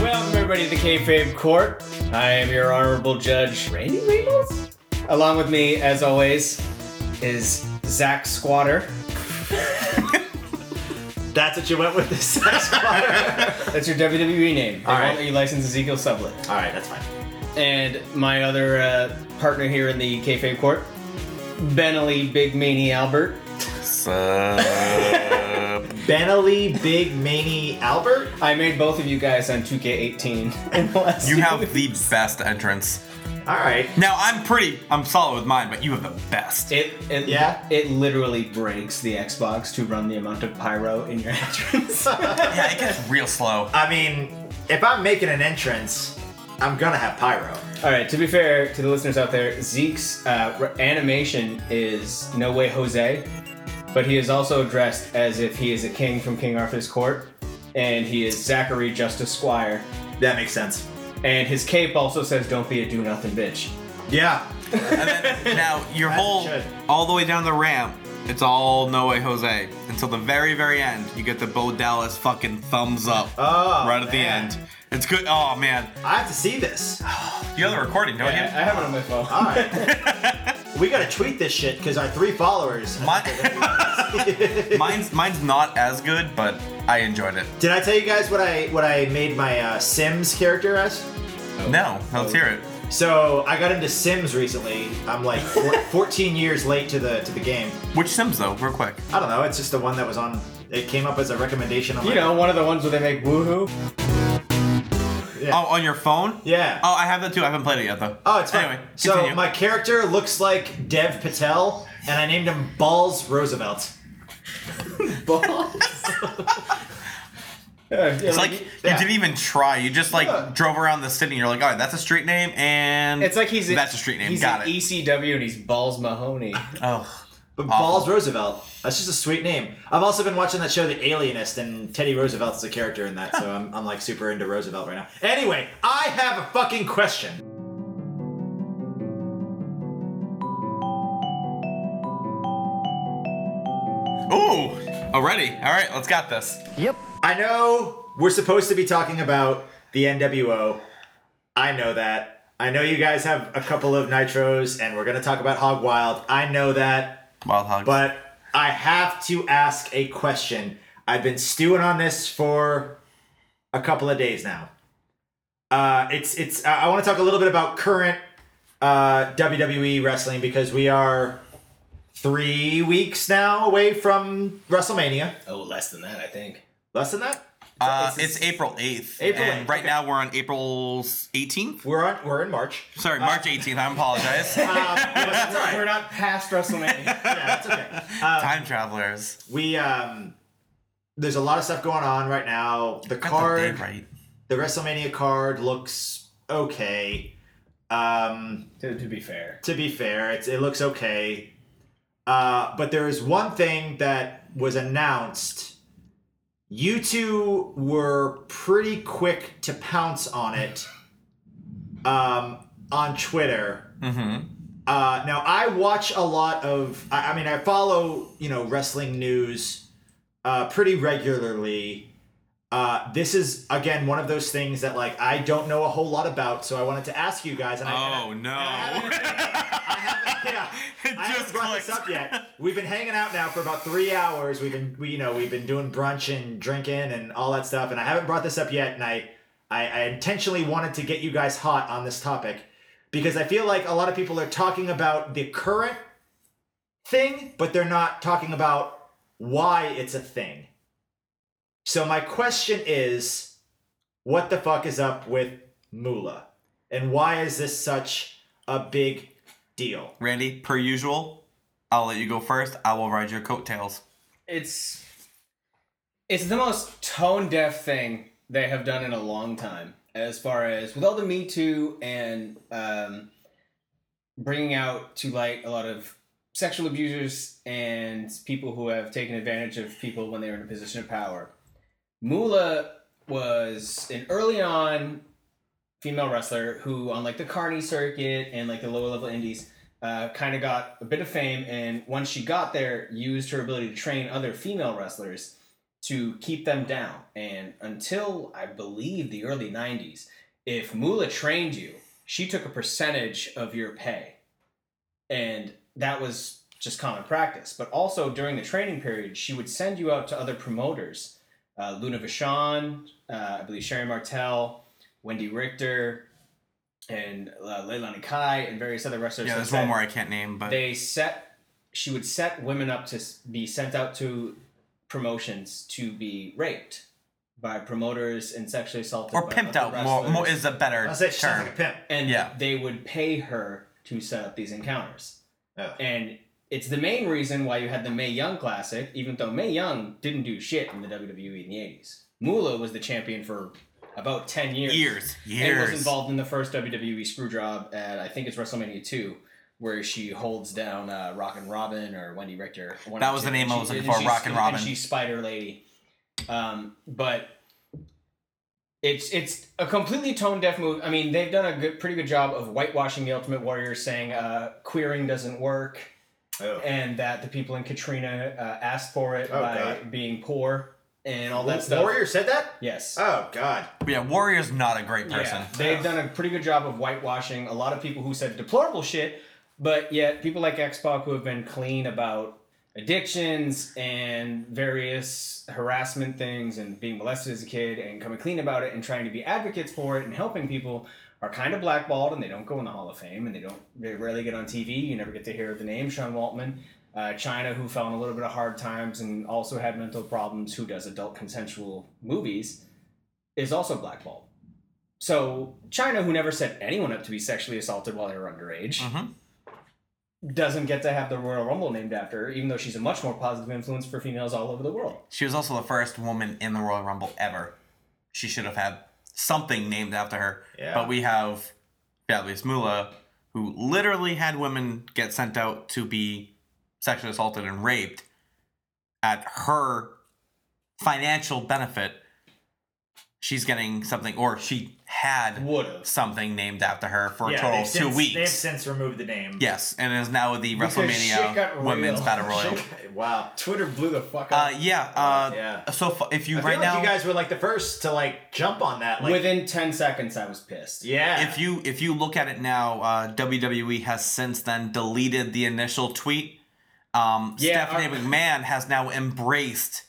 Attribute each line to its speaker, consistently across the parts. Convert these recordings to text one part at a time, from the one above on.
Speaker 1: Welcome, everybody, to the Kayfabe Court. I am your honorable judge, Randy Reynolds. Along with me, as always, is Zach Squatter.
Speaker 2: That's what you went with this sex squatter.
Speaker 1: That's your WWE name. They
Speaker 2: All
Speaker 1: won't
Speaker 2: right.
Speaker 1: let you license Ezekiel Sublet.
Speaker 2: All right, that's fine.
Speaker 1: And my other uh, partner here in the Kayfabe Court, Benelli Big Manie Albert.
Speaker 2: Benelli Big Maney Albert.
Speaker 1: I made both of you guys on 2K18 in the last
Speaker 3: you
Speaker 1: two
Speaker 3: have
Speaker 1: weeks.
Speaker 3: the best entrance.
Speaker 2: All right.
Speaker 3: Now I'm pretty, I'm solid with mine, but you have the best.
Speaker 1: It, it
Speaker 2: Yeah?
Speaker 1: It literally breaks the Xbox to run the amount of pyro in your entrance.
Speaker 3: yeah, it gets real slow.
Speaker 2: I mean, if I'm making an entrance, I'm gonna have pyro.
Speaker 1: All right. To be fair to the listeners out there, Zeke's uh, re- animation is no way Jose, but he is also dressed as if he is a king from King Arthur's court, and he is Zachary Justice Squire,
Speaker 2: That makes sense.
Speaker 1: and his cape also says "Don't be a do nothing bitch."
Speaker 2: Yeah.
Speaker 3: And then now your
Speaker 2: As it
Speaker 3: whole,
Speaker 2: should.
Speaker 3: all the way down the ramp, it's all No Way Jose until the very, very end. You get the Bo Dallas fucking thumbs up
Speaker 2: Oh.
Speaker 3: right at the
Speaker 2: man.
Speaker 3: end. It's good. Oh man,
Speaker 2: I have to see this.
Speaker 3: you have the recording, don't
Speaker 1: I, I
Speaker 3: you?
Speaker 1: have it on my phone.
Speaker 2: All right. we gotta tweet this shit because our three followers.
Speaker 3: Mine, mine's mine's not as good, but I enjoyed it.
Speaker 2: Did I tell you guys what I what I made my uh, Sims character as? Oh.
Speaker 3: No, let's hear it.
Speaker 2: So I got into Sims recently. I'm like four, 14 years late to the to the game.
Speaker 3: Which Sims though, real quick.
Speaker 2: I don't know. It's just the one that was on. It came up as a recommendation. on
Speaker 1: You
Speaker 2: my-
Speaker 1: know, one of the ones where they make woohoo.
Speaker 3: Oh, on your phone?
Speaker 2: Yeah.
Speaker 3: Oh, I have that too. I haven't played it yet though.
Speaker 2: Oh, it's fine.
Speaker 3: Anyway,
Speaker 2: so
Speaker 3: continue.
Speaker 2: my character looks like Dev Patel, and I named him Balls Roosevelt.
Speaker 3: It's like you
Speaker 2: Yeah.
Speaker 3: didn't even try. You just like
Speaker 2: Yeah.
Speaker 3: drove around the city. and You're like, all right, that's a street name, and
Speaker 1: it's like he's a,
Speaker 3: that's a street name.
Speaker 1: He's
Speaker 3: Got
Speaker 1: an
Speaker 2: E-
Speaker 3: it.
Speaker 1: ECW and he's Balls Mahoney.
Speaker 3: oh,
Speaker 2: But
Speaker 3: Awful.
Speaker 2: Balls Roosevelt, that's just a sweet name. I've also been watching that show, The Alienist, and Teddy Roosevelt's a character in that, so I'm, I'm like super into Roosevelt right now. Anyway, I have a fucking question.
Speaker 3: ooh, already. All right, let's got this.
Speaker 2: I know we're supposed to be talking about the NWO. I know that. I know you guys have a couple of nitros, and we're going to talk about Hog Wild. I know that.
Speaker 3: Wild hogs.
Speaker 2: But I have to ask a question. I've been stewing on this for a couple of days now. Uh, it's it's. I want to talk a little bit about current uh, WWE wrestling because we are three weeks now away from WrestleMania.
Speaker 1: oh, less than that, I think.
Speaker 2: Less than that,
Speaker 3: uh, it's April eighth.
Speaker 2: April
Speaker 3: and
Speaker 2: 8th,
Speaker 3: Right
Speaker 2: okay.
Speaker 3: now we're on April eighteenth.
Speaker 2: we're on. We're in March.
Speaker 3: Sorry, March eighteenth. I apologize.
Speaker 2: Uh, That's all
Speaker 1: We're not past WrestleMania.
Speaker 2: Yeah, that's okay.
Speaker 3: Time travelers.
Speaker 2: We um, there's a lot of stuff going on right now. The
Speaker 3: Got the
Speaker 2: card,
Speaker 3: date right.
Speaker 2: the WrestleMania card looks okay. Um,
Speaker 1: to, to be fair.
Speaker 2: to be fair, it's, it looks okay. Uh, but there is one thing that was announced. You two were pretty quick to pounce on it um, on Twitter.
Speaker 3: Mm-hmm.
Speaker 2: Uh, now I watch a lot of. I, I mean, I follow you know wrestling news uh, pretty regularly. Uh, this is again one of those things that like I don't know a whole lot about, so I wanted to ask you guys. And I,
Speaker 3: Oh no.
Speaker 2: I
Speaker 3: Oh.
Speaker 2: haven't, yeah,
Speaker 3: It
Speaker 2: I haven't
Speaker 3: just
Speaker 2: brought this
Speaker 3: clicked.
Speaker 2: up yet. We've been hanging out now for about three hours. We've been, we, you know, we've been doing brunch and drinking and all that stuff, and I haven't brought this up yet. And I, I, I intentionally wanted to get you guys hot on this topic because I feel like a lot of people are talking about the current thing, but they're not talking about why it's a thing. So my question is, what the fuck is up with Moolah? And why is this such a big deal?
Speaker 3: Randy, per usual, I'll let you go first. I will ride your coattails.
Speaker 1: It's it's the most tone deaf thing they have done in a long time. As far as with all the Me Too and um, bringing out to light a lot of sexual abusers and people who have taken advantage of people when they were in a position of power. Moolah was an early on female wrestler who, on like the Carney circuit and like the lower level indies, uh, kind of got a bit of fame. And once she got there, used her ability to train other female wrestlers to keep them down. And until I believe the early 90s, if Moolah trained you, she took a percentage of your pay. And that was just common practice. But also during the training period, she would send you out to other promoters uh, Luna Vachon, uh, I believe Sherry Martel, Wendy Richter, and uh, Leilani Kai, and various other wrestlers.
Speaker 3: Yeah,
Speaker 1: that
Speaker 3: there's
Speaker 1: said-
Speaker 3: one more I can't name, but
Speaker 1: they set she would set women up to s- be sent out to promotions to be raped by promoters and sexually assaulted
Speaker 3: or
Speaker 1: by
Speaker 3: pimped
Speaker 1: other
Speaker 3: out more, more
Speaker 1: wrestlers.
Speaker 3: is a better
Speaker 2: I'll say she sounds
Speaker 3: term.
Speaker 2: like a pimp.
Speaker 1: and
Speaker 3: yeah.
Speaker 1: they would pay her to set up these encounters
Speaker 2: Ugh.
Speaker 1: and it's the main reason why you had the May Young Classic, even though May Young didn't do shit in the WWE in the 80s. Moolah was the champion for about 10 years.
Speaker 3: Years,
Speaker 1: And was
Speaker 3: years.
Speaker 1: involved in the first WWE screw job at, I think it's WrestleMania 2, where she holds down uh, Rockin' Robin or Wendy Richter. one
Speaker 3: That
Speaker 1: of
Speaker 3: was
Speaker 1: two.
Speaker 3: the name I
Speaker 1: And
Speaker 3: was
Speaker 1: she-
Speaker 3: looking
Speaker 1: and
Speaker 3: for,
Speaker 1: she's-
Speaker 3: Rockin' Robin.
Speaker 1: And she's Spider Lady. Um, but it's it's a completely tone deaf move. I mean, they've done a good, pretty good job of whitewashing the Ultimate Warrior, saying uh, queering doesn't work,
Speaker 2: Ugh.
Speaker 1: and that the people in Katrina uh, asked for it
Speaker 2: Oh,
Speaker 1: by
Speaker 2: God.
Speaker 1: being poor and all that stuff.
Speaker 2: Warrior said that?
Speaker 1: Yes.
Speaker 2: Oh God.
Speaker 3: But yeah, Warrior's not a great person.
Speaker 1: Yeah, they've done a pretty good job of whitewashing a lot of people who said deplorable shit, but yet people like X Pac who have been clean about addictions and various harassment things and being molested as a kid and coming clean about it and trying to be advocates for it and helping people are kind of blackballed and they don't go in the Hall of Fame and they don't they rarely get on TV. You never get to hear the name Sean Waltman. Uh, China, who fell in a little bit of hard times and also had mental problems, who does adult consensual movies, is also blackballed. So China, who never set anyone up to be sexually assaulted while they were underage,
Speaker 3: Mhm.
Speaker 1: doesn't get to have the Royal Rumble named after her, even though she's a much more positive influence for females all over the world.
Speaker 3: She was also the first woman in the Royal Rumble ever. She should have had something named after her.
Speaker 2: Yeah.
Speaker 3: But we have Fabulous Moolah, who literally had women get sent out to be sexually assaulted and raped at her financial benefit. She's getting something, or she had
Speaker 1: Would have.
Speaker 3: something named after her for a
Speaker 2: yeah,
Speaker 3: total
Speaker 2: they've
Speaker 3: of two
Speaker 2: since, They have
Speaker 3: weeks.
Speaker 2: since removed the name.
Speaker 3: Yes, and is now the
Speaker 1: Because shit
Speaker 3: WrestleMania
Speaker 1: got
Speaker 3: Women's
Speaker 1: real.
Speaker 3: Battle Royal.
Speaker 1: Shit
Speaker 2: Wow.
Speaker 1: Twitter blew the fuck
Speaker 3: Uh, yeah. Uh,
Speaker 2: Yeah.
Speaker 3: So fu- if you
Speaker 2: I feel
Speaker 3: right
Speaker 2: like
Speaker 3: now,
Speaker 2: you guys were like the first to like jump on that. Like,
Speaker 1: Within ten seconds, I was pissed.
Speaker 2: yeah.
Speaker 3: if you if you look at it now, uh, WWE has since then deleted the initial tweet. Um,
Speaker 1: Yeah,
Speaker 3: Stephanie
Speaker 1: our-
Speaker 3: McMahon has now embraced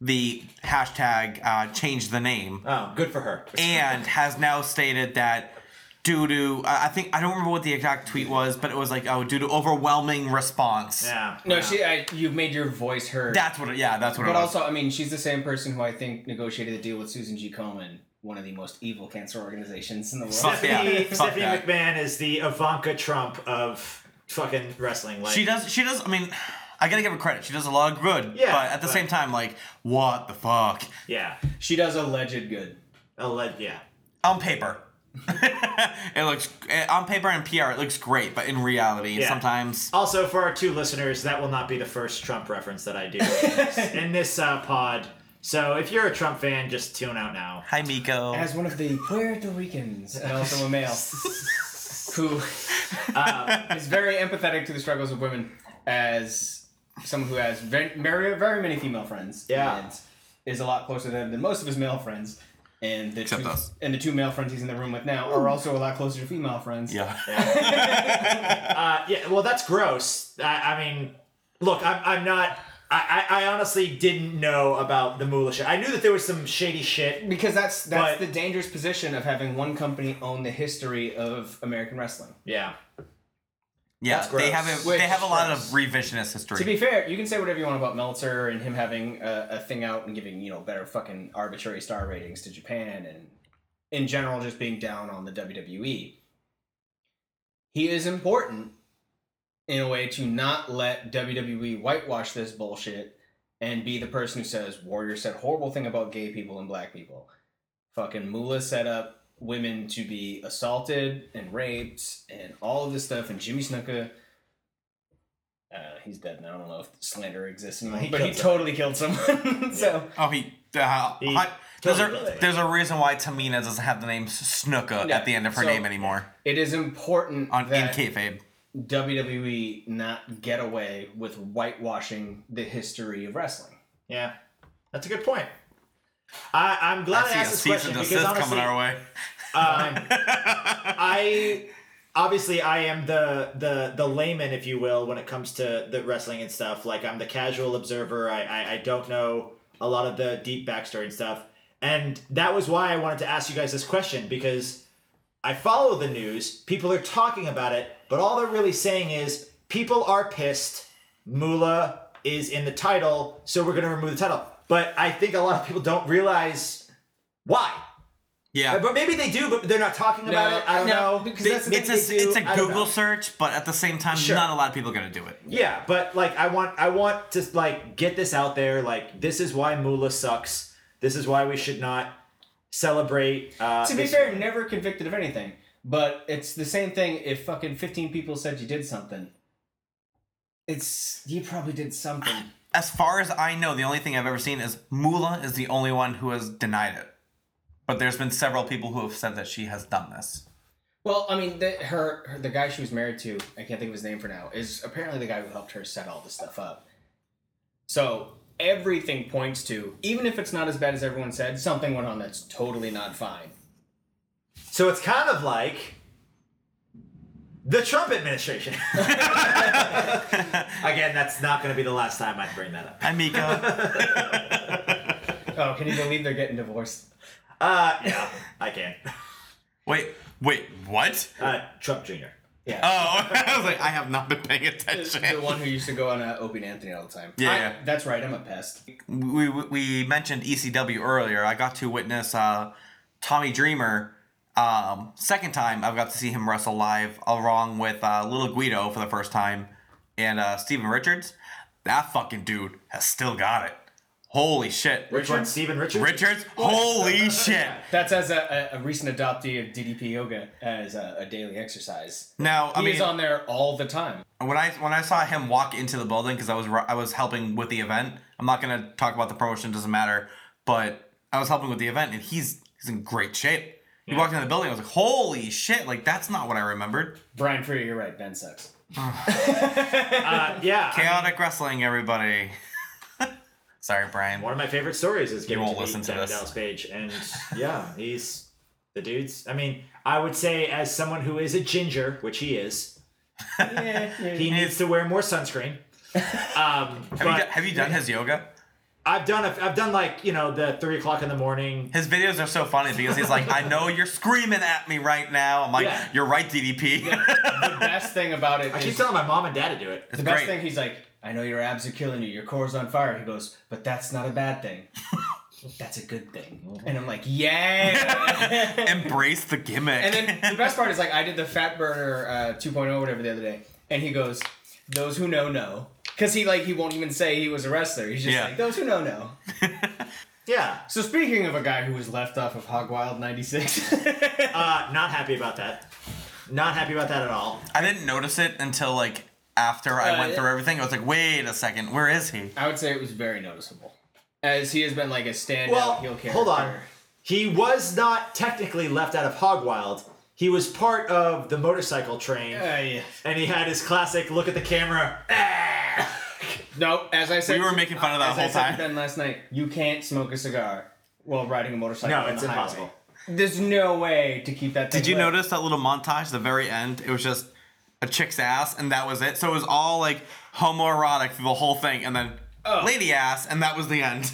Speaker 3: the hashtag uh, change the name
Speaker 2: oh, good for her.
Speaker 3: and has now stated that due to I I think I don't remember what the exact tweet was, but it was like oh due to overwhelming response.
Speaker 2: yeah.
Speaker 1: No,
Speaker 2: yeah.
Speaker 1: she. I, you've made your voice heard.
Speaker 3: That's what. it- Yeah, that's what.
Speaker 1: but
Speaker 3: it was.
Speaker 1: also, I mean, she's the same person who I think negotiated a deal with Susan G. Komen, one of the most evil cancer organizations in the world.
Speaker 3: Fuck yeah.
Speaker 2: Stephanie,
Speaker 3: Fuck
Speaker 2: Stephanie
Speaker 3: that.
Speaker 2: McMahon is the Ivanka Trump of fucking wrestling. Like,
Speaker 3: She does. She does. I mean, I gotta give her credit. She does a lot of good.
Speaker 2: Yeah,
Speaker 3: But at the
Speaker 2: but-
Speaker 3: same time, like, what the fuck?
Speaker 2: yeah,
Speaker 1: She does alleged good.
Speaker 2: Alle- yeah.
Speaker 3: On paper, it looks eh, on paper and PR, it looks great. But in reality,
Speaker 2: Yeah. Um,
Speaker 3: sometimes
Speaker 2: Also, for our two listeners, that will not be the first Trump reference that I do in this, in this uh, pod. So, if you're a Trump fan, just tune out now.
Speaker 3: hi Miko.
Speaker 1: As one of the Puerto Ricans, and also a male, who um, is very empathetic to the struggles of women, as someone who has very, very, very many female friends,
Speaker 2: Yeah.
Speaker 1: and is a lot closer to them than most of his male friends. And the
Speaker 3: Except
Speaker 1: two,
Speaker 3: us.
Speaker 1: and the two male friends he's in the room with now are also a lot closer to female friends.
Speaker 3: yeah.
Speaker 2: Uh, yeah, well, that's gross. I, I mean, look, I'm, I'm not. I, I, I honestly didn't know about the Moolah shit. I knew that there was some shady shit.
Speaker 1: Because that's that's
Speaker 2: But-
Speaker 1: the dangerous position of having one company own the history of American wrestling.
Speaker 2: Yeah.
Speaker 3: yeah. They
Speaker 2: gross.
Speaker 3: have a
Speaker 1: Which
Speaker 3: they have a lot of
Speaker 1: is
Speaker 3: revisionist history.
Speaker 1: To be fair, you can say whatever you want about Meltzer and him having a, a thing out and giving you know better fucking arbitrary star ratings to Japan and in general just being down on the WWE. E. he is important in a way to not let WWE whitewash this bullshit and be the person who says Warrior said horrible thing about gay people and black people. Fucking Moolah set up women to be assaulted and raped and all of this stuff. And Jimmy Snuka, uh, he's dead now. I don't know if slander exists anymore,
Speaker 2: He
Speaker 1: but he
Speaker 2: killed
Speaker 1: totally killed someone. so
Speaker 3: Oh, he. Uh,
Speaker 2: He
Speaker 3: I- there's,
Speaker 2: totally
Speaker 3: a,
Speaker 2: did.
Speaker 3: there's a reason why Tamina doesn't have the name Snooka
Speaker 1: Yeah,
Speaker 3: at the end of her
Speaker 1: so-
Speaker 3: name anymore
Speaker 1: it is important
Speaker 3: on in
Speaker 1: that
Speaker 3: kayfabe.
Speaker 1: WWE not get away with whitewashing the history of wrestling.
Speaker 2: Yeah, that's a good point. I, I'm glad I,
Speaker 3: I see a
Speaker 2: asked this
Speaker 3: cease
Speaker 2: question
Speaker 3: and
Speaker 2: because
Speaker 3: desist
Speaker 2: honestly,
Speaker 3: coming our way.
Speaker 2: um, I obviously I am the the the layman, if you will, when it comes to the wrestling and stuff. Like I'm the casual observer. I I, I don't know a lot of the deep backstory and stuff. And that was why I wanted to ask you guys this question because I follow the news. People are talking about it, but all they're really saying is people are pissed. Mula is in the title, so we're going to remove the title. But I think a lot of people don't realize why. Uh,
Speaker 3: Yeah.
Speaker 2: But maybe they do, but they're not talking about it. I don't
Speaker 1: no,
Speaker 2: know.
Speaker 1: because
Speaker 3: They-
Speaker 1: that's the
Speaker 3: it's,
Speaker 1: thing
Speaker 3: a,
Speaker 1: they do.
Speaker 3: it's a
Speaker 2: I don't know.
Speaker 3: Google search, but at the same time,
Speaker 2: Sure.
Speaker 3: not a lot of people are going to do it.
Speaker 2: Yeah, but like I want I want to like get this out there. Like this is why Mula sucks. This is why we should not celebrate. Uh,
Speaker 1: to be
Speaker 2: this-
Speaker 1: fair, never convicted of anything. But it's the same thing if fucking 15 people said you did something. It's you probably did something.
Speaker 3: As far as I know, the only thing I've ever seen is Mula is the only one who has denied it. But there's been several people who have said that she has done this.
Speaker 1: Well, I mean, the, her, her the guy she was married to, I can't think of his name for now, is apparently the guy who helped her set all this stuff up. So everything points to, even if it's not as bad as everyone said, something went on that's totally not fine.
Speaker 2: So it's kind of like the Trump administration. Again, that's not going to be the last time I bring that up.
Speaker 3: Hi, Mika.
Speaker 1: Oh, can you believe they're getting divorced?
Speaker 2: Uh, yeah, I can.
Speaker 3: wait, wait, what?
Speaker 2: Uh, Trump Jr.
Speaker 1: Yeah.
Speaker 3: Oh, I was like, I have not been paying attention.
Speaker 1: the one who used to go on uh, Opie and Anthony all the time.
Speaker 3: Yeah,
Speaker 1: I-
Speaker 3: yeah.
Speaker 1: That's right, I'm a pest.
Speaker 3: we we- we mentioned ECW earlier. I got to witness uh, Tommy Dreamer. Um, second time I've got to see him wrestle live, along with uh, Little Guido for the first time, and uh, Steven Richards. That fucking dude has still got it. Holy shit,
Speaker 2: Which one? Steven Richards.
Speaker 3: Richards! Holy shit!
Speaker 1: That's as a, a, a recent adoptee of DDP yoga as a, a daily exercise.
Speaker 3: Now I
Speaker 1: He's
Speaker 3: mean,
Speaker 1: on there all the time.
Speaker 3: when I when I saw him walk into the building because I was ru- I was helping with the event. I'm not gonna talk about the promotion; doesn't matter. But I was helping with the event, and he's he's in great shape. He walked into the building. I was like, "Holy shit! Like that's not what I remembered."
Speaker 1: Brian Freer, you're right. Ben sucks.
Speaker 2: Uh, yeah. I mean,
Speaker 3: Chaotic wrestling, everybody. Sorry, Brian.
Speaker 2: One of my favorite stories is given
Speaker 3: won't
Speaker 2: to
Speaker 3: listen
Speaker 2: me
Speaker 3: to
Speaker 2: by
Speaker 3: this.
Speaker 2: Dallas Page, and yeah, he's the dude's. I mean, I would say as someone who is a ginger, which he is,
Speaker 1: yeah, yeah.
Speaker 2: he needs to wear more sunscreen. Um,
Speaker 3: Have you,
Speaker 2: but
Speaker 3: do- have you done his yoga?
Speaker 2: I've done a, I've done like you know the three o'clock in the morning.
Speaker 3: His videos are so funny because he's like, "I know you're screaming at me right now." I'm like,
Speaker 2: Yeah.
Speaker 3: "You're right, DDP."
Speaker 1: the best thing about it
Speaker 2: I keep
Speaker 1: is
Speaker 2: telling my mom and dad to do it.
Speaker 1: the best
Speaker 3: Great.
Speaker 1: thing. He's like, I know your abs are killing you. Your core's on fire. He goes, but that's not a bad thing. that's a good
Speaker 3: Uh-huh.
Speaker 1: thing. And I'm like, yeah.
Speaker 3: Embrace the gimmick.
Speaker 1: and then the best part is like, I did the fat burner uh, 2.0 or whatever the other day, and he goes, those who know know, because he like he won't even say he was a wrestler. He's just
Speaker 3: Yeah.
Speaker 1: like those who know know.
Speaker 2: Yeah,
Speaker 1: So speaking of a guy who was left off of Hog Wild '96,
Speaker 2: uh, not happy about that. Not happy about that at all.
Speaker 3: I didn't notice it until like after I
Speaker 1: Uh,
Speaker 3: went through everything. I was like, wait a second, where is he?
Speaker 1: I would say it was very noticeable, as he has been like a standout
Speaker 2: Well,
Speaker 1: heel character.
Speaker 2: hold on. He was not technically left out of Hogwild. He was part of the motorcycle train.
Speaker 1: Uh, yeah.
Speaker 2: and he had his classic look at the camera.
Speaker 1: No, as I said,
Speaker 3: We were making fun of that
Speaker 1: as I
Speaker 3: whole
Speaker 1: said to
Speaker 3: time.
Speaker 1: Ben last night, you can't smoke a cigar while riding a motorcycle.
Speaker 2: No,
Speaker 1: on
Speaker 2: it's
Speaker 1: the highway.
Speaker 2: impossible.
Speaker 1: There's no way to keep that. Thing
Speaker 3: Did you
Speaker 1: lit.
Speaker 3: notice that little montage, the very end? It was just a chick's ass, and that was it. So it was all like homoerotic for the whole thing, and then
Speaker 1: Oh.
Speaker 3: lady ass, and that was the end.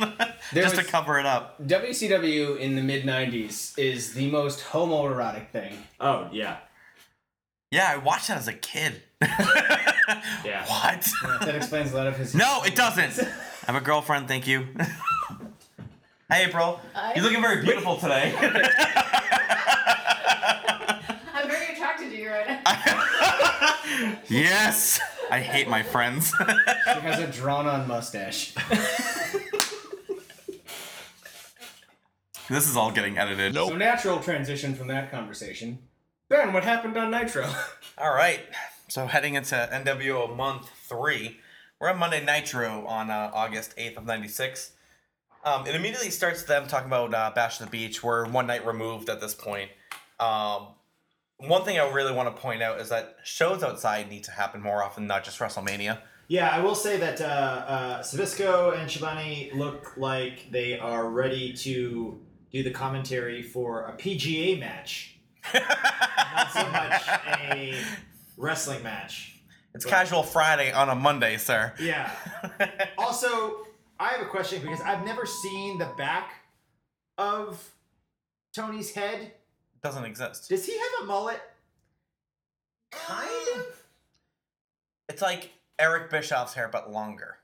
Speaker 3: just
Speaker 1: was-
Speaker 3: to cover it up.
Speaker 1: WCW in the mid '90s is the most homoerotic thing.
Speaker 2: Oh yeah,
Speaker 3: Yeah, I watched that as a kid.
Speaker 2: yeah.
Speaker 3: What?
Speaker 1: That explains a lot of his.
Speaker 3: no, it doesn't. I have a girlfriend, thank you. hey, April. You're looking very beautiful today.
Speaker 4: I'm very attracted to you right now.
Speaker 3: Yes! I hate my friends.
Speaker 1: She has a drawn on mustache.
Speaker 3: this is all getting edited.
Speaker 4: Nope.
Speaker 1: So, natural transition from that conversation. Ben, what happened on Nitro?
Speaker 3: All right. So heading into NWO month three, we're on Monday Nitro on uh, August 8th of 96. Um, it immediately starts them talking about uh, Bash at the Beach. We're one night removed at this point. Um, one thing I really want to point out is that shows outside need to happen more often, not just WrestleMania.
Speaker 2: Yeah, I will say that uh, uh, Sabisco and Shibani look like they are ready to do the commentary for a PGA match, not so much a wrestling match.
Speaker 3: It's casual Friday on a Monday, sir.
Speaker 2: Yeah. also, I have a question because I've never seen the back of Tony's head.
Speaker 3: Doesn't exist.
Speaker 2: Does he have a mullet?
Speaker 3: Kind of. It's like Eric Bischoff's hair, but longer.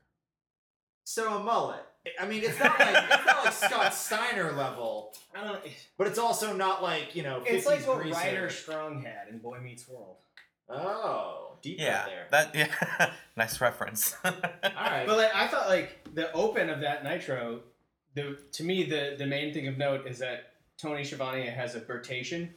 Speaker 2: So a mullet. I mean, it's not like it's not like Scott Steiner level,
Speaker 1: I don't.
Speaker 2: but it's also not like you know.
Speaker 1: It's like
Speaker 2: 50s
Speaker 1: what
Speaker 2: greaser.
Speaker 1: Ryder Strong had in Boy Meets World.
Speaker 2: Oh, deep cut
Speaker 3: Yeah,
Speaker 2: there.
Speaker 3: that yeah, nice reference.
Speaker 2: All right.
Speaker 1: But like, I thought like the open of that Nitro, the to me the the main thing of note is that Tony Schiavone has a bertation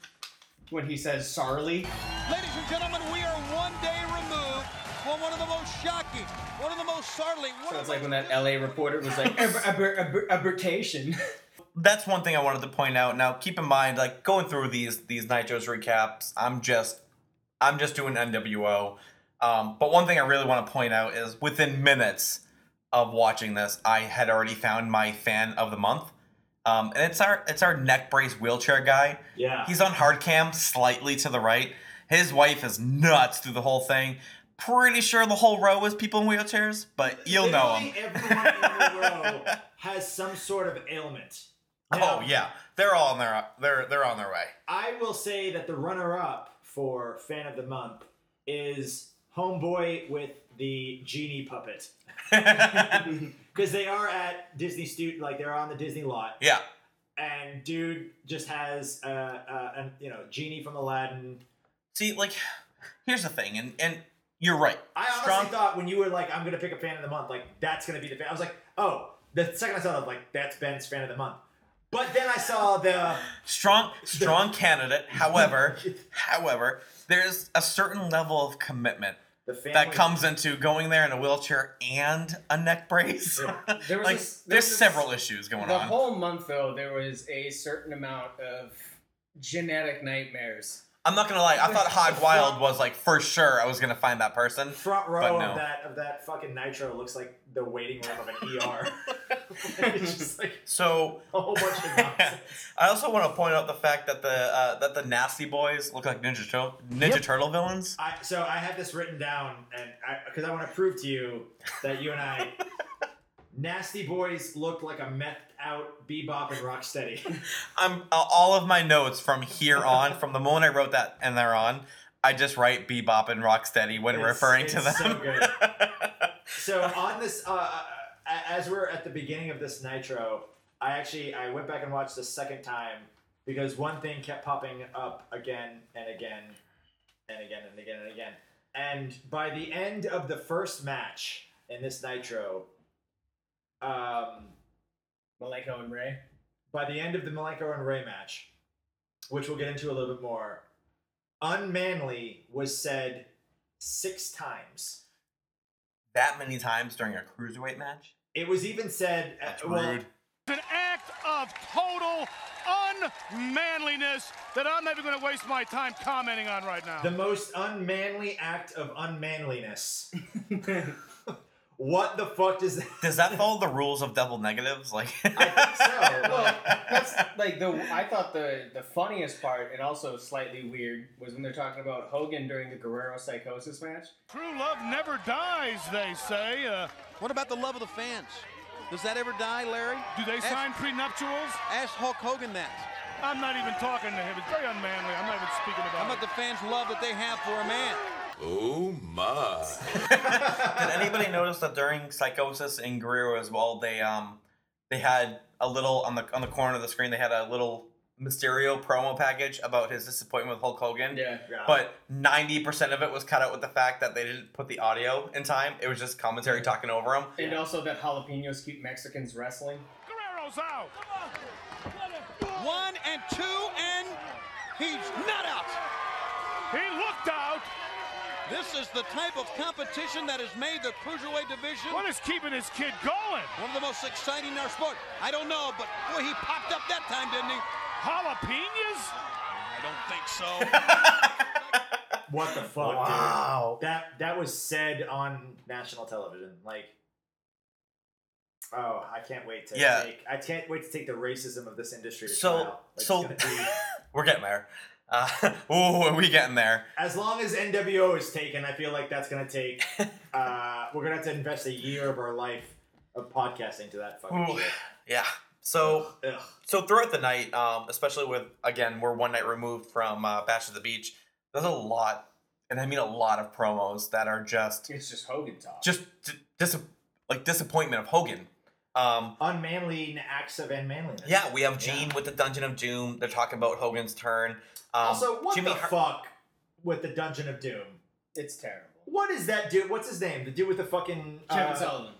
Speaker 1: when he says "Sarly."
Speaker 5: Ladies and gentlemen, we are one day removed from one of the most shocking, one of the most startling. One
Speaker 1: So
Speaker 5: of
Speaker 1: it's
Speaker 5: the
Speaker 1: like when that LA reporter was like "A- a ber- a ber- a bertation.
Speaker 3: Uh-huh. That's one thing I wanted to point out. Now, keep in mind, like going through these these Nitros recaps, I'm just I'm just doing NWO. Um, but one thing I really want to point out is within minutes of watching this, I had already found my fan of the month, um, and it's our it's our neck brace wheelchair guy.
Speaker 2: Yeah.
Speaker 3: He's on hard cam, slightly to the right. His wife is nuts through the whole thing. Pretty sure the whole row is people in wheelchairs, but you'll know him.
Speaker 2: Literally Everyone in the row has some sort of ailment. Now,
Speaker 3: Oh yeah, they're all on their they're they're on their way.
Speaker 2: I will say that the runner-up for fan of the month is Homeboy with the genie puppet because they are at Disney Studio, like they're on the Disney lot,
Speaker 3: Yeah,
Speaker 2: and dude just has uh, uh, an, you know genie from Aladdin.
Speaker 3: see, like, here's the thing, and and you're right.
Speaker 2: I honestly thought when you were like, "I'm gonna pick a fan of the month," like that's gonna be the fan. I was like, "Oh." The second I saw that, like that's Ben's fan of the month. But then I saw the
Speaker 3: strong, strong candidate. However, however, there's a certain level of commitment
Speaker 2: the family
Speaker 3: that comes into going there in a wheelchair and a neck brace.
Speaker 1: There was
Speaker 3: like,
Speaker 1: this- there
Speaker 3: there's
Speaker 1: was this-
Speaker 3: several issues going
Speaker 1: The
Speaker 3: on.
Speaker 1: whole month though, there was a certain amount of genetic nightmares.
Speaker 3: I'm not gonna lie. I thought Hog
Speaker 2: the
Speaker 3: Wild
Speaker 2: front-
Speaker 3: was like for sure. I was gonna find that person.
Speaker 2: front
Speaker 3: But
Speaker 2: row
Speaker 3: no.
Speaker 2: of that of that fucking nitro looks like the waiting room of an ER. it's just like
Speaker 3: So
Speaker 2: a whole bunch of nonsense.
Speaker 3: I also want to point out the fact that the uh, that the nasty boys look like Ninja Turtle Ninja Turtle villains.
Speaker 2: I, so I have this written down, and because I, want to prove to you that you and I, nasty boys, looked like a methed out bebop and rocksteady.
Speaker 3: I'm uh, all of my notes from here on, from the moment I wrote that and there on, I just write Bebop and Rocksteady when
Speaker 2: It's-
Speaker 3: referring to them.
Speaker 2: it's so good. so on this, uh, uh, a- as we're at the beginning of this Nitro, I actually I went back and watched the second time because one thing kept popping up again and again and again and again and again. And by the end of the first match in this Nitro, um,
Speaker 1: Maleko and Ray.
Speaker 2: by the end of the Malenko and Ray match, which we'll get into a little bit more, unmanly was said six times.
Speaker 3: that many times during a cruiserweight match.
Speaker 2: It was even said.
Speaker 3: That's
Speaker 2: uh, well,
Speaker 3: rude.
Speaker 6: It's an act of total unmanliness that I'm never going to waste my time commenting on right now.
Speaker 2: The most unmanly act of unmanliness. what the fuck does that?
Speaker 3: Does that follow the rules of double negatives? Like,
Speaker 2: I think so.
Speaker 1: well, that's like the I thought the the funniest part and also slightly weird was when they're talking about Hogan during the Guerrero psychosis match.
Speaker 6: True love never dies, they say. Uh,
Speaker 5: What about the love of the fans? Does that ever die, Larry?
Speaker 6: do they
Speaker 5: Ask-
Speaker 6: sign prenuptials?
Speaker 5: Ask Hulk Hogan that.
Speaker 6: I'm not even talking to him. It's very unmanly. I'm not even speaking
Speaker 5: How
Speaker 6: about
Speaker 5: about
Speaker 6: it.
Speaker 5: the fans' love that they have for a man?
Speaker 4: Oh my.
Speaker 3: did anybody notice that during Psychosis and Guerrero as well, they um they had a little on the on the corner of the screen, they had a little Mysterio promo package about his disappointment with Hulk Hogan.
Speaker 1: Yeah.
Speaker 2: Yeah.
Speaker 3: But 90% of it was cut out with the fact that they didn't put the audio in time. It was just commentary talking over him.
Speaker 1: And also that jalapenos keep Mexicans wrestling.
Speaker 6: Guerrero's out.
Speaker 5: One and two, and he's not out.
Speaker 6: He looked out.
Speaker 5: This is the type of competition that has made the cruiserweight division
Speaker 6: What is keeping his kid going?
Speaker 5: one of the most exciting in our sport. I don't know, but boy, he popped up that time, didn't he?
Speaker 6: Jalapenos?
Speaker 5: I don't think so.
Speaker 2: What the fuck,
Speaker 3: Wow.
Speaker 2: dude? That that was said on national television. Like, oh, I can't wait to
Speaker 3: Yeah.
Speaker 2: take. I can't wait to take the racism of this industry. To
Speaker 3: So-
Speaker 2: trial. Like, it's
Speaker 3: so-
Speaker 2: gonna be-
Speaker 3: We're getting there. Uh, ooh, are we getting there?
Speaker 2: as long as NWO is taken, I feel like that's gonna take. uh, we're gonna have to invest a year of our life of podcasting to that fucking
Speaker 3: Ooh,
Speaker 2: shit.
Speaker 3: yeah. So
Speaker 2: Ugh.
Speaker 3: so throughout the night, um, especially with again, we're one night removed from uh, Bash of the Beach. There's a lot, and I mean a lot of promos that are just
Speaker 1: It's just Hogan talk.
Speaker 3: just d- dis- like disappointment of Hogan. Um,
Speaker 2: Unmanly acts of unmanliness.
Speaker 3: yeah, we have Gene with the Dungeon of Doom. They're talking about Hogan's turn. Um,
Speaker 2: Also, what
Speaker 3: Jimmy
Speaker 2: the
Speaker 3: Har-
Speaker 2: fuck with the Dungeon of Doom?
Speaker 1: it's terrible.
Speaker 2: What is that dude? What's his name? The dude with the fucking
Speaker 1: Kevin
Speaker 2: uh,
Speaker 1: Sullivan.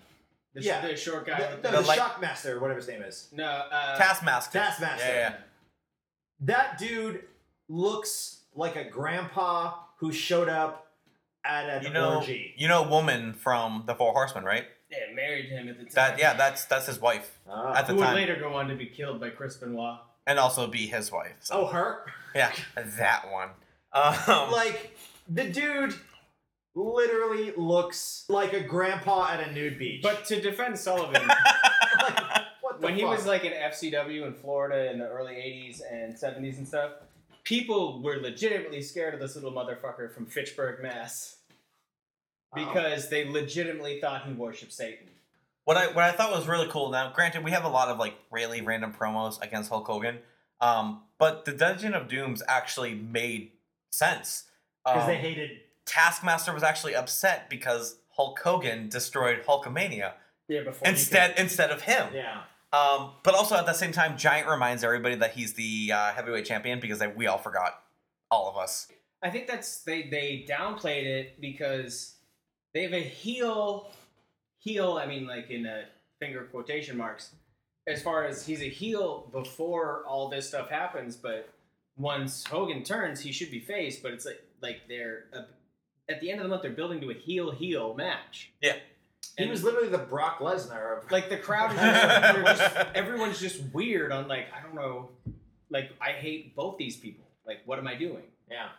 Speaker 1: The, sh-
Speaker 2: yeah.
Speaker 1: the short guy.
Speaker 2: the,
Speaker 1: with
Speaker 2: no,
Speaker 1: the,
Speaker 2: the,
Speaker 3: The light-
Speaker 2: Shockmaster, whatever his name is.
Speaker 1: no, uh,
Speaker 3: Taskmaster.
Speaker 2: Taskmaster.
Speaker 3: Yeah, yeah, yeah.
Speaker 2: That dude looks like a grandpa who showed up at an
Speaker 3: You know,
Speaker 2: orgy.
Speaker 3: you know, woman from the Four Horsemen, right?
Speaker 1: yeah, married him at the time.
Speaker 3: That yeah, that's that's his wife
Speaker 2: Ah.
Speaker 3: at the
Speaker 1: Who would
Speaker 3: time,
Speaker 1: later go on to be killed by Chris Benoit.
Speaker 3: and also be his wife. So
Speaker 2: oh, her?
Speaker 3: yeah, that one. Um,
Speaker 2: Like, the dude literally looks like a grandpa at a nude beach.
Speaker 1: But to defend Sullivan,
Speaker 2: what the
Speaker 1: when he
Speaker 2: fuck?
Speaker 1: was like in FCW in Florida in the early 80s and 70s and stuff, people were legitimately scared of this little motherfucker from Fitchburg, Mass. Because they legitimately thought he worshipped Satan.
Speaker 3: What I what I thought was really cool. Now, granted, we have a lot of like really random promos against Hulk Hogan, um, but the Dungeon of Doom's actually made sense.
Speaker 2: because
Speaker 3: Um,
Speaker 2: they hated.
Speaker 3: Taskmaster was actually upset because Hulk Hogan destroyed Hulkamania
Speaker 1: Yeah, before he
Speaker 3: instead instead of him.
Speaker 2: Yeah.
Speaker 3: Um, but also at the same time, Giant reminds everybody that he's the uh, heavyweight champion because they, we all forgot, all of us.
Speaker 1: I think that's they they downplayed it because they have a heel heel. I mean, like in a finger quotation marks. As far as he's a heel before all this stuff happens, but once Hogan turns, he should be faced. But it's like like they're uh, at the end of the month they're building to a heel heel match.
Speaker 3: Yeah,
Speaker 2: He was literally the Brock Lesnar of.
Speaker 1: Like the crowd is just, they're just everyone's just weird on like I don't know, like I hate both these people. Like what am I doing?
Speaker 2: yeah.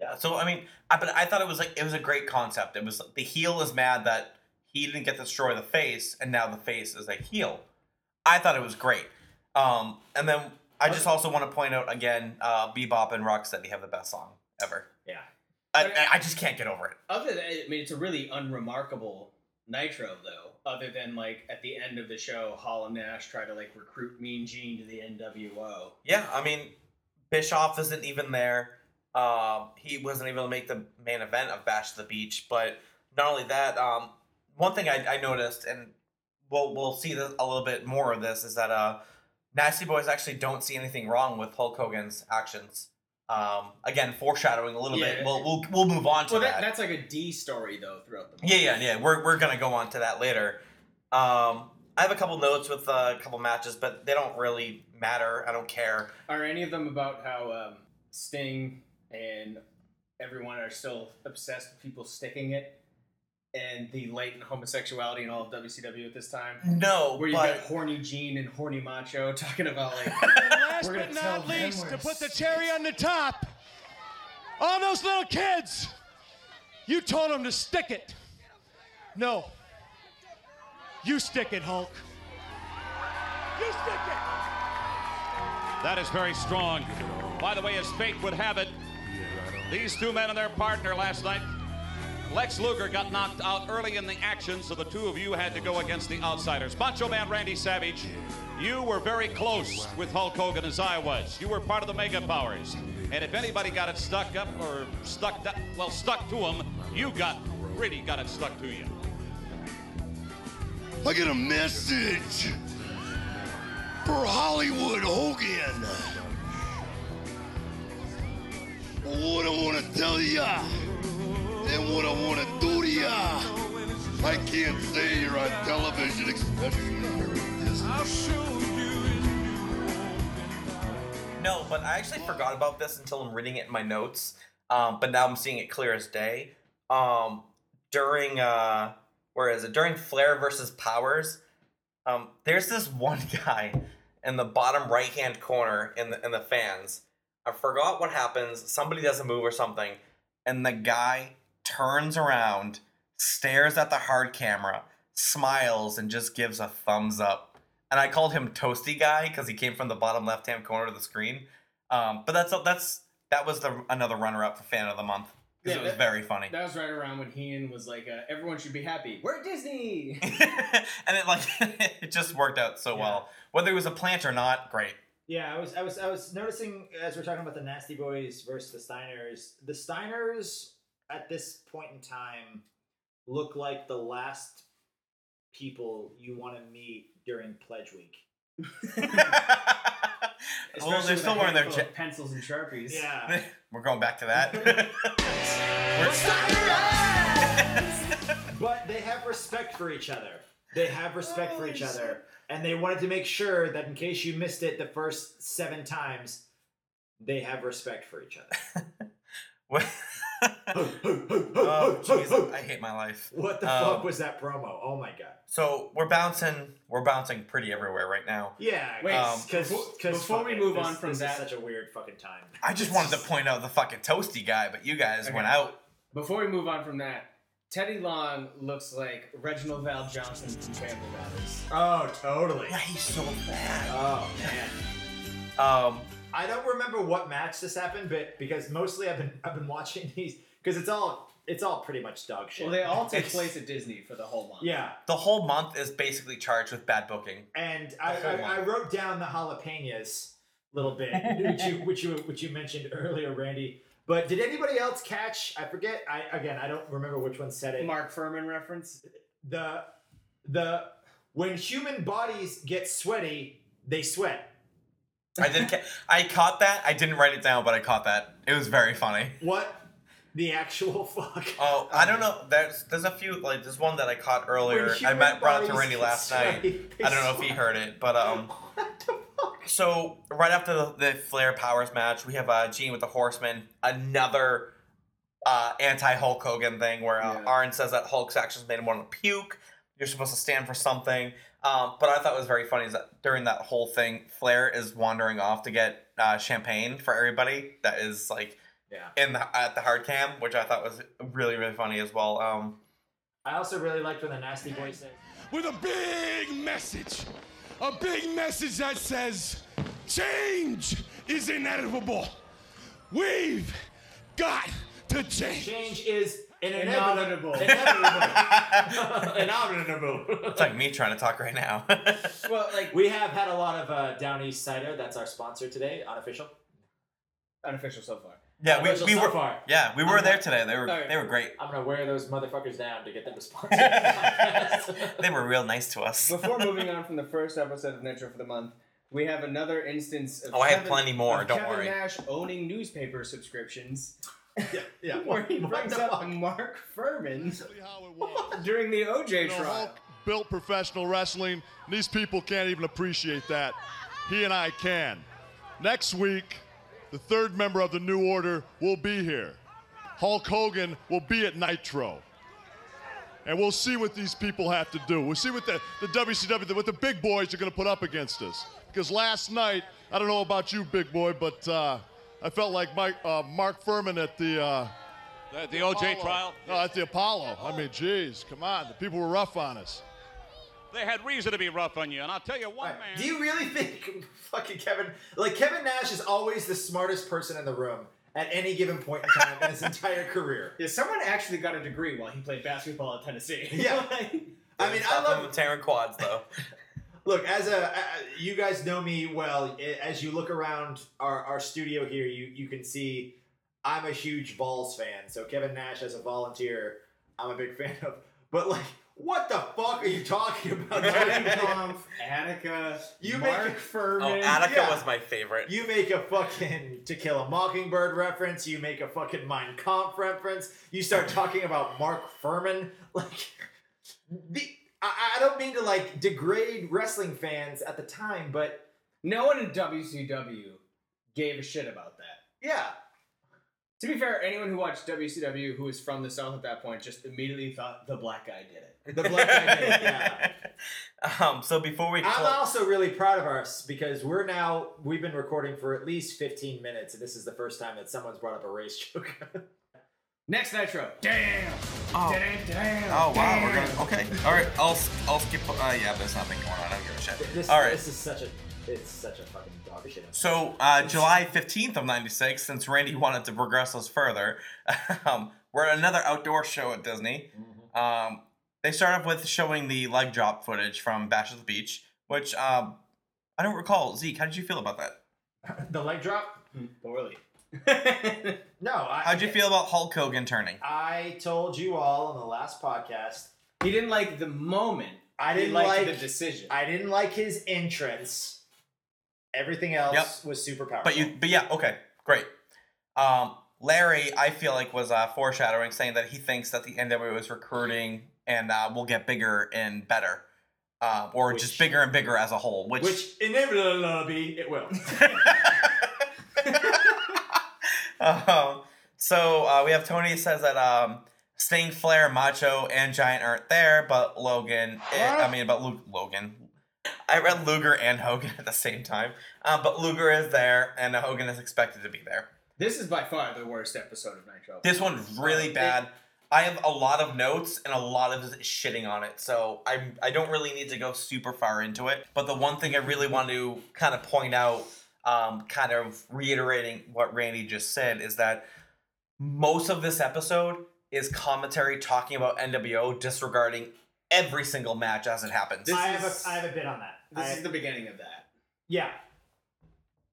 Speaker 3: yeah. So I mean, I, but I thought it was like it was a great concept. It was like, the heel is mad that he didn't get to destroy the face, and now the face is like heel. I thought it was great. Um, and then I just also want to point out again, uh, Bebop and Rocksteady have the best song ever.
Speaker 2: Yeah.
Speaker 3: I, I- I just can't get over it.
Speaker 1: other than I mean, it's a really unremarkable Nitro though. Other than like at the end of the show, Hall and Nash try to like recruit Mean Gene to the NWO.
Speaker 3: Yeah, I mean, Bischoff isn't even there. Um, he wasn't able to make the main event of Bash to the Beach. But not only that, um, one thing I, I noticed, and we'll we'll see this, a little bit more of this, is that uh, Nasty Boys actually don't see anything wrong with Hulk Hogan's actions. Um, again, foreshadowing a little
Speaker 1: Yeah.
Speaker 3: bit. We'll, we'll we'll move on to
Speaker 1: Well,
Speaker 3: that.
Speaker 1: that, that's like a D story though throughout the.
Speaker 3: Yeah, yeah, yeah. We're, we're gonna go on to that later. Um, I have a couple notes with uh, a couple matches, but they don't really matter. I don't care.
Speaker 1: Are any of them about how um, Sting and everyone are still obsessed with people sticking it? And the latent homosexuality in all of WCW at this time,
Speaker 3: No,
Speaker 1: where you
Speaker 3: but
Speaker 1: got horny Gene and horny Macho talking about like
Speaker 6: Last
Speaker 1: We're gonna
Speaker 6: but
Speaker 1: tell
Speaker 6: not
Speaker 1: them
Speaker 6: least,
Speaker 1: we're
Speaker 6: to put the cherry on the top, all those little kids, you told them to stick it. No. You stick it, Hulk. You stick it. That is very strong. By the way, as fate would have it, these two men and their partner last night, Lex Luger got knocked out early in the action, so the two of you had to go against the outsiders. Macho Man Randy Savage, you were very close with Hulk Hogan as I was. You were part of the Mega Powers. And if anybody got it stuck up or stuck, up, well, stuck to him, you got, really got it stuck to you.
Speaker 7: I get a message for Hollywood Hogan. tell ya, and what I wanna do to ya. I can't say you're on television, especially during this.
Speaker 3: No, but I actually forgot about this until I'm reading it in my notes. Um, but now I'm seeing it clear as day. Um, during uh, where is it? During Flair versus Powers, um, there's this one guy in the bottom right hand corner in the in the fans. I forgot what happens. Somebody does a move or something, and the guy turns around, stares at the hard camera, smiles, and just gives a thumbs up. And I called him Toasty Guy because he came from the bottom left hand corner of the screen. Um, but that's that's that was the another runner up for fan of the month because
Speaker 1: Yeah,
Speaker 3: it was
Speaker 1: that-
Speaker 3: very funny.
Speaker 1: That was right around when Heenan was like, uh, "Everyone should be happy. We're at Disney."
Speaker 3: and it like it just worked out so well. Whether it was a plant or not, great.
Speaker 2: Yeah, I was, I was, I was noticing as we're talking about the Nasty Boys versus the Steiners. The Steiners at this point in time look like the last people you want to meet during Pledge Week.
Speaker 3: well,
Speaker 1: Especially
Speaker 3: they're
Speaker 1: with
Speaker 3: still
Speaker 1: a
Speaker 3: wearing their.
Speaker 1: handful of
Speaker 3: Ja-
Speaker 1: pencils and sharpies.
Speaker 2: Yeah,
Speaker 3: We're going back to that.
Speaker 2: but they have respect for each other. They have respect for each other, and they wanted to make sure that in case you missed it the first seven times, they have respect for each other.
Speaker 3: oh, jeez, I hate my life.
Speaker 2: What the
Speaker 3: Um,
Speaker 2: fuck was that promo? Oh my god.
Speaker 3: So we're bouncing, we're bouncing pretty everywhere right now.
Speaker 2: Yeah.
Speaker 1: Wait,
Speaker 3: Um,
Speaker 2: Because
Speaker 1: befo- before we move on from that,
Speaker 2: such a weird fucking time.
Speaker 3: I just wanted to point out the fucking toasty guy, but you guys went
Speaker 1: Okay.
Speaker 3: out.
Speaker 1: before we move on from that, Teddy Long looks like Reginald Val Johnson from Family Matters.
Speaker 2: Oh, totally.
Speaker 3: Yeah, he's so bad.
Speaker 2: Oh man,
Speaker 3: Um,
Speaker 2: I don't remember what match this happened, but because mostly I've been I've been watching these because it's all it's all pretty much dog shit.
Speaker 1: Well, they all take place at Disney for the whole month.
Speaker 2: yeah,
Speaker 3: the whole month is basically charged with bad booking.
Speaker 2: and I, I, I wrote down the jalapenos little bit, which you which you which you mentioned earlier, Randy. But did anybody else catch? I forget. I again, I don't remember which one said it.
Speaker 1: Mark Furman reference.
Speaker 2: the the when human bodies get sweaty, they sweat.
Speaker 3: I did. Ca- I caught that. I didn't write it down, but I caught that. It was very funny.
Speaker 2: What the actual fuck?
Speaker 3: Oh, I don't know. There's there's a few like there's one that I caught earlier. I
Speaker 2: human
Speaker 3: met brought it to
Speaker 2: bodies
Speaker 3: Randy last
Speaker 2: strike,
Speaker 3: night.
Speaker 2: they
Speaker 3: I don't know if he
Speaker 2: strike.
Speaker 3: heard it, but um. So right after the, the Flair Powers match, we have uh, Gene with the Horseman, another uh, anti Hulk Hogan thing where uh,
Speaker 1: Yeah.
Speaker 3: Arn says that Hulk's actions made him want to puke. You're supposed to stand for something. Um, but I thought was very funny is that during that whole thing, Flair is wandering off to get uh, champagne for everybody that is like
Speaker 2: Yeah.
Speaker 3: in the at the hard cam, which I thought was really really funny as well. Um,
Speaker 2: I also really liked when the nasty boy said,
Speaker 7: With a big message, a big message that says, change is inevitable. We've got to change.
Speaker 2: "Change is an
Speaker 1: Inevitable.
Speaker 2: inevitable, inevitable, inevitable."
Speaker 3: it's like me trying to talk right now.
Speaker 1: Well, like
Speaker 2: We have had a lot of uh, Down East cider. That's our sponsor today, unofficial.
Speaker 1: unofficial so far.
Speaker 3: yeah, we,
Speaker 2: Unofficial
Speaker 3: we
Speaker 2: so
Speaker 3: were
Speaker 2: far.
Speaker 3: yeah we were there today. They were
Speaker 1: Alright.
Speaker 3: they were great.
Speaker 2: I'm gonna wear those motherfuckers down to get them to sponsor. the podcast.
Speaker 3: They were real nice to us.
Speaker 1: Before moving on from the first episode of Nitro for the month, we have another instance of
Speaker 3: Oh, I have
Speaker 1: Kevin-
Speaker 3: plenty more,
Speaker 1: of
Speaker 3: don't
Speaker 1: Kevin
Speaker 3: worry.
Speaker 1: Nash owning newspaper subscriptions,
Speaker 2: yeah,
Speaker 1: where he
Speaker 2: what
Speaker 1: brings
Speaker 2: the
Speaker 1: up
Speaker 2: fuck?
Speaker 1: Mark Furman
Speaker 7: How it was.
Speaker 1: during the OJ
Speaker 7: You know,
Speaker 1: trial.
Speaker 7: Hulk built professional wrestling. and These people can't even appreciate that. He and I can. Next week, the third member of the New Order will be here. Hulk Hogan will be at Nitro. And we'll see what these people have to do. We'll see what the, the WCW, what the big boys are going to put up against us. Because last night, I don't know about you, big boy, but uh, I felt like Mike, uh, Mark Furman at the. Uh,
Speaker 8: At the OJ trial,
Speaker 7: no, at the Apollo. I mean, geez, come on. The people were rough on us.
Speaker 8: they had reason to be rough on you, and I'll tell you one man.
Speaker 2: Do you really think fucking Kevin? Like Kevin Nash is always the smartest person in the room at any given point in time in his entire career.
Speaker 1: Yeah, someone actually got a degree while he played basketball at Tennessee.
Speaker 2: Yeah. I mean, I
Speaker 3: Stop them
Speaker 2: love.
Speaker 3: with Terran quads though.
Speaker 2: Look, as a uh, you guys know me well. I- As you look around our, our studio here, you you can see I'm a huge Vols fan. So Kevin Nash as a volunteer, I'm a big fan of. But like What the fuck are you talking about? Tony Khan?
Speaker 1: Attica.
Speaker 2: You
Speaker 1: Mark
Speaker 2: make-
Speaker 1: Furman.
Speaker 3: Oh, Attica
Speaker 2: yeah.
Speaker 3: was my favorite.
Speaker 2: You make a fucking To Kill a Mockingbird reference. You make a fucking Mein Kampf reference. You start talking about Mark Furman. Like, the, I, I don't mean to like degrade wrestling fans at the time, but
Speaker 1: No one in WCW gave a shit about that.
Speaker 2: yeah,
Speaker 1: To be fair, anyone who watched WCW who was from the South at that point just immediately thought the black guy did it.
Speaker 2: the black guy did it, yeah.
Speaker 3: um, so before we
Speaker 2: I'm
Speaker 3: clo-
Speaker 2: also really proud of us because we're now we've been recording for at least 15 minutes, and this is the first time that someone's brought up a race joke.
Speaker 1: Next Nitro. Damn!
Speaker 3: oh,
Speaker 1: Damn, damn.
Speaker 3: oh wow, we're
Speaker 1: damn.
Speaker 3: gonna okay. All right, I'll s- I'll skip. Uh, yeah, there's nothing going on. I don't give a shit.
Speaker 2: this,
Speaker 3: All right.
Speaker 2: this is such a it's such a fucking dog shit.
Speaker 3: So uh, July 15th of 96, since Randy wanted to progress us further, um, we're at another outdoor show at Disney.
Speaker 2: Mm-hmm.
Speaker 3: Um, they start off with showing the leg drop footage from Bash at the Beach, which um, I don't recall. Zeke, how did you feel about that?
Speaker 2: The leg drop?
Speaker 1: Poorly.
Speaker 2: No, I,
Speaker 3: How'd you feel about Hulk Hogan turning?
Speaker 2: I told you all on the last podcast.
Speaker 1: he didn't like the moment.
Speaker 2: I
Speaker 1: He
Speaker 2: didn't
Speaker 1: liked
Speaker 2: like
Speaker 1: the decision.
Speaker 2: I didn't like his entrance. Everything else
Speaker 3: Yep.
Speaker 2: was super powerful.
Speaker 3: But you, but yeah, okay, great. Um, Larry, I feel like was uh, foreshadowing, saying that he thinks that the NWO is recruiting and uh, will get bigger and better, uh, or
Speaker 2: Which-
Speaker 3: just bigger and bigger as a whole.
Speaker 2: which inevitably it will.
Speaker 3: um, so uh, we have Tony says that um, Sting, Flair, Macho, and Giant aren't there, but Logan. eh, I mean, but Luke, Logan. I read Luger and Hogan at the same time, um, but Luger is there, and Hogan is expected to be there.
Speaker 1: this is by far the worst episode of Nitro.
Speaker 3: This one's really bad. I have a lot of notes and a lot of shitting on it, so I'm I don't really need to go super far into it. But the one thing I really want to kind of point out, um, kind of reiterating what Randy just said, is that most of this episode is commentary talking about NWO, disregarding every single match as it happens.
Speaker 1: This
Speaker 2: I have
Speaker 1: is-
Speaker 2: a I have a bit on that.
Speaker 1: this
Speaker 2: I-
Speaker 1: is the beginning of that.
Speaker 2: Yeah.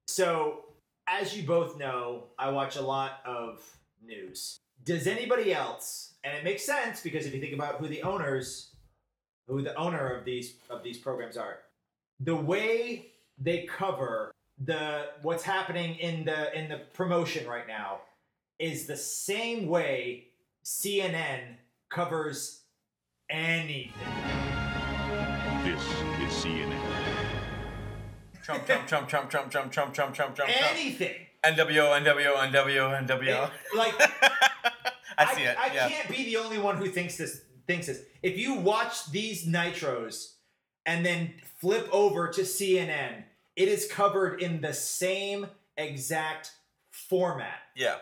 Speaker 2: So, as you both know, I watch a lot of news. Does anybody else? And it makes sense because if you think about who the owners, who the owner of these of these programs are, the way they cover the what's happening in the in the promotion right now is the same way CNN covers anything.
Speaker 7: This is CNN.
Speaker 3: Trump, Trump, Trump, Trump, Trump, Trump, Trump, Trump, Trump, Trump, Trump.
Speaker 2: Anything.
Speaker 3: NWO, NWO, NWO, NWO.
Speaker 2: Like
Speaker 3: I see it.
Speaker 2: I
Speaker 3: yeah.
Speaker 2: can't be the only one who thinks this. Thinks this. If you watch these nitros and then flip over to CNN, it is covered in the same exact format.
Speaker 3: Yeah.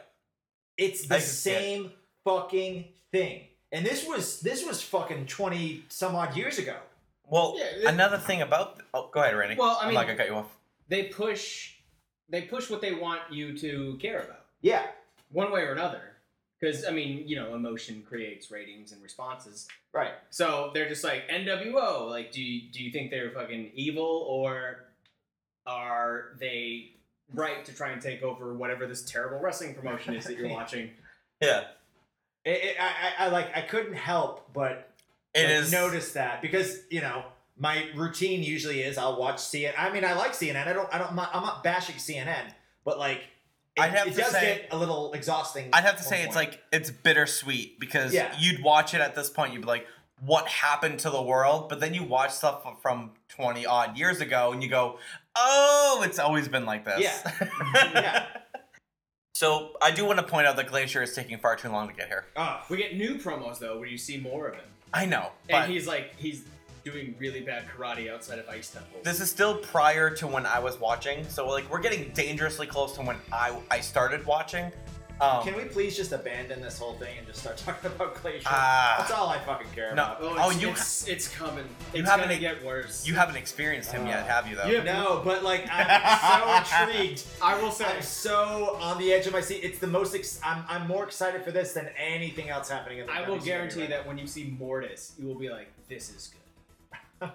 Speaker 2: It's the
Speaker 3: I can see it.
Speaker 2: same fucking thing. And this was this was fucking twenty some odd years ago.
Speaker 3: Well,
Speaker 1: Yeah, it-
Speaker 3: another thing about oh, go ahead, Randy.
Speaker 1: Well, I
Speaker 3: I'm
Speaker 1: mean-
Speaker 3: not gonna cut you off.
Speaker 1: They push they push what they want you to care about.
Speaker 2: Yeah.
Speaker 1: One way or another. Because I mean, you know, emotion creates ratings and responses.
Speaker 2: Right.
Speaker 1: So they're just like NWO. Like, do you, do you think they're fucking evil or are they right to try and take over whatever this terrible wrestling promotion is that you're watching?
Speaker 3: Yeah,
Speaker 2: It- it- I, I, I like I couldn't help but
Speaker 3: it
Speaker 2: like,
Speaker 3: is.
Speaker 2: notice that because you know my routine usually is I'll watch CNN. I mean, I like CNN. I don't. I don't. I'm not, I'm not bashing CNN, but like it,
Speaker 3: I'd have
Speaker 2: it
Speaker 3: to
Speaker 2: does
Speaker 3: say-
Speaker 2: get a little exhausting.
Speaker 3: I'd have to
Speaker 2: at
Speaker 3: say
Speaker 2: one
Speaker 3: it's
Speaker 2: point.
Speaker 3: like it's bittersweet because
Speaker 2: Yeah.
Speaker 3: you'd watch it at this point, you'd be like, "What happened to the world?" But then you watch stuff from twenty odd years ago, and you go, "Oh, it's always been like this."
Speaker 2: yeah, yeah.
Speaker 3: So I do want to point out that Glacier is taking far too long to get here.
Speaker 2: Oh,
Speaker 1: We get new promos though, where you see more of him,
Speaker 3: I know,
Speaker 1: and
Speaker 3: but
Speaker 1: he's like he's doing really bad karate outside of Ice Temple.
Speaker 3: this is still prior to when I was watching. So like we're getting dangerously close to when I I started watching. Um,
Speaker 2: can we please just abandon this whole thing and just start talking about glacier?
Speaker 3: Ah.
Speaker 2: That's all I fucking care
Speaker 3: No.
Speaker 2: about.
Speaker 1: oh,
Speaker 3: Oh,
Speaker 1: it's,
Speaker 3: you
Speaker 1: it's, it's coming.
Speaker 3: you
Speaker 1: it's
Speaker 3: haven't-
Speaker 1: gonna get worse.
Speaker 3: You haven't experienced him yet, have you? Though.
Speaker 1: Yeah.
Speaker 2: No, but like I'm so intrigued.
Speaker 1: I will say,
Speaker 2: I'm so on the edge of my seat. It's the most. Ex- I'm, I'm more excited for this than anything else happening. At the
Speaker 1: I will
Speaker 2: WCW
Speaker 1: guarantee
Speaker 2: right now.
Speaker 1: that when you see Mortis, you will be like, "This is good."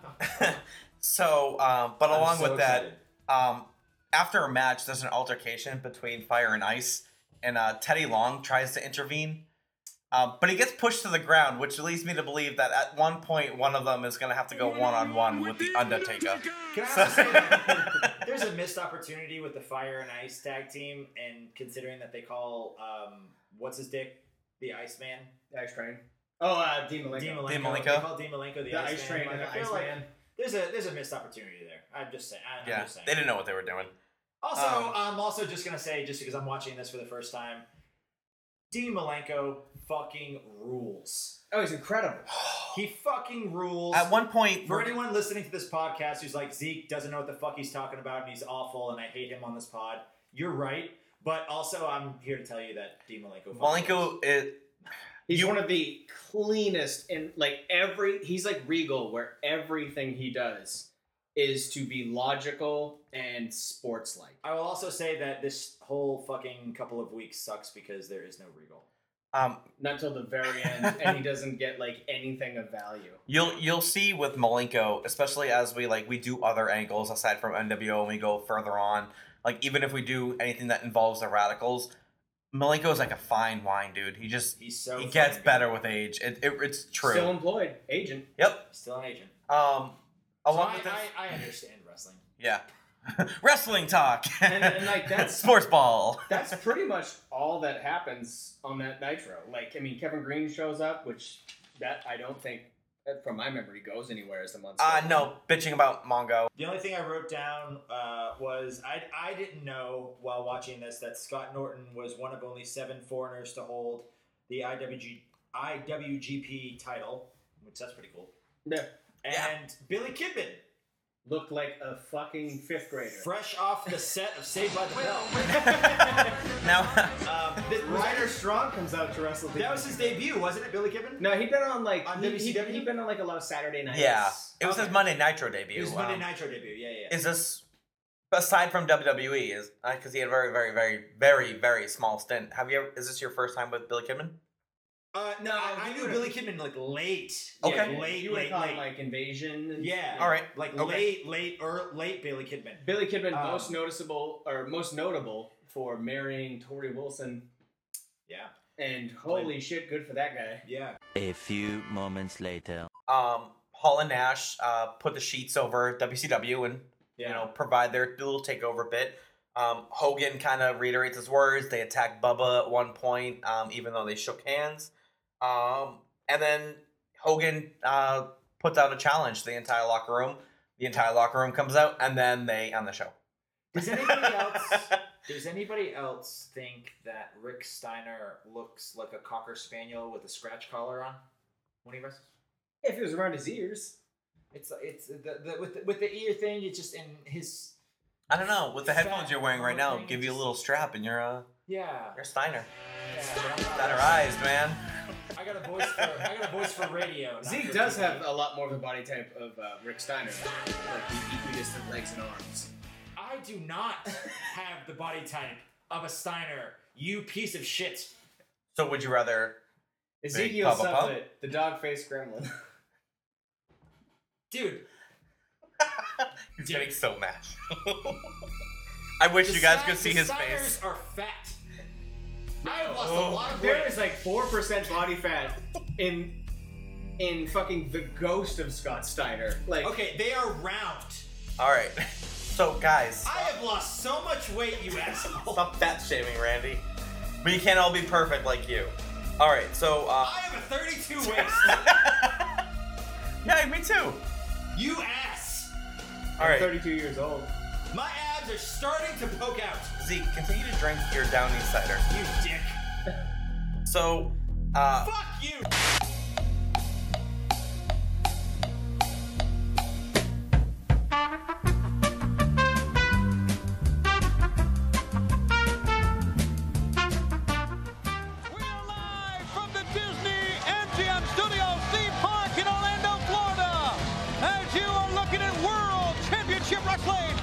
Speaker 3: So, um, but
Speaker 2: I'm
Speaker 3: along
Speaker 2: so
Speaker 3: with
Speaker 2: excited.
Speaker 3: that, um, after a match, there's an altercation between Fire and Ice, and uh, Teddy Long tries to intervene. Uh, but he gets pushed to the ground, which leads me to believe that at one point one of them is going to have to go one on one with the Undertaker.
Speaker 2: Can I also say that there's a missed opportunity with the Fire and Ice tag team, and considering that they call um, what's his dick the Iceman,
Speaker 1: Ice Train. Oh, uh, Dean Malenko.
Speaker 2: Dean Malenko.
Speaker 3: Dean Malenko.
Speaker 2: They call Dean Malenko the,
Speaker 1: The
Speaker 2: Iceman.
Speaker 1: Ice Train and
Speaker 2: Like,
Speaker 1: the
Speaker 2: I feel like
Speaker 1: Iceman.
Speaker 2: There's a there's a missed opportunity there. I'm just saying. I'm
Speaker 3: Yeah,
Speaker 2: just saying.
Speaker 3: they didn't know what they were doing.
Speaker 2: Also,
Speaker 3: Um,
Speaker 2: I'm also just gonna say, just because I'm watching this for the first time, Dean Malenko fucking rules.
Speaker 1: Oh, he's incredible.
Speaker 2: He fucking rules.
Speaker 3: At one point,
Speaker 2: for anyone listening to this podcast who's like Zeke doesn't know what the fuck he's talking about and he's awful and I hate him on this pod, you're right. But also, I'm here to tell you that Dean Malenko. fucking rules.
Speaker 3: Malenko, it,
Speaker 1: He's
Speaker 3: You-
Speaker 1: one of the cleanest and like every he's like Regal where everything he does is to be logical and sports like.
Speaker 2: I will also say that this whole fucking couple of weeks sucks because there is no Regal.
Speaker 3: um,
Speaker 1: Not till the very end and he doesn't get like anything of value.
Speaker 3: You'll you'll see with Malenko, especially as we like we do other angles aside from NWO and we go further on. Like even if we do anything that involves the radicals, Malenko is like a fine wine, dude. He just
Speaker 2: He's so
Speaker 3: he
Speaker 2: fucking
Speaker 3: gets
Speaker 2: good.
Speaker 3: better with age. It, it it's true.
Speaker 1: Still employed, agent.
Speaker 3: yep.
Speaker 2: He's still an agent.
Speaker 3: Um.
Speaker 2: So
Speaker 3: Along
Speaker 2: I,
Speaker 3: with this,
Speaker 2: I, I understand wrestling.
Speaker 3: yeah. Wrestling talk.
Speaker 1: And- and, like, that's-
Speaker 3: sports ball.
Speaker 1: That's pretty much all that happens on that Nitro. Like I mean Kevin Green shows up, which that I don't think that from my memory goes anywhere as the month.
Speaker 3: Uh
Speaker 1: goes on.
Speaker 3: no, bitching about Mongo.
Speaker 2: The only thing I wrote down uh, was I, I didn't know while watching this that Scott Norton was one of only seven foreigners to hold the IWG, IWGP title, which that's pretty cool.
Speaker 1: Yeah.
Speaker 2: And Billy Kidman,
Speaker 1: Looked like a fucking fifth grader.
Speaker 2: fresh off the set of Saved by the Bell.
Speaker 3: Now
Speaker 2: Um, the
Speaker 1: Ryder
Speaker 2: writer,
Speaker 1: Strong comes out to wrestle.
Speaker 2: that was his debut, wasn't it, Billy Kidman?
Speaker 1: No, he'd been on like
Speaker 2: On
Speaker 1: he, he,
Speaker 2: WCW?
Speaker 1: he'd been on like a lot of Saturday nights.
Speaker 3: yeah, it was his
Speaker 2: Okay.
Speaker 3: Monday Nitro debut.
Speaker 2: It was
Speaker 3: um,
Speaker 2: Monday Nitro debut, yeah, yeah. yeah.
Speaker 3: is this aside from WWE is because he had a very very very very very small stint. Have you ever, is this your first time with Billy Kidman?
Speaker 2: Uh, no, I, I
Speaker 1: you
Speaker 2: knew
Speaker 1: would've-
Speaker 2: Billy Kidman like late.
Speaker 3: Okay.
Speaker 2: Yeah, late,
Speaker 1: you would
Speaker 2: late,
Speaker 1: call
Speaker 2: late.
Speaker 1: it like invasion. and-
Speaker 2: yeah.
Speaker 3: All right.
Speaker 2: Like
Speaker 3: Okay.
Speaker 2: late, late, or late Billy Kidman.
Speaker 1: Billy Kidman
Speaker 2: Um,
Speaker 1: most noticeable or most notable for marrying Tori Wilson,
Speaker 2: Yeah.
Speaker 1: and holy shit, good for that guy.
Speaker 2: Yeah.
Speaker 9: A few moments later.
Speaker 3: Um, Hall and Nash uh, put the sheets over WCW and
Speaker 2: Yeah.
Speaker 3: you know provide their little takeover bit. Um, Hogan kind of reiterates his words. They attack Bubba at one point, um, even though they shook hands. Um, and then Hogan uh, puts out a challenge to the entire locker room. The entire locker room comes out, and then they end the show.
Speaker 2: Does anybody else does anybody else think that Rick Steiner looks like a cocker spaniel with a scratch collar on when he wrestles?
Speaker 1: If it was around his ears,
Speaker 2: It's it's the, the with the, with the ear thing. It's just in his
Speaker 3: I don't know. With the
Speaker 2: Fat
Speaker 3: headphones you're wearing right now,
Speaker 2: looking,
Speaker 3: give you a
Speaker 2: just-
Speaker 3: little strap, and you're uh,
Speaker 2: yeah.
Speaker 3: you're Steiner.
Speaker 2: yeah
Speaker 3: Steiner eyes, man.
Speaker 2: I got a voice for I got a voice for radio. not
Speaker 1: Zeke
Speaker 2: for
Speaker 1: does
Speaker 2: TV.
Speaker 1: have a lot more of the body type of uh, Rick Steiner, like the equidistant legs and arms.
Speaker 2: I do not have the body type of a Steiner. You piece of shit.
Speaker 3: So would you rather?
Speaker 1: Ezekiel
Speaker 3: Bubba Pop.
Speaker 1: Sublett, the dog faced gremlin.
Speaker 2: Dude,
Speaker 3: He's getting so mad. I wish you guys could see his face.
Speaker 2: are fat. I have lost
Speaker 3: Oh.
Speaker 2: a lot of
Speaker 1: There
Speaker 2: weight.
Speaker 1: is like four percent body fat in in fucking the ghost of Scott Steiner. Like
Speaker 2: Okay, they are round.
Speaker 3: All right. So guys,
Speaker 2: I have lost so much weight, you asshole.
Speaker 3: stop fat shaming, Randy. We can't all be perfect like you. All right. So
Speaker 2: I
Speaker 3: uh,
Speaker 2: have a 32 waist.
Speaker 3: yeah, me too.
Speaker 2: you ass.
Speaker 3: All right,
Speaker 1: 32 years old.
Speaker 2: My abs are starting to poke out.
Speaker 3: Zeke, continue to drink your Downey cider.
Speaker 2: You dick.
Speaker 3: So uh,
Speaker 2: Fuck you.
Speaker 5: We're live from the Disney MGM Studios theme park in Orlando, Florida. As you are looking at World Championship Wrestling,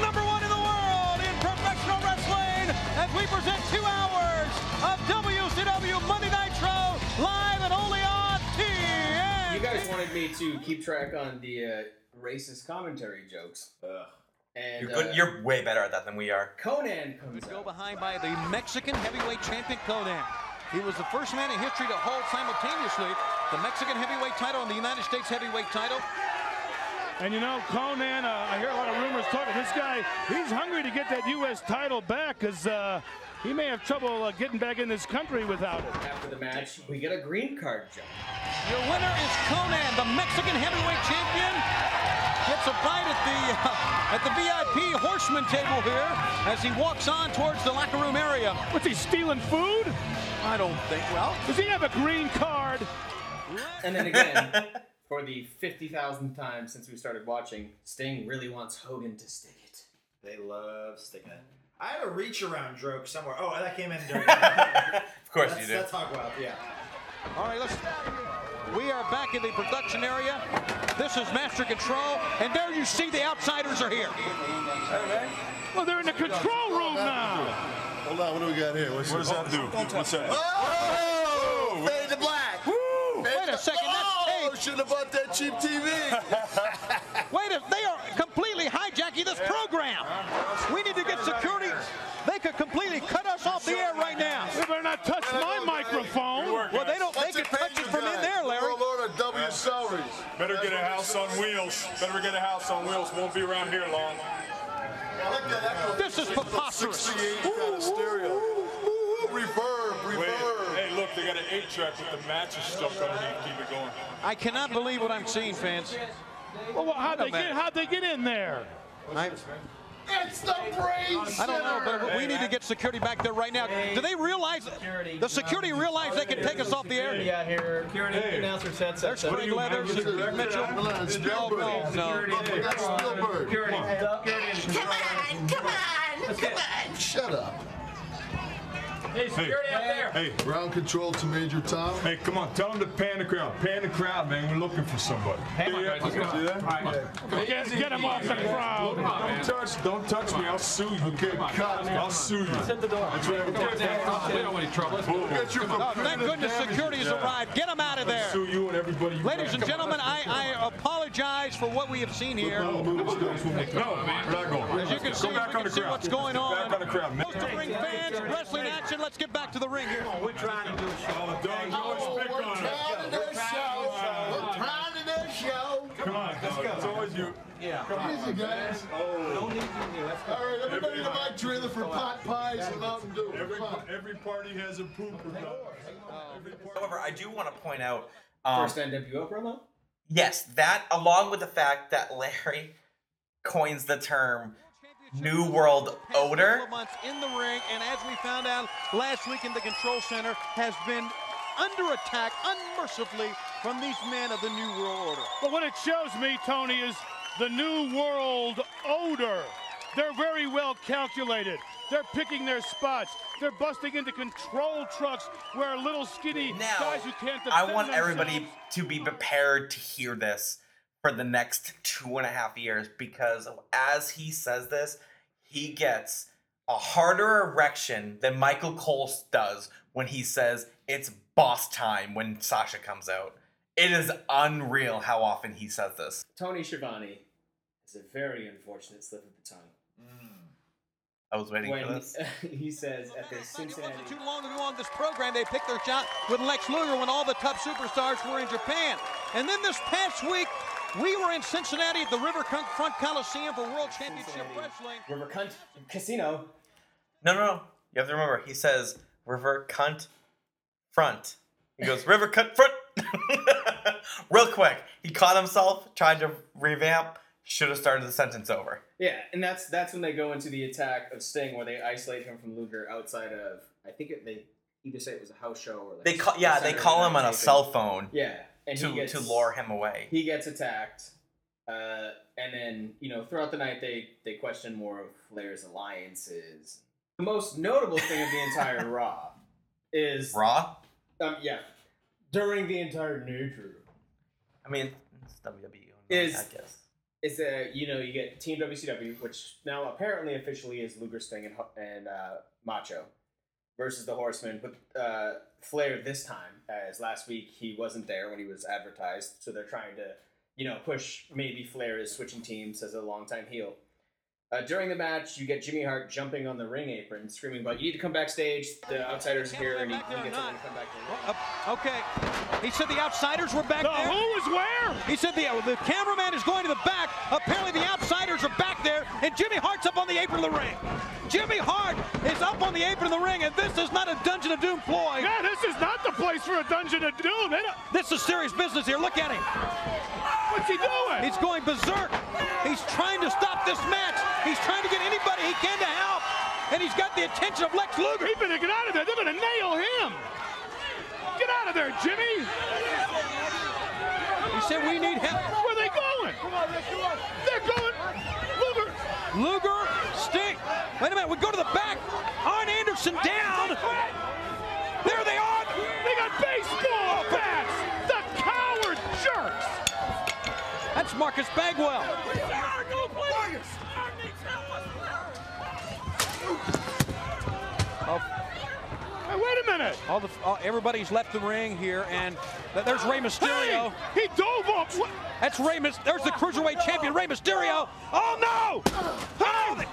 Speaker 5: number one in the world in professional wrestling, as we present two hours of WCW Monday Nitro live and only on TNT.
Speaker 1: You guys wanted me to keep track on the uh, racist commentary jokes. And
Speaker 3: you're good.
Speaker 1: uh,
Speaker 3: You're way better at that than we are.
Speaker 1: Conan comes
Speaker 5: Go
Speaker 1: out.
Speaker 5: behind by the Mexican heavyweight champion Conan. He was the first man in history to hold simultaneously the Mexican heavyweight title and the United States heavyweight title.
Speaker 6: And you know, Conan, uh, I hear a lot of rumors talking. This guy, he's hungry to get that U.S. title back because uh, he may have trouble uh, getting back in this country without it.
Speaker 1: After the match, we get a green card jump.
Speaker 5: Your winner is Conan, the Mexican heavyweight champion. Gets a bite at the uh, at the VIP horseman table here as he walks on towards the locker room area.
Speaker 6: What's he stealing food?
Speaker 5: I don't think. Well,
Speaker 6: Does he have a green card?
Speaker 1: And then again, for the 50,000th time since we started watching, Sting really wants Hogan to stick it.
Speaker 2: They love sticking it. I have a reach around joke somewhere. Oh, that came in during. of
Speaker 3: Of course
Speaker 2: that's,
Speaker 3: you do.
Speaker 2: That's Hog Wild, yeah.
Speaker 5: all right, let's. We are back in the production area. This is Master Control, and there you see the outsiders are here.
Speaker 6: Well, they're in the control room now.
Speaker 10: Hold on, what do we got here? What's what does that do? What's that?
Speaker 7: Oh, fade to black.
Speaker 5: Wait a second, that's
Speaker 7: Oh, should have bought that cheap TV.
Speaker 5: Wait, a, they are completely hijacking this program. We need to get security. They could completely cut us off the air right now.
Speaker 6: They better not touch my microphone.
Speaker 5: Well, they don't. They
Speaker 7: That's
Speaker 5: could
Speaker 7: a
Speaker 5: touch it
Speaker 7: pagan
Speaker 5: from in
Speaker 7: guy.
Speaker 5: there, Larry.
Speaker 7: We'll order double your salaries.
Speaker 10: Better get a house on wheels. Better get a house on wheels. Won't be around here long.
Speaker 7: I like that echo.
Speaker 5: This is preposterous.
Speaker 7: 68 kind of stereo. Reverb, reverb.
Speaker 10: look, they got an eight track with the mattress stuff underneath. Keep it going.
Speaker 5: I cannot believe what I'm seeing, fans.
Speaker 6: Well, well, how'd they
Speaker 5: Wait a
Speaker 6: get?
Speaker 5: minute.
Speaker 6: How'd they get in there?
Speaker 5: I,
Speaker 7: It's the brain
Speaker 5: I don't know, but we need to get security back there right now. Do they realize? The security realize they can take us off the air?
Speaker 1: Yeah, here. announcer sets up.
Speaker 5: Craig Leathers, Mitchell. Oh, no, no.
Speaker 7: That's Spielberg.
Speaker 11: Come on, come on, come on.
Speaker 7: Shut up.
Speaker 11: Security up there.
Speaker 10: Hey,
Speaker 7: Ground control to Major Tom.
Speaker 10: hey, come on. Tell them to pan the crowd. Pan the crowd, man. We're looking for somebody. Yeah,
Speaker 12: guys, let's go.
Speaker 10: see that?
Speaker 6: Get, get him off the crowd.
Speaker 10: Don't touch, don't touch me. I'll sue you. Okay, cut. I'll sue you. Shut the door. That's right.
Speaker 12: We don't want any trouble.
Speaker 10: We'll
Speaker 7: Get you
Speaker 5: Oh, Thank goodness security has arrived. Get them out of there.
Speaker 10: Sue you and everybody. you
Speaker 5: Ladies
Speaker 10: got.
Speaker 5: and gentlemen, I, I apologize for what we have seen here.
Speaker 10: No, we're not going.
Speaker 5: As you can see,
Speaker 10: Go
Speaker 5: we
Speaker 10: back on
Speaker 5: can
Speaker 10: the
Speaker 5: see
Speaker 10: crowd.
Speaker 5: what's going on.
Speaker 10: Back on the crowd.
Speaker 5: Supposed to bring fans, wrestling action. Let's get back to the ring here.
Speaker 10: Oh, Don, you always pick on us.
Speaker 7: Proud of their show. We're proud of their show.
Speaker 10: Come on, Don. It's always you. Oh.
Speaker 7: Easy, guys. All right, everybody to my trailer for pot pies and Mountain Dew.
Speaker 10: Every,
Speaker 7: Come on.
Speaker 10: every party has a pooper. Don. Every party-
Speaker 3: However, I do want to point out. Um,
Speaker 1: First NWO promo?
Speaker 3: yes, that along with the fact that Larry coins the term "new world
Speaker 5: Couple
Speaker 3: odor."
Speaker 5: of months in the ring, and as we found out last week in the control center, has been under attack unmercifully from these men of the New World Order.
Speaker 6: But what it shows me, Tony, is the new world odor. They're very well calculated. They're picking their spots. They're busting into control trucks where little skinny
Speaker 3: Now,
Speaker 6: guys who can't defend
Speaker 3: I want
Speaker 6: themselves-
Speaker 3: everybody to be prepared to hear this for the next two and a half years because as he says this, he gets a harder erection than Michael Cole does when he says it's boss time when Sasha comes out. It is unreal how often he says this.
Speaker 1: Tony Schiavone is a very unfortunate slip of the tongue.
Speaker 3: I was waiting for
Speaker 1: When
Speaker 3: this.
Speaker 1: he says at the
Speaker 5: It
Speaker 1: Cincinnati.
Speaker 5: wasn't too long ago on this program they picked their shot with Lex Luger when all the top superstars were in Japan. And then this past week, we were in Cincinnati at the Riverfront Coliseum for World Championship
Speaker 1: Cincinnati
Speaker 5: Wrestling.
Speaker 1: River Cunt Casino.
Speaker 3: No, no, no. You have to remember, he says river cunt front. He goes, river cunt front. Real quick. He caught himself, tried to revamp, should have started the sentence over.
Speaker 1: Yeah, and that's that's when they go into the attack of Sting, where they isolate him from Luger outside of. I think it, they either say it was a house show or like
Speaker 3: They call, yeah, they
Speaker 1: Saturday
Speaker 3: call
Speaker 1: night
Speaker 3: him on a
Speaker 1: taping.
Speaker 3: cell phone
Speaker 1: Yeah, and
Speaker 3: to,
Speaker 1: he gets,
Speaker 3: to lure him away.
Speaker 1: He gets attacked, uh, and then you know throughout the night they they question more of Flair's alliances. The most notable thing of the entire Raw is
Speaker 3: Raw?
Speaker 1: um, yeah during the entire New Drew
Speaker 3: I mean, it's WWE.
Speaker 1: Is-
Speaker 3: I guess.
Speaker 1: is that you know you get Team WCW, which now apparently officially is Luger, Sting, and, Ho- and uh, Macho versus the Horsemen, but uh, Flair this time, as last week he wasn't there when he was advertised, so they're trying to you know push maybe Flair is switching teams as a longtime heel. Uh, during the match, you get Jimmy Hart jumping on the ring apron, screaming, "But you need to come backstage. The outsiders here, and he, he gets everyone to come back."
Speaker 5: Uh, okay, he said the outsiders were back
Speaker 6: The
Speaker 5: there.
Speaker 6: Uh, who is where?
Speaker 5: He said the the cameraman is going to the back. Apparently, the outsiders are back there, and Jimmy Hart's up on the apron of the ring. Jimmy Hart is up on the apron of the ring, and this is not a Dungeon of Doom ploy.
Speaker 6: Yeah, this is not the place for a Dungeon of Doom. They don't-
Speaker 5: This is serious business here. Look at him.
Speaker 6: What's he doing?
Speaker 5: He's going berserk. He's trying to stop this match. He's trying to get anybody he can to help. And he's got the attention of Lex Luger.
Speaker 6: He better get out of there. They're going to nail him. Get out of there, Jimmy.
Speaker 5: He said we need help.
Speaker 6: Where are they going? Come on, Rick, come on. They're going. Luger.
Speaker 5: Luger, Sting. Wait a minute. We go to the back. Arn Anderson down. There they are.
Speaker 6: They got baseball bats. The coward jerks.
Speaker 5: That's Marcus Bagwell. Oh,
Speaker 6: Hey, wait a minute.
Speaker 5: all the all, everybody's left the ring here, and th- there's Rey Mysterio.
Speaker 6: He dove up. What?
Speaker 5: That's Rey. Mys- There's the cruiserweight champion, Rey Mysterio. Oh no! Oh, the-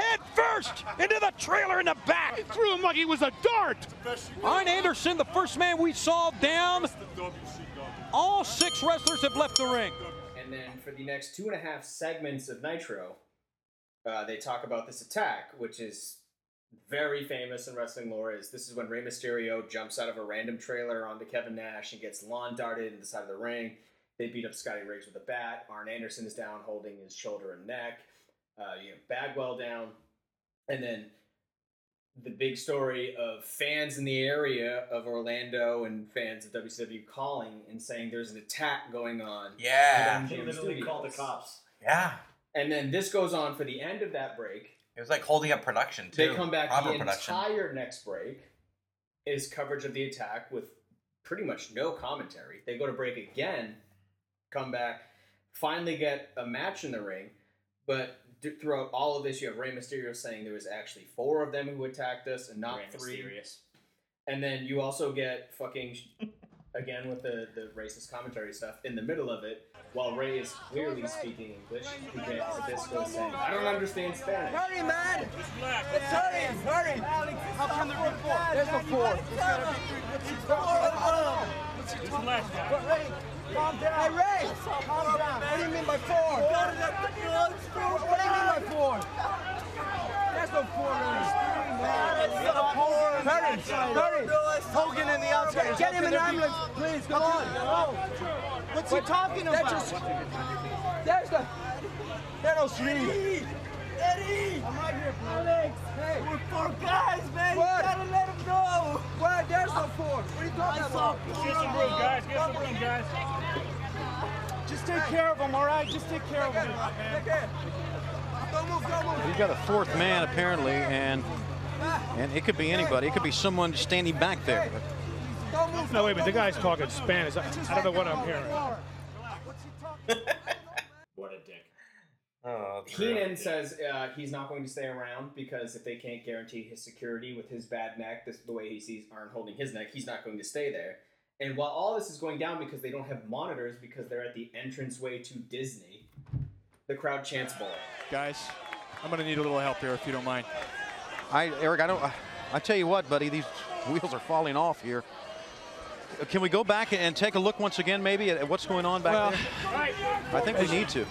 Speaker 5: head first into the trailer in the back.
Speaker 6: He threw him like he was a dart.
Speaker 5: Arn Anderson, the first man we saw down. All six wrestlers have left the ring.
Speaker 1: And then for the next two and a half segments of Nitro, uh, they talk about this attack, which is very famous in wrestling lore. Is this is when Rey Mysterio jumps out of a random trailer onto Kevin Nash and gets lawn darted into the side of the ring. They beat up Scotty Riggs with a bat. Arn Anderson is down, holding his shoulder and neck. Uh, you have Bagwell down, and then the big story of fans in the area of Orlando and fans of WCW calling and saying there's an attack going on.
Speaker 3: Yeah.
Speaker 1: at MGM
Speaker 2: They literally
Speaker 1: Studios.
Speaker 2: called the cops.
Speaker 3: Yeah.
Speaker 1: And then this goes on for the end of that break.
Speaker 3: It was like holding up production too.
Speaker 1: They come back
Speaker 3: Proper
Speaker 1: the
Speaker 3: production.
Speaker 1: entire next break is coverage of the attack with pretty much no commentary. They go to break again, come back, finally get a match in the ring, but d- throughout all of this, you have Rey Mysterio saying there was actually four of them who attacked us and not three. And then you also get fucking again with the, the racist commentary stuff in the middle of it, while Ray is clearly speaking English, you get Zabisco saying, I don't understand Spanish.
Speaker 7: Hurry, man! Let's hurry! Hurry! How come there were four? There's no four. It's four oh. of them. But Ray, calm down. Hey, Ray! Calm down. What do you mean by four? What do you mean by four? There's no four, Ray. Hurry! Hurry! Hogan and the outsiders. Get him an ambulance, please. Come on. What's he talking about? There's the. There are no three. Eddie! I'm right here, bro. Alex! Hey! We're four guys, man! What? You gotta let him go! Where? There's no four! What are you talking about? Get some room, guys! Get some room, guys! Just take care of him, alright? Just take care of him. Take care. Don't move, don't move!
Speaker 13: You got a fourth man apparently, and and it could be anybody. It could be someone standing back there.
Speaker 7: Don't move!
Speaker 6: No, wait a minute. The guy's talking Spanish. I, I don't know what I'm hearing.
Speaker 2: What a dick.
Speaker 3: Oh, that's real.
Speaker 1: Heenan says uh, he's not going to stay around because if they can't guarantee his security with his bad neck, this the way he sees Arn holding his neck, he's not going to stay there. And while all this is going down because they don't have monitors because they're at the entranceway to Disney, the crowd chants "Bull."
Speaker 14: Guys, I'm gonna need a little help here if you don't mind.
Speaker 13: I Eric, I don't. I, I tell you what, buddy, these wheels are falling off here. Can we go back and take a look once again, maybe, at what's going on back
Speaker 14: Well,
Speaker 13: there? I think we need to.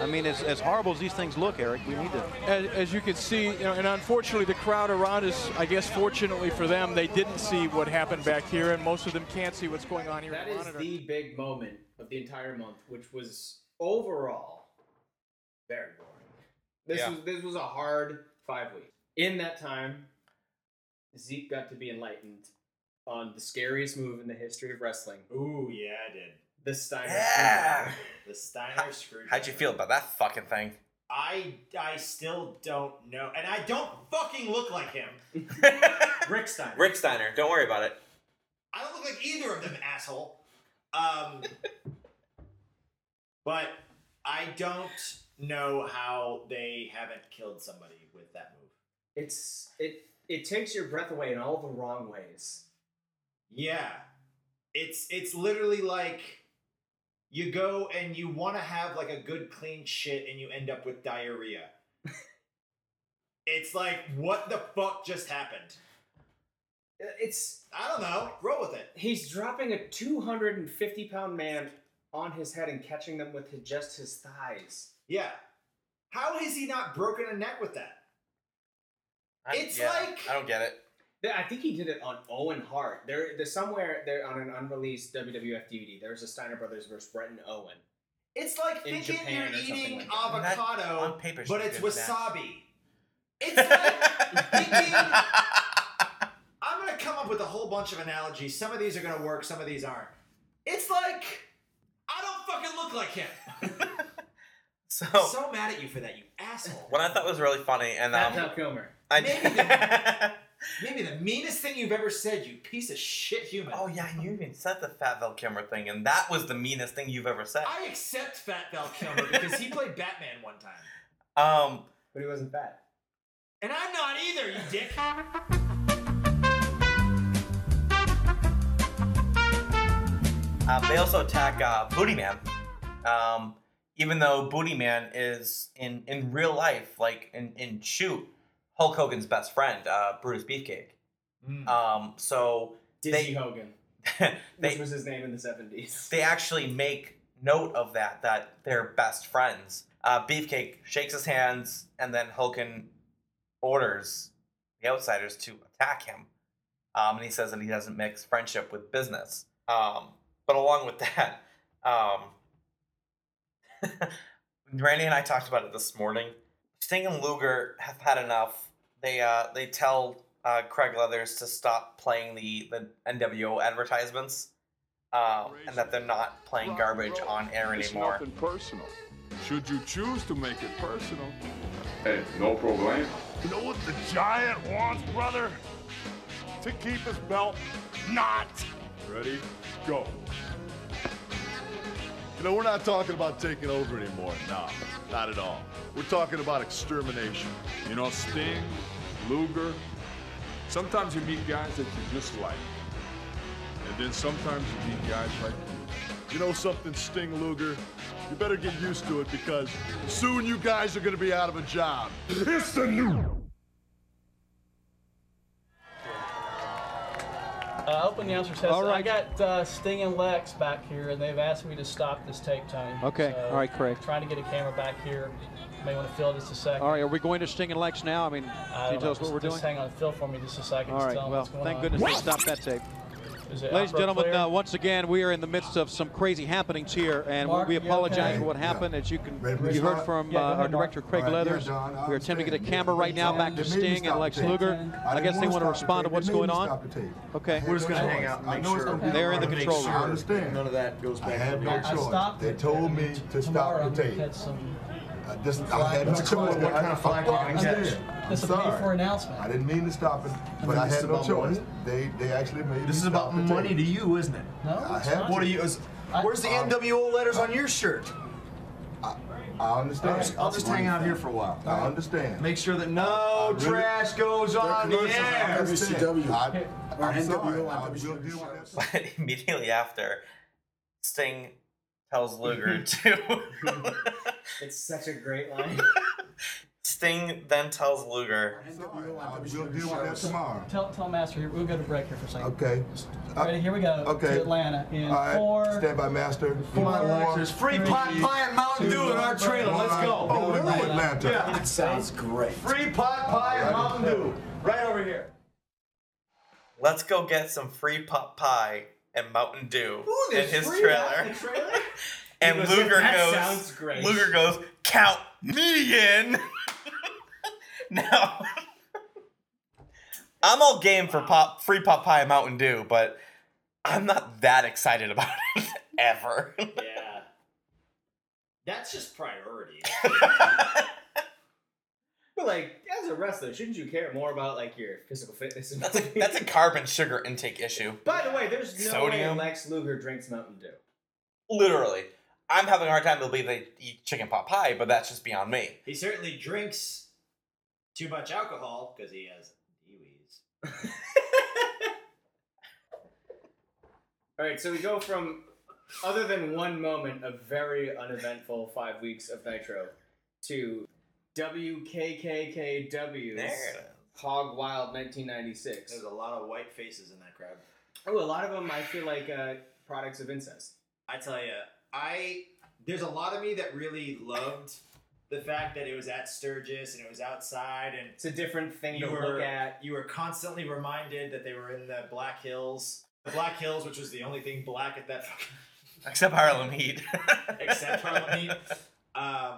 Speaker 13: I mean, as, as horrible as these things look, Eric, we need to.
Speaker 14: As, as you can see, you know, and unfortunately, the crowd around us, I guess, fortunately for them, they didn't see what happened back here, and most of them can't see what's going on here.
Speaker 1: That is the big moment of the entire month, which was overall very boring. This
Speaker 3: Yeah.
Speaker 1: was this was a hard five weeks. In that time, Zeke got to be enlightened on the scariest move in the history of wrestling.
Speaker 2: Ooh, yeah, I did.
Speaker 1: The Steiner.
Speaker 3: Yeah.
Speaker 1: screwdriver.
Speaker 2: The Steiner screwdriver.
Speaker 3: How'd you feel about that fucking thing?
Speaker 2: I I still don't know, and I don't fucking look like him. Rick Steiner.
Speaker 3: Rick Steiner, don't worry about it.
Speaker 2: I don't look like either of them, asshole. Um, but I don't know how they haven't killed somebody with that move.
Speaker 1: It's it it takes your breath away in all the wrong ways.
Speaker 2: Yeah. It's it's literally like you go and you want to have like a good clean shit and you end up with diarrhea. It's like, what the fuck just happened?
Speaker 1: It's
Speaker 2: I don't know. Roll with it.
Speaker 1: He's dropping a 250 pound man on his head and catching them with his, just his thighs.
Speaker 2: Yeah. How has he not broken a neck with that?
Speaker 3: I-
Speaker 2: it's
Speaker 3: yeah,
Speaker 2: like
Speaker 3: I don't get it.
Speaker 1: Yeah, I think he did it on Owen Hart. There, there's somewhere there on an unreleased WWF DVD. There's a Steiner Brothers versus Bretton Owen.
Speaker 2: It's like
Speaker 1: in
Speaker 2: thinking
Speaker 1: Japan or
Speaker 2: you're
Speaker 1: something
Speaker 2: eating
Speaker 1: like that.
Speaker 3: That-
Speaker 2: avocado,
Speaker 3: on paper it's
Speaker 2: but
Speaker 3: not
Speaker 2: it's
Speaker 3: good for that.
Speaker 2: wasabi. It's like thinking. I'm gonna come up with a whole bunch of analogies. Some of these are gonna work, some of these aren't. It's like I don't fucking look like him.
Speaker 3: So,
Speaker 2: so mad at you for that, you asshole.
Speaker 3: what I thought was really funny, and
Speaker 1: That's
Speaker 3: um,
Speaker 1: Val Kilmer.
Speaker 3: I
Speaker 2: Maybe the meanest thing you've ever said, you piece of shit human.
Speaker 3: oh yeah, you even said the Fat Val Kilmer thing, and that was the meanest thing you've ever said.
Speaker 2: I accept Fat Val Kilmer because he played Batman one time,
Speaker 3: Um,
Speaker 1: But he wasn't fat.
Speaker 2: and I'm not either, you dick.
Speaker 3: uh, they also attack uh, Booty Man, um, even though Booty Man is in in real life, like in in shoot, Hulk Hogan's best friend, uh, Brutus Beefcake. Um, so
Speaker 1: Dizzy
Speaker 3: they
Speaker 1: Hogan.
Speaker 3: they
Speaker 1: This was his name in the 70s.
Speaker 3: they actually make note of that that they're best friends. Uh, Beefcake shakes his hands, and then Hulkin orders the outsiders to attack him. Um, and he says that he doesn't mix friendship with business. Um, but along with that, um, Randy and I talked about it this morning. Sting and Luger have had enough. They uh, they tell uh, Craig Leathers to stop playing the, the NWO advertisements um, and that they're not playing garbage on air
Speaker 15: It's
Speaker 3: anymore.
Speaker 15: nothing personal. Should you choose to make it personal?
Speaker 16: Hey, no problem.
Speaker 15: You know what the giant wants, brother? To keep his belt not.
Speaker 6: Ready? Go. You know, we're not talking about taking over anymore. No, not at all. We're talking about extermination.
Speaker 15: You know, Sting, Luger. Sometimes you meet guys that you just like.
Speaker 6: And then sometimes you meet guys like you. You know something, Sting Luger? You better get used to it because soon you guys are going to be out of a job. It's the new.
Speaker 5: Uh, open the announcer says,
Speaker 8: All right.
Speaker 5: I got uh, Sting and Lex back here, and they've asked me to stop this tape, Tony.
Speaker 8: Okay.
Speaker 5: So,
Speaker 8: All right, Craig.
Speaker 5: Trying to get a camera back here. May want to fill just a second.
Speaker 8: All right, are we going to Sting and Lex now? I mean,
Speaker 5: I
Speaker 8: can
Speaker 5: don't
Speaker 8: you
Speaker 5: know,
Speaker 8: tell us what
Speaker 5: just-
Speaker 8: we're doing?
Speaker 5: Just hang on, Phil, for me just a second.
Speaker 8: All
Speaker 5: Just
Speaker 8: right,
Speaker 5: tell him
Speaker 8: well,
Speaker 5: what's going
Speaker 8: thank
Speaker 5: on.
Speaker 8: goodness they stopped that tape.
Speaker 5: Is it
Speaker 8: Ladies and
Speaker 5: opera
Speaker 8: gentlemen,
Speaker 5: clear?
Speaker 8: uh, once again, we are in the midst of some crazy happenings here, and
Speaker 5: Mark,
Speaker 8: we
Speaker 5: you
Speaker 8: apologize
Speaker 5: okay?
Speaker 8: for what happened. As you can,
Speaker 5: Ready for
Speaker 8: you
Speaker 5: the
Speaker 8: heard
Speaker 5: start?
Speaker 8: from
Speaker 5: Yeah, go
Speaker 8: uh,
Speaker 5: ahead,
Speaker 8: our
Speaker 5: Mark.
Speaker 8: director Craig
Speaker 5: All right, uh, yeah,
Speaker 8: Leathers.
Speaker 5: Don,
Speaker 8: We're attempting to get a camera right now back to Sting and Lex Luger. I guess they want to respond to what's going on. Okay,
Speaker 7: We're just gonna hang out and make sure
Speaker 8: they're in the
Speaker 7: Make
Speaker 8: control
Speaker 7: sure
Speaker 8: room.
Speaker 7: None of that goes
Speaker 8: I
Speaker 7: back.
Speaker 8: had
Speaker 7: to
Speaker 8: no
Speaker 7: the-
Speaker 8: choice. I stopped
Speaker 7: They told me to stop the tape. Uh, This, I had no
Speaker 17: That's
Speaker 7: choice.
Speaker 17: cool.
Speaker 7: What kind of fuck
Speaker 17: Well,
Speaker 7: I'm
Speaker 17: that's-
Speaker 7: there? I'm
Speaker 17: that's a pay for
Speaker 7: sorry.
Speaker 17: announcement.
Speaker 7: I didn't mean to stop it,
Speaker 17: And
Speaker 7: but
Speaker 17: then
Speaker 7: I
Speaker 17: this is
Speaker 7: had no
Speaker 17: about
Speaker 7: choice.
Speaker 17: money?
Speaker 7: They, they actually made me
Speaker 17: This is
Speaker 7: stop
Speaker 17: about
Speaker 7: the
Speaker 17: money
Speaker 7: tape.
Speaker 17: to you, isn't it? No,
Speaker 7: I
Speaker 17: it's
Speaker 7: have
Speaker 17: not.
Speaker 7: to.
Speaker 17: What are you-
Speaker 7: is-
Speaker 17: where's the
Speaker 2: Um,
Speaker 17: NWO letters on your shirt?
Speaker 7: I understand.
Speaker 17: I'll just- I'll just hang out here for a while.
Speaker 7: I understand.
Speaker 17: Make sure that no
Speaker 7: really-
Speaker 17: trash goes on the air.
Speaker 7: I, I'm sorry.
Speaker 17: NWO,
Speaker 7: I will do what
Speaker 3: But immediately after, Sting tells Luger
Speaker 1: Mm-hmm.
Speaker 3: to.
Speaker 1: It's such a great line.
Speaker 3: Sting then tells Luger.
Speaker 7: I will do what that's tomorrow.
Speaker 5: Tell, tell Master here, we'll go to break here for a second.
Speaker 7: Okay.
Speaker 5: Ready, here we go.
Speaker 7: Okay.
Speaker 5: To Atlanta in
Speaker 7: All right.
Speaker 5: four.
Speaker 7: Stand by, Master.
Speaker 5: Come on, Lex, there's free pot pie and Mountain Dew in our trailer. Let's go.
Speaker 7: Oh, we're going to Atlanta.
Speaker 17: Yeah. It sounds great.
Speaker 7: Free pot pie
Speaker 17: and Mountain Dew.
Speaker 7: Right over here.
Speaker 3: Let's go get some free pot pie and Mountain Dew in his
Speaker 1: free
Speaker 3: trailer.
Speaker 1: out the trailer?
Speaker 3: And
Speaker 1: He goes,
Speaker 3: Luger
Speaker 1: "That
Speaker 3: goes.
Speaker 1: sounds great."
Speaker 3: Luger goes. Count me in. now, I'm all game for pop free pot pie and Mountain Dew, but I'm not that excited about it ever.
Speaker 2: yeah. That's just priority.
Speaker 1: But like, as a wrestler, shouldn't you care more about like your physical fitness? And
Speaker 3: That's a, that's a carbon sugar intake issue.
Speaker 1: By the way, there's no
Speaker 3: Sodium.
Speaker 1: way Lex Luger drinks Mountain Dew.
Speaker 3: Literally, I'm having a hard time to believe they eat chicken pot pie, but that's just beyond me.
Speaker 2: He certainly drinks too much alcohol because he has Kiwis.
Speaker 1: All right, so we go from other than one moment of very uneventful five weeks of Nitro to WKKKW.
Speaker 2: There it
Speaker 1: Hog Wild 1996.
Speaker 2: There's a lot of white faces in that crowd.
Speaker 1: Oh, a lot of them I feel like uh, products of incest.
Speaker 2: I tell you, I there's a lot of me that really loved the fact that it was at Sturgis and it was outside and it's
Speaker 1: a different thing
Speaker 2: you
Speaker 1: to
Speaker 2: were,
Speaker 1: look at.
Speaker 2: You were constantly reminded that they were in the Black Hills, the Black Hills, which was the only thing black at that fucking
Speaker 3: Except Harlem Heat.
Speaker 2: except Harlem Heat. Um,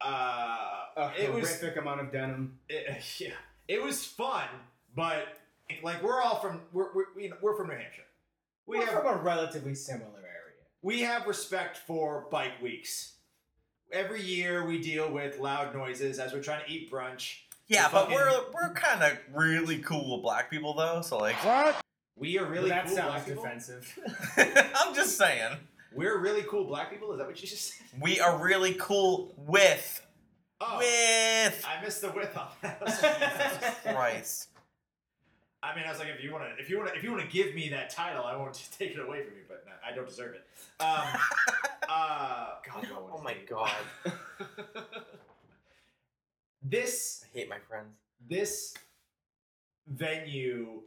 Speaker 2: uh,
Speaker 1: A
Speaker 2: it was
Speaker 1: horrific amount of denim.
Speaker 2: it, yeah, it was fun, but like we're all from we're we're, you know, we're from New Hampshire. We
Speaker 1: We're
Speaker 2: have
Speaker 1: from a relatively similar area.
Speaker 2: we have respect for bike weeks. Every year we deal with loud noises as we're trying to eat brunch.
Speaker 3: Yeah,
Speaker 2: The
Speaker 3: but
Speaker 2: fucking-
Speaker 3: we're we're kind of really cool with black people though. So like,
Speaker 2: We are really
Speaker 1: that
Speaker 2: cool
Speaker 1: sounds
Speaker 2: black people?
Speaker 1: defensive.
Speaker 3: I'm just saying
Speaker 2: we're really cool black people. Is that what you just said?
Speaker 3: we are really cool with
Speaker 2: Oh,
Speaker 3: with
Speaker 2: I missed the with on that.
Speaker 3: Christ.
Speaker 2: I mean, I was like, if you want to, if you want to, if you want to give me that title, I won't take it away from you. But no, I don't deserve it. Um, uh, God, oh my
Speaker 3: God,
Speaker 2: this
Speaker 3: I hate my friends.
Speaker 2: this venue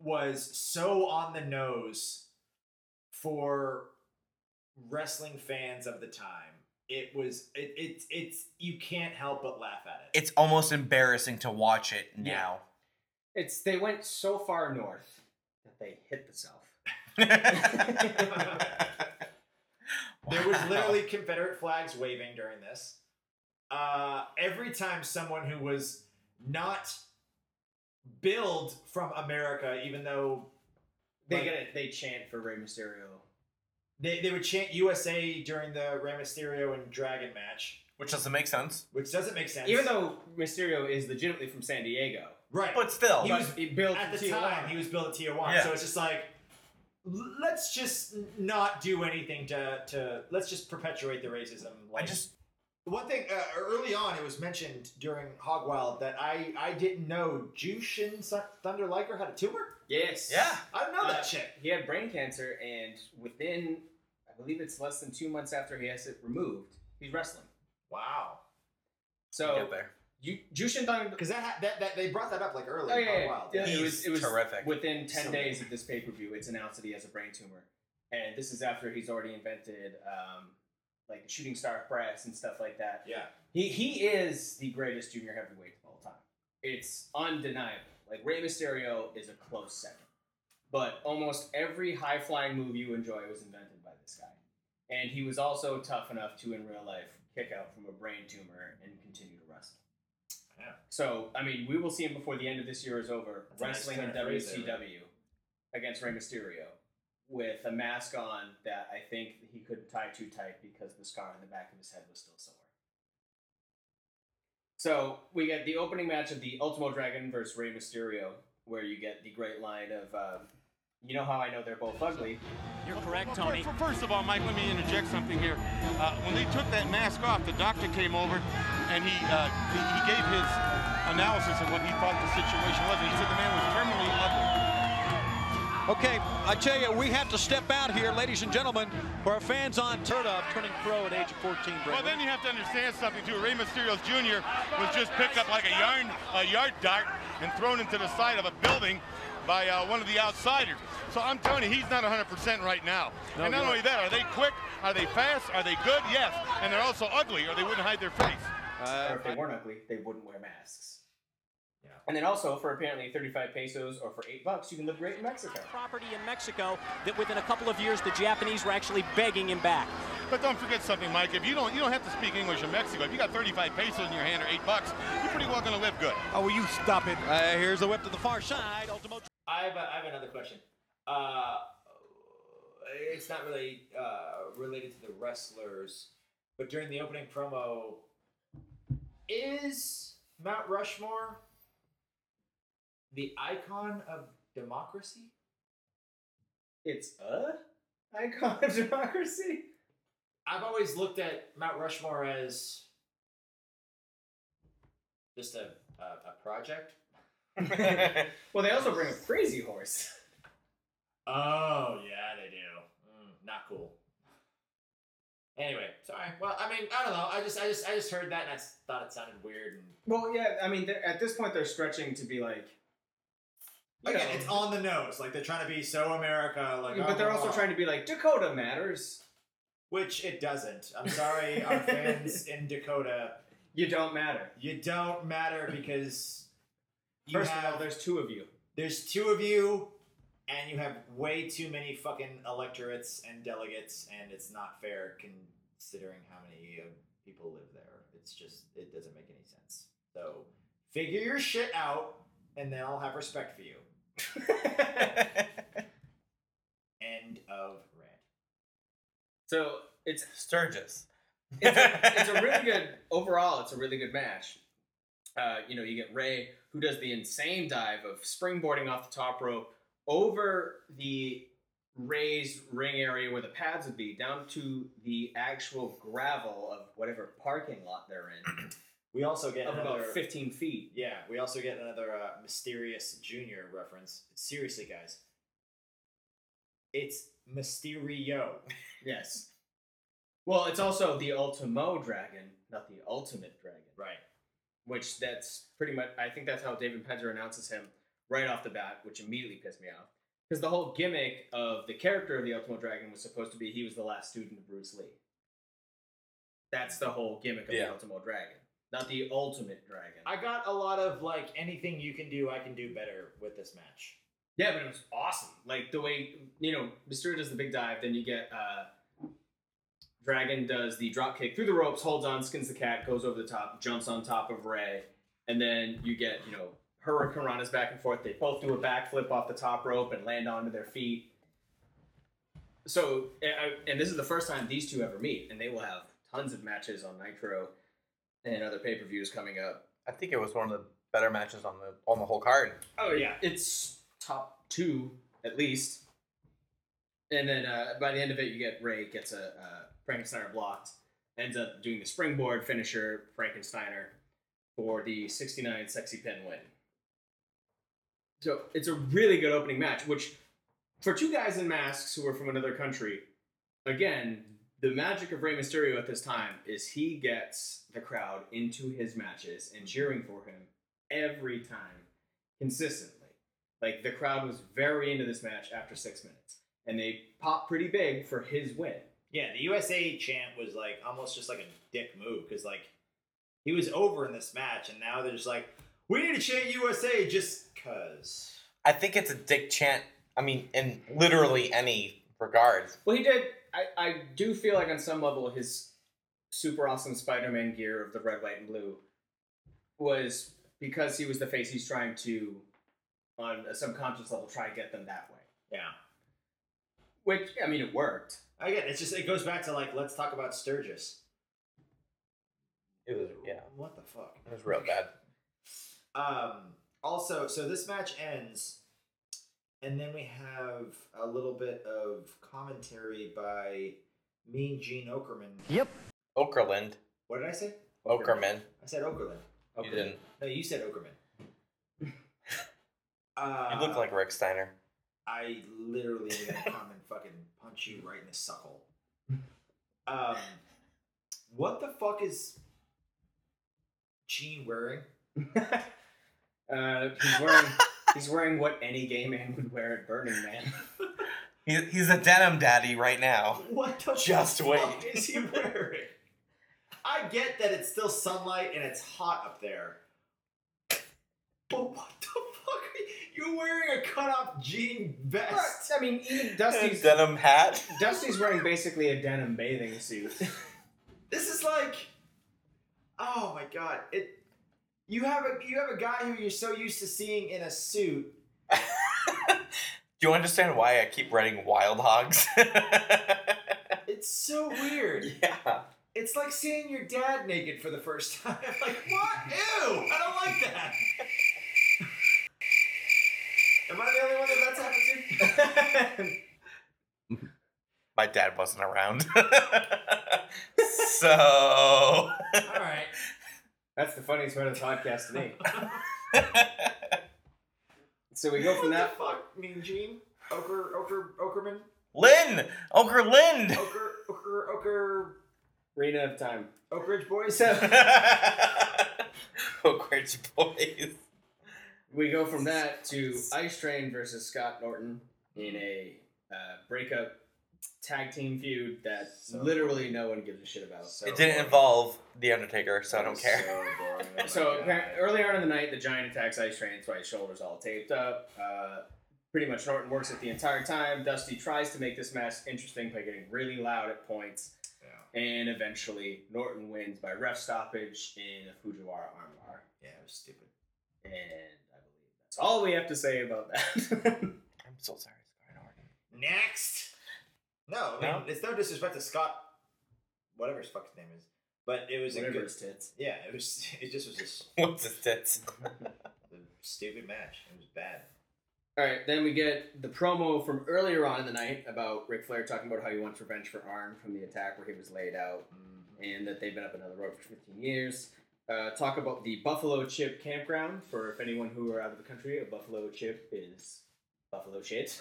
Speaker 2: was so on the nose for wrestling fans of the time. It was it, it it's you can't help but laugh at it.
Speaker 3: It's almost embarrassing to watch it
Speaker 2: Yeah.
Speaker 3: now.
Speaker 1: It's they went so far north that they hit the south.
Speaker 2: There was
Speaker 3: Wow.
Speaker 2: literally Confederate flags waving during this. Uh, every time someone who was not billed from America, even though
Speaker 1: They
Speaker 2: like,
Speaker 1: get it. They chant for Rey Mysterio.
Speaker 2: they, they would chant USA during the Rey Mysterio and Dragon match,
Speaker 3: Which doesn't make sense.
Speaker 2: which doesn't make sense.
Speaker 1: Even though Mysterio is legitimately from San Diego,
Speaker 2: right,
Speaker 3: But still,
Speaker 2: he
Speaker 1: but
Speaker 2: was
Speaker 1: he built
Speaker 2: at the
Speaker 1: Tijuana.
Speaker 2: time he was billed at Tijuana,
Speaker 3: Yeah.
Speaker 2: so it's just like l- let's just n- not do anything to to let's just perpetuate the racism.
Speaker 3: I
Speaker 2: Like,
Speaker 3: just
Speaker 2: One thing uh, early on, it was mentioned during Hogwild that I I didn't know Jushin Sun- Thunder Liger had a tumor.
Speaker 1: Yes.
Speaker 3: yeah.
Speaker 2: I didn't know
Speaker 1: Uh,
Speaker 2: that shit.
Speaker 1: He had brain cancer, and within, I believe it's less than two months after he has it removed, he's wrestling.
Speaker 2: Wow.
Speaker 1: So
Speaker 3: Get there.
Speaker 1: you, Jushin Thunder.
Speaker 2: Because that, ha- that that they brought that up like early
Speaker 1: Oh,
Speaker 2: in
Speaker 1: yeah,
Speaker 2: Hogwild.
Speaker 1: yeah, yeah.
Speaker 3: He's
Speaker 1: It was, it was
Speaker 3: terrific.
Speaker 1: Within ten
Speaker 2: So-
Speaker 1: days of this pay per view, it's announced that he has a brain tumor, and this is after he's already invented um, like the shooting star press and stuff like that.
Speaker 2: Yeah.
Speaker 1: He he is the greatest junior heavyweight of all time. It's undeniable. Like Rey Mysterio is a close second. But almost every high flying move you enjoy was invented by this guy. And he was also tough enough to in real life kick out from a brain tumor and continue to wrestle.
Speaker 2: Yeah.
Speaker 1: So I mean we will see him before the end of this year is over,
Speaker 2: That's a nice
Speaker 1: wrestling
Speaker 2: turn
Speaker 1: in
Speaker 2: of phrase there,
Speaker 1: WCW against Rey Mysterio with a mask on that I think he couldn't tie too tight because the scar on the back of his head was still sore. So we get the opening match of the Ultimo Dragon versus Rey Mysterio, where you get the great line of, um, "You know how I know they're both ugly."
Speaker 6: You're correct, Tony. First of all, Mike, let me interject something here. Uh, when they took that mask off, the doctor came over and he, uh, he he gave his analysis of what he thought the situation was, and he said the man was terminally ugly.
Speaker 5: Okay, I tell you, we have to step out here, ladies and gentlemen, for our fans on Turn Up, turning pro at age of 14.
Speaker 6: Well, then you have to understand something too. Rey Mysterio Jr. was just picked up like a yarn, a yard dart, and thrown into the side of a building by uh, one of the outsiders. So I'm telling you, he's not 100% right now.
Speaker 5: No,
Speaker 6: and not
Speaker 5: you're
Speaker 6: only that, are they quick? Are they fast? Are they good? Yes. And they're also ugly, or they wouldn't hide their face.
Speaker 2: Uh,
Speaker 1: or if they weren't ugly, they wouldn't wear masks. And then also for apparently 35 pesos or for eight bucks, you can live great in Mexico.
Speaker 18: property in Mexico that within a couple of years the Japanese were actually begging him back.
Speaker 6: But don't forget something, Mike. If you don't, you don't have to speak English in Mexico. If you got 35 pesos in your hand or eight bucks, you're pretty well going to live good.
Speaker 5: Oh, will you stop it? Uh, here's the whip to the far side. Ultimo.
Speaker 2: I have, a, I have another question. Uh, it's not really uh, related to the wrestlers, but during the opening promo, is Mount Rushmore the icon of democracy?
Speaker 1: It's a icon of democracy.
Speaker 2: I've always looked at Mount Rushmore as just a, a, a project.
Speaker 1: Well, they also bring a crazy horse.
Speaker 2: Oh yeah, they do. Mm, not cool. Anyway, sorry. Well, I mean, I don't know. I just, I just, I just heard that and I s- thought it sounded weird. And
Speaker 1: Well, yeah, I mean, they're- at this point, they're stretching to be like. you
Speaker 2: again,
Speaker 1: know,
Speaker 2: it's on the nose. Like they're trying to be so America. Like,
Speaker 1: Mm,
Speaker 2: oh,
Speaker 1: but they're also trying to be like Dakota matters,
Speaker 2: which it doesn't. I'm sorry, our fans in Dakota.
Speaker 1: You don't matter.
Speaker 2: You don't matter because you
Speaker 1: First of all,
Speaker 2: have,
Speaker 1: there's two of you.
Speaker 2: There's two of you, and you have way too many fucking electorates and delegates, and it's not fair considering how many uh, people live there. It's just it doesn't make any sense. So figure your shit out, and then I'll have respect for you. End of rant.
Speaker 1: So it's
Speaker 3: Sturgis.
Speaker 1: It's a, it's a really good overall. It's a really good match. Uh, you know, you get Ray who does the insane dive of springboarding off the top rope over the raised ring area where the pads would be, down to the actual gravel of whatever parking lot they're in.
Speaker 2: We also get
Speaker 1: of
Speaker 2: another,
Speaker 1: about fifteen feet.
Speaker 2: Yeah, we also get another uh, mysterious junior reference. Seriously, guys, it's Mysterio.
Speaker 1: Yes. Well, it's also the Ultimo Dragon, not the Ultimate Dragon.
Speaker 2: Right.
Speaker 1: Which that's pretty much. I think that's how David Pedger announces him right off the bat, which immediately pissed me off because the whole gimmick of the character of the Ultimo Dragon was supposed to be he was the last student of Bruce Lee. That's the whole gimmick of
Speaker 2: Yeah.
Speaker 1: the Ultimo Dragon, not the Ultimate Dragon.
Speaker 2: I got a lot of like anything you can do, I can do better with this match.
Speaker 1: Yeah, but it was awesome. Like the way you know, Mysterio does the big dive, then you get uh Dragon does the drop kick through the ropes, holds on, skins the cat, goes over the top, jumps on top of Ray, and then you get you know Hurricane Rana's back and forth. They both do a backflip off the top rope and land onto their feet. So, and I- and this is the first time these two ever meet, and they will have tons of matches on Nitro and other pay per views coming up.
Speaker 3: I think it was one of the better matches on the on the whole card.
Speaker 1: Oh yeah, it's top two at least. And then uh, by the end of it, you get Ray gets a uh, Frankensteiner blocked, ends up doing the springboard finisher Frankensteiner for the sixty nine sexy pin win. So it's a really good opening match, which for two guys in masks who are from another country, again. The magic of Rey Mysterio at this time is he gets the crowd into his matches and cheering for him every time consistently. Like the crowd was very into this match after six minutes, and they popped pretty big for his win.
Speaker 2: Yeah, the USA chant was like almost just like a dick move because like he was over in this match, and now they're just like, we need to chant USA just cause.
Speaker 3: I think it's a dick chant. I mean, in literally any regards.
Speaker 1: Well, he did. I, I do feel like on some level his super awesome Spider-Man gear of the red, white, and blue was because he was the face. He's trying to, on a subconscious level, try to get them that way.
Speaker 2: Yeah.
Speaker 1: Which I mean, it worked.
Speaker 2: Again, it's just it goes back to like let's talk about Sturgis.
Speaker 3: It was yeah.
Speaker 2: What the fuck?
Speaker 3: It was real bad.
Speaker 2: Um, also, so this match ends, and then we have a little bit of commentary by Mean Gene Okerman.
Speaker 3: Yep. Okerlund.
Speaker 2: What did I say?
Speaker 3: Okerman.
Speaker 2: I said Okerlund.
Speaker 3: You didn't.
Speaker 2: No, you said Okerman. uh,
Speaker 3: You look like Rick Steiner.
Speaker 2: I literally am gonna come and fucking punch you right in the suckle. Um, what the fuck is Gene wearing?
Speaker 1: Uh, he's wearing he's wearing what any gay man would wear at Burning Man.
Speaker 3: He, he's a denim daddy right now.
Speaker 2: What the
Speaker 3: Just
Speaker 2: fuck
Speaker 3: wait.
Speaker 2: is he wearing? I get that it's still sunlight and it's hot up there. But what the fuck? are- You're wearing a cut-off jean vest.
Speaker 1: I mean, even Dusty's
Speaker 3: denim hat.
Speaker 1: Dusty's wearing basically a denim bathing suit.
Speaker 2: This is like, oh my god! It you have a you have a guy who you're so used to seeing in a suit.
Speaker 3: Do you understand why I keep writing wild hogs?
Speaker 2: It's so weird.
Speaker 3: yeah.
Speaker 2: It's like seeing your dad naked for the first time. like what? Ew! I don't like that. Am I the only one that that's happened to?
Speaker 3: My dad wasn't around. so
Speaker 2: All right.
Speaker 1: That's the funniest part of the podcast to me. so we go from that.
Speaker 2: Fuck Mean Gene, Oker Oker Okerman,
Speaker 3: Lynn! Oker Lynn!
Speaker 2: Oker Oker Oker
Speaker 1: Arena of time.
Speaker 19: Oak Ridge Boys.
Speaker 1: Oak Ridge Boys. We go from that to Ice Train versus Scott Norton in a uh, breakup tag team feud that literally no one gives a shit about. So
Speaker 3: it didn't involve The Undertaker, so I don't care.
Speaker 1: So appar- early on in the night, the giant attacks Ice Train. That's why his shoulders all taped up. Uh, pretty much Norton works it the entire time. Dusty tries to make this match interesting by getting really loud at points, and eventually Norton wins by ref stoppage in a Fujiwara armbar.
Speaker 2: Yeah, it was stupid.
Speaker 1: And I believe that's all we have to say about that.
Speaker 3: I'm so sorry.
Speaker 2: Next. No, I mean, it's no disrespect to Scott, whatever his fucking name is, but it was a
Speaker 1: Whatever
Speaker 2: good
Speaker 1: his tits.
Speaker 2: Yeah, it was. It just was this
Speaker 3: What's his tits?
Speaker 1: Mm-hmm.
Speaker 2: stupid match. It was bad.
Speaker 1: All right, then we get the promo from earlier on in the night about Ric Flair talking about how he wants revenge for Arn from the attack where he was laid out, and that they've been up another road for 15 years. Uh, talk about the Buffalo Chip campground for if anyone who are out of the country, a Buffalo Chip is Buffalo shit.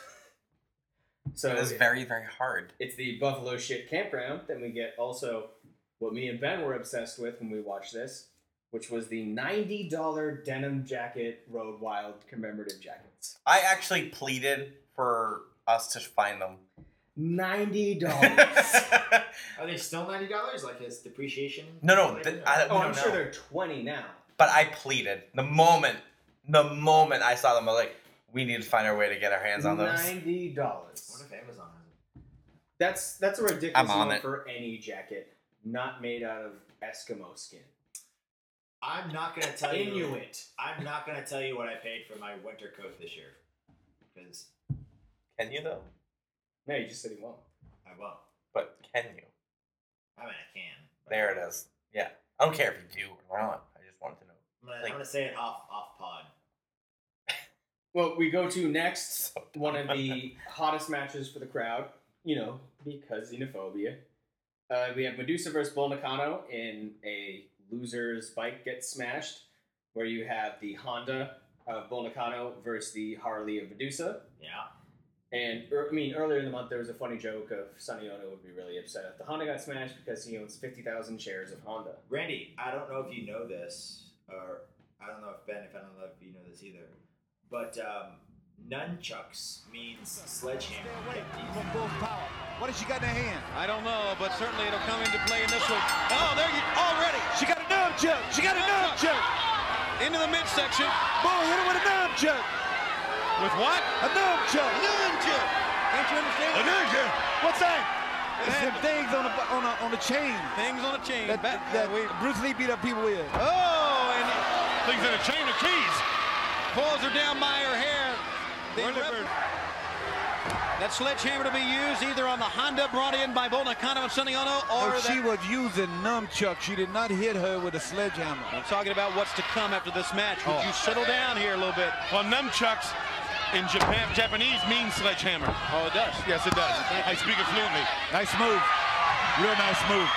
Speaker 1: so
Speaker 3: it was very, very hard.
Speaker 1: It's the Buffalo shit campground. Then we get also what me and Ben were obsessed with when we watched this, which was the ninety dollar denim jacket Road Wild commemorative jackets.
Speaker 3: I actually pleaded for us to find them.
Speaker 1: Ninety dollars.
Speaker 2: Are they still ninety dollars? Like his depreciation?
Speaker 3: No, no, th- I, we
Speaker 1: oh, I'm
Speaker 3: don't
Speaker 1: sure
Speaker 3: know.
Speaker 1: they're twenty now.
Speaker 3: But I pleaded. The moment, the moment I saw them, I was like, we need to find our way to get our hands on those.
Speaker 1: Ninety dollars.
Speaker 2: What if Amazon has it?
Speaker 1: That's that's a
Speaker 3: I'm
Speaker 1: ridiculous
Speaker 3: on
Speaker 1: amount
Speaker 3: it.
Speaker 1: for any jacket, not made out of Eskimo skin.
Speaker 2: I'm not gonna tell you.
Speaker 1: Inuit.
Speaker 2: I'm not gonna tell you what I paid for my winter coat this year, because
Speaker 3: Can you though?
Speaker 1: No, you just said he won't.
Speaker 2: I won't.
Speaker 3: But can you?
Speaker 2: I mean, I can.
Speaker 3: There it is. Yeah. I don't care if you do or not. I just wanted to know.
Speaker 2: I'm gonna,
Speaker 3: Like-
Speaker 2: I'm gonna say it off off pod.
Speaker 1: Well, we go to next one of the hottest matches for the crowd, you know, because xenophobia. Uh, we have Medusa versus Bull Nakano in a loser's bike gets smashed, where you have the Honda of Bull Nakano versus the Harley of Medusa.
Speaker 2: Yeah.
Speaker 1: And er, I mean, earlier in the month, there was a funny joke of Sonny Ono would be really upset if the Honda got smashed because he owns 50,000 shares of Honda.
Speaker 2: Randy, I don't know if you know this, or I don't know if Ben, if I don't know if you know this either, but um, nunchucks means sledgehammer.
Speaker 5: What has she got in her hand?
Speaker 20: I don't know, but certainly it'll come into play in this one.
Speaker 5: Oh, there you already. She got a nub jerk. She got a nub jerk.
Speaker 20: Into the midsection.
Speaker 5: Boom, hit her with a nub jerk.
Speaker 20: With what?
Speaker 5: A nub jerk. Nub jerk.
Speaker 20: Can't you understand?
Speaker 5: A nub jerk. What's that?
Speaker 20: It's them
Speaker 5: things on a, on a, on a chain.
Speaker 20: Things on a chain.
Speaker 5: That,
Speaker 20: Back-
Speaker 5: that Bruce Lee beat up people with.
Speaker 20: Oh, and
Speaker 5: Things in a chain of keys.
Speaker 20: pulls her down by her hair. The ref- That sledgehammer to be used either on the Honda brought in by Bull Nakano and Sonny Ono or
Speaker 5: Oh,
Speaker 20: that-
Speaker 5: she was using nunchucks. She did not hit her with a sledgehammer.
Speaker 20: I'm talking about what's to come after this match. Would you settle down here a little bit?
Speaker 5: Well, nunchucks in Japan, Japanese means sledgehammer. Oh, it does. Yes, it does. I speak it fluently. Nice move. Real nice move.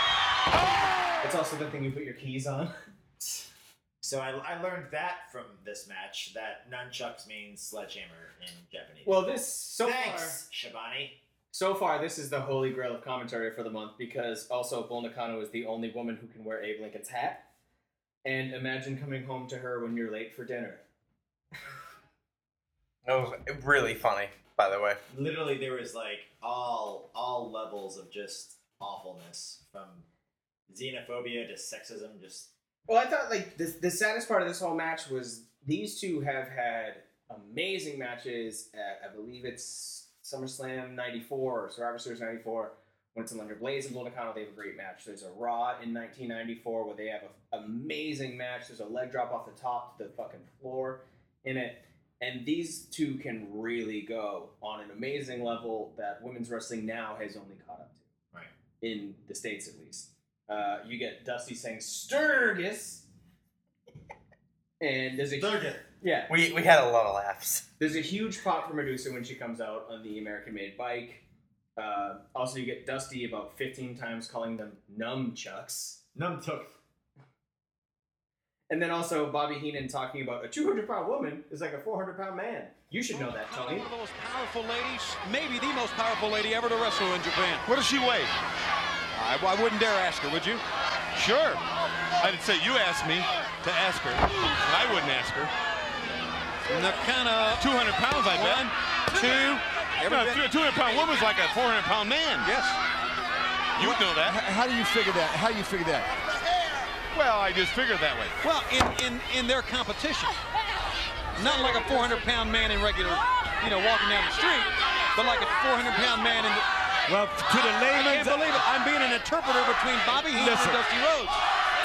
Speaker 1: It's also the thing you put your keys on.
Speaker 2: So I, I learned that from this match that nunchucks means sledgehammer in Japanese.
Speaker 1: Well, this so
Speaker 2: thanks, Shabani.
Speaker 1: So far, this is the holy grail of commentary for the month because also Bull Nakano is the only woman who can wear Abe Lincoln's hat. And imagine coming home to her when you're late for dinner.
Speaker 3: That was really funny, by the way.
Speaker 2: Literally, there was like all all levels of just awfulness from xenophobia to sexism. Just
Speaker 1: Well, I thought like the, the saddest part of this whole match was these two have had amazing matches at I believe it's SummerSlam '94 or Survivor Series '94 when it's Alundra Blaze and Bull Nakano. They have a great match. There's a Raw in 1994 where they have an amazing match. There's a leg drop off the top to the fucking floor in it. And these two can really go on an amazing level that women's wrestling now has only caught up to
Speaker 2: right.
Speaker 1: in the states at least. Uh, you get Dusty saying Sturgis, and there's a
Speaker 2: Sturgis.
Speaker 1: yeah.
Speaker 3: We we had a lot of laughs.
Speaker 1: There's a huge pop for Medusa when she comes out on the American-made bike. Uh, also, you get Dusty about 15 times calling them nunchucks,
Speaker 2: Nunchucks.
Speaker 1: and then also Bobby Heenan talking about a 200-pound woman is like a 400-pound man. You should know that, Tony.
Speaker 20: One of the most powerful ladies, maybe the most powerful lady ever to wrestle in Japan.
Speaker 5: What does she weigh?
Speaker 21: I, I wouldn't dare ask her, would you?
Speaker 6: Sure. I'd say you asked me to ask her. and I wouldn't ask her.
Speaker 5: Nakana.
Speaker 6: 200 pounds, I bet.
Speaker 5: One, two.
Speaker 6: No, a 200 pound woman's like a 400 pound man.
Speaker 21: Yes.
Speaker 6: You know that.
Speaker 22: How do you figure that? How do you figure that?
Speaker 6: Well, I just figured that way.
Speaker 5: Well, in, in, in their competition. Not like a 400 pound man in regular, you know, walking down the street, but like a 400 pound man in the.
Speaker 23: Well, to the
Speaker 5: I can't
Speaker 23: layman's
Speaker 5: believe it. I'm being an interpreter between Bobby Heenan
Speaker 23: Listen.
Speaker 5: and Dusty Rhodes.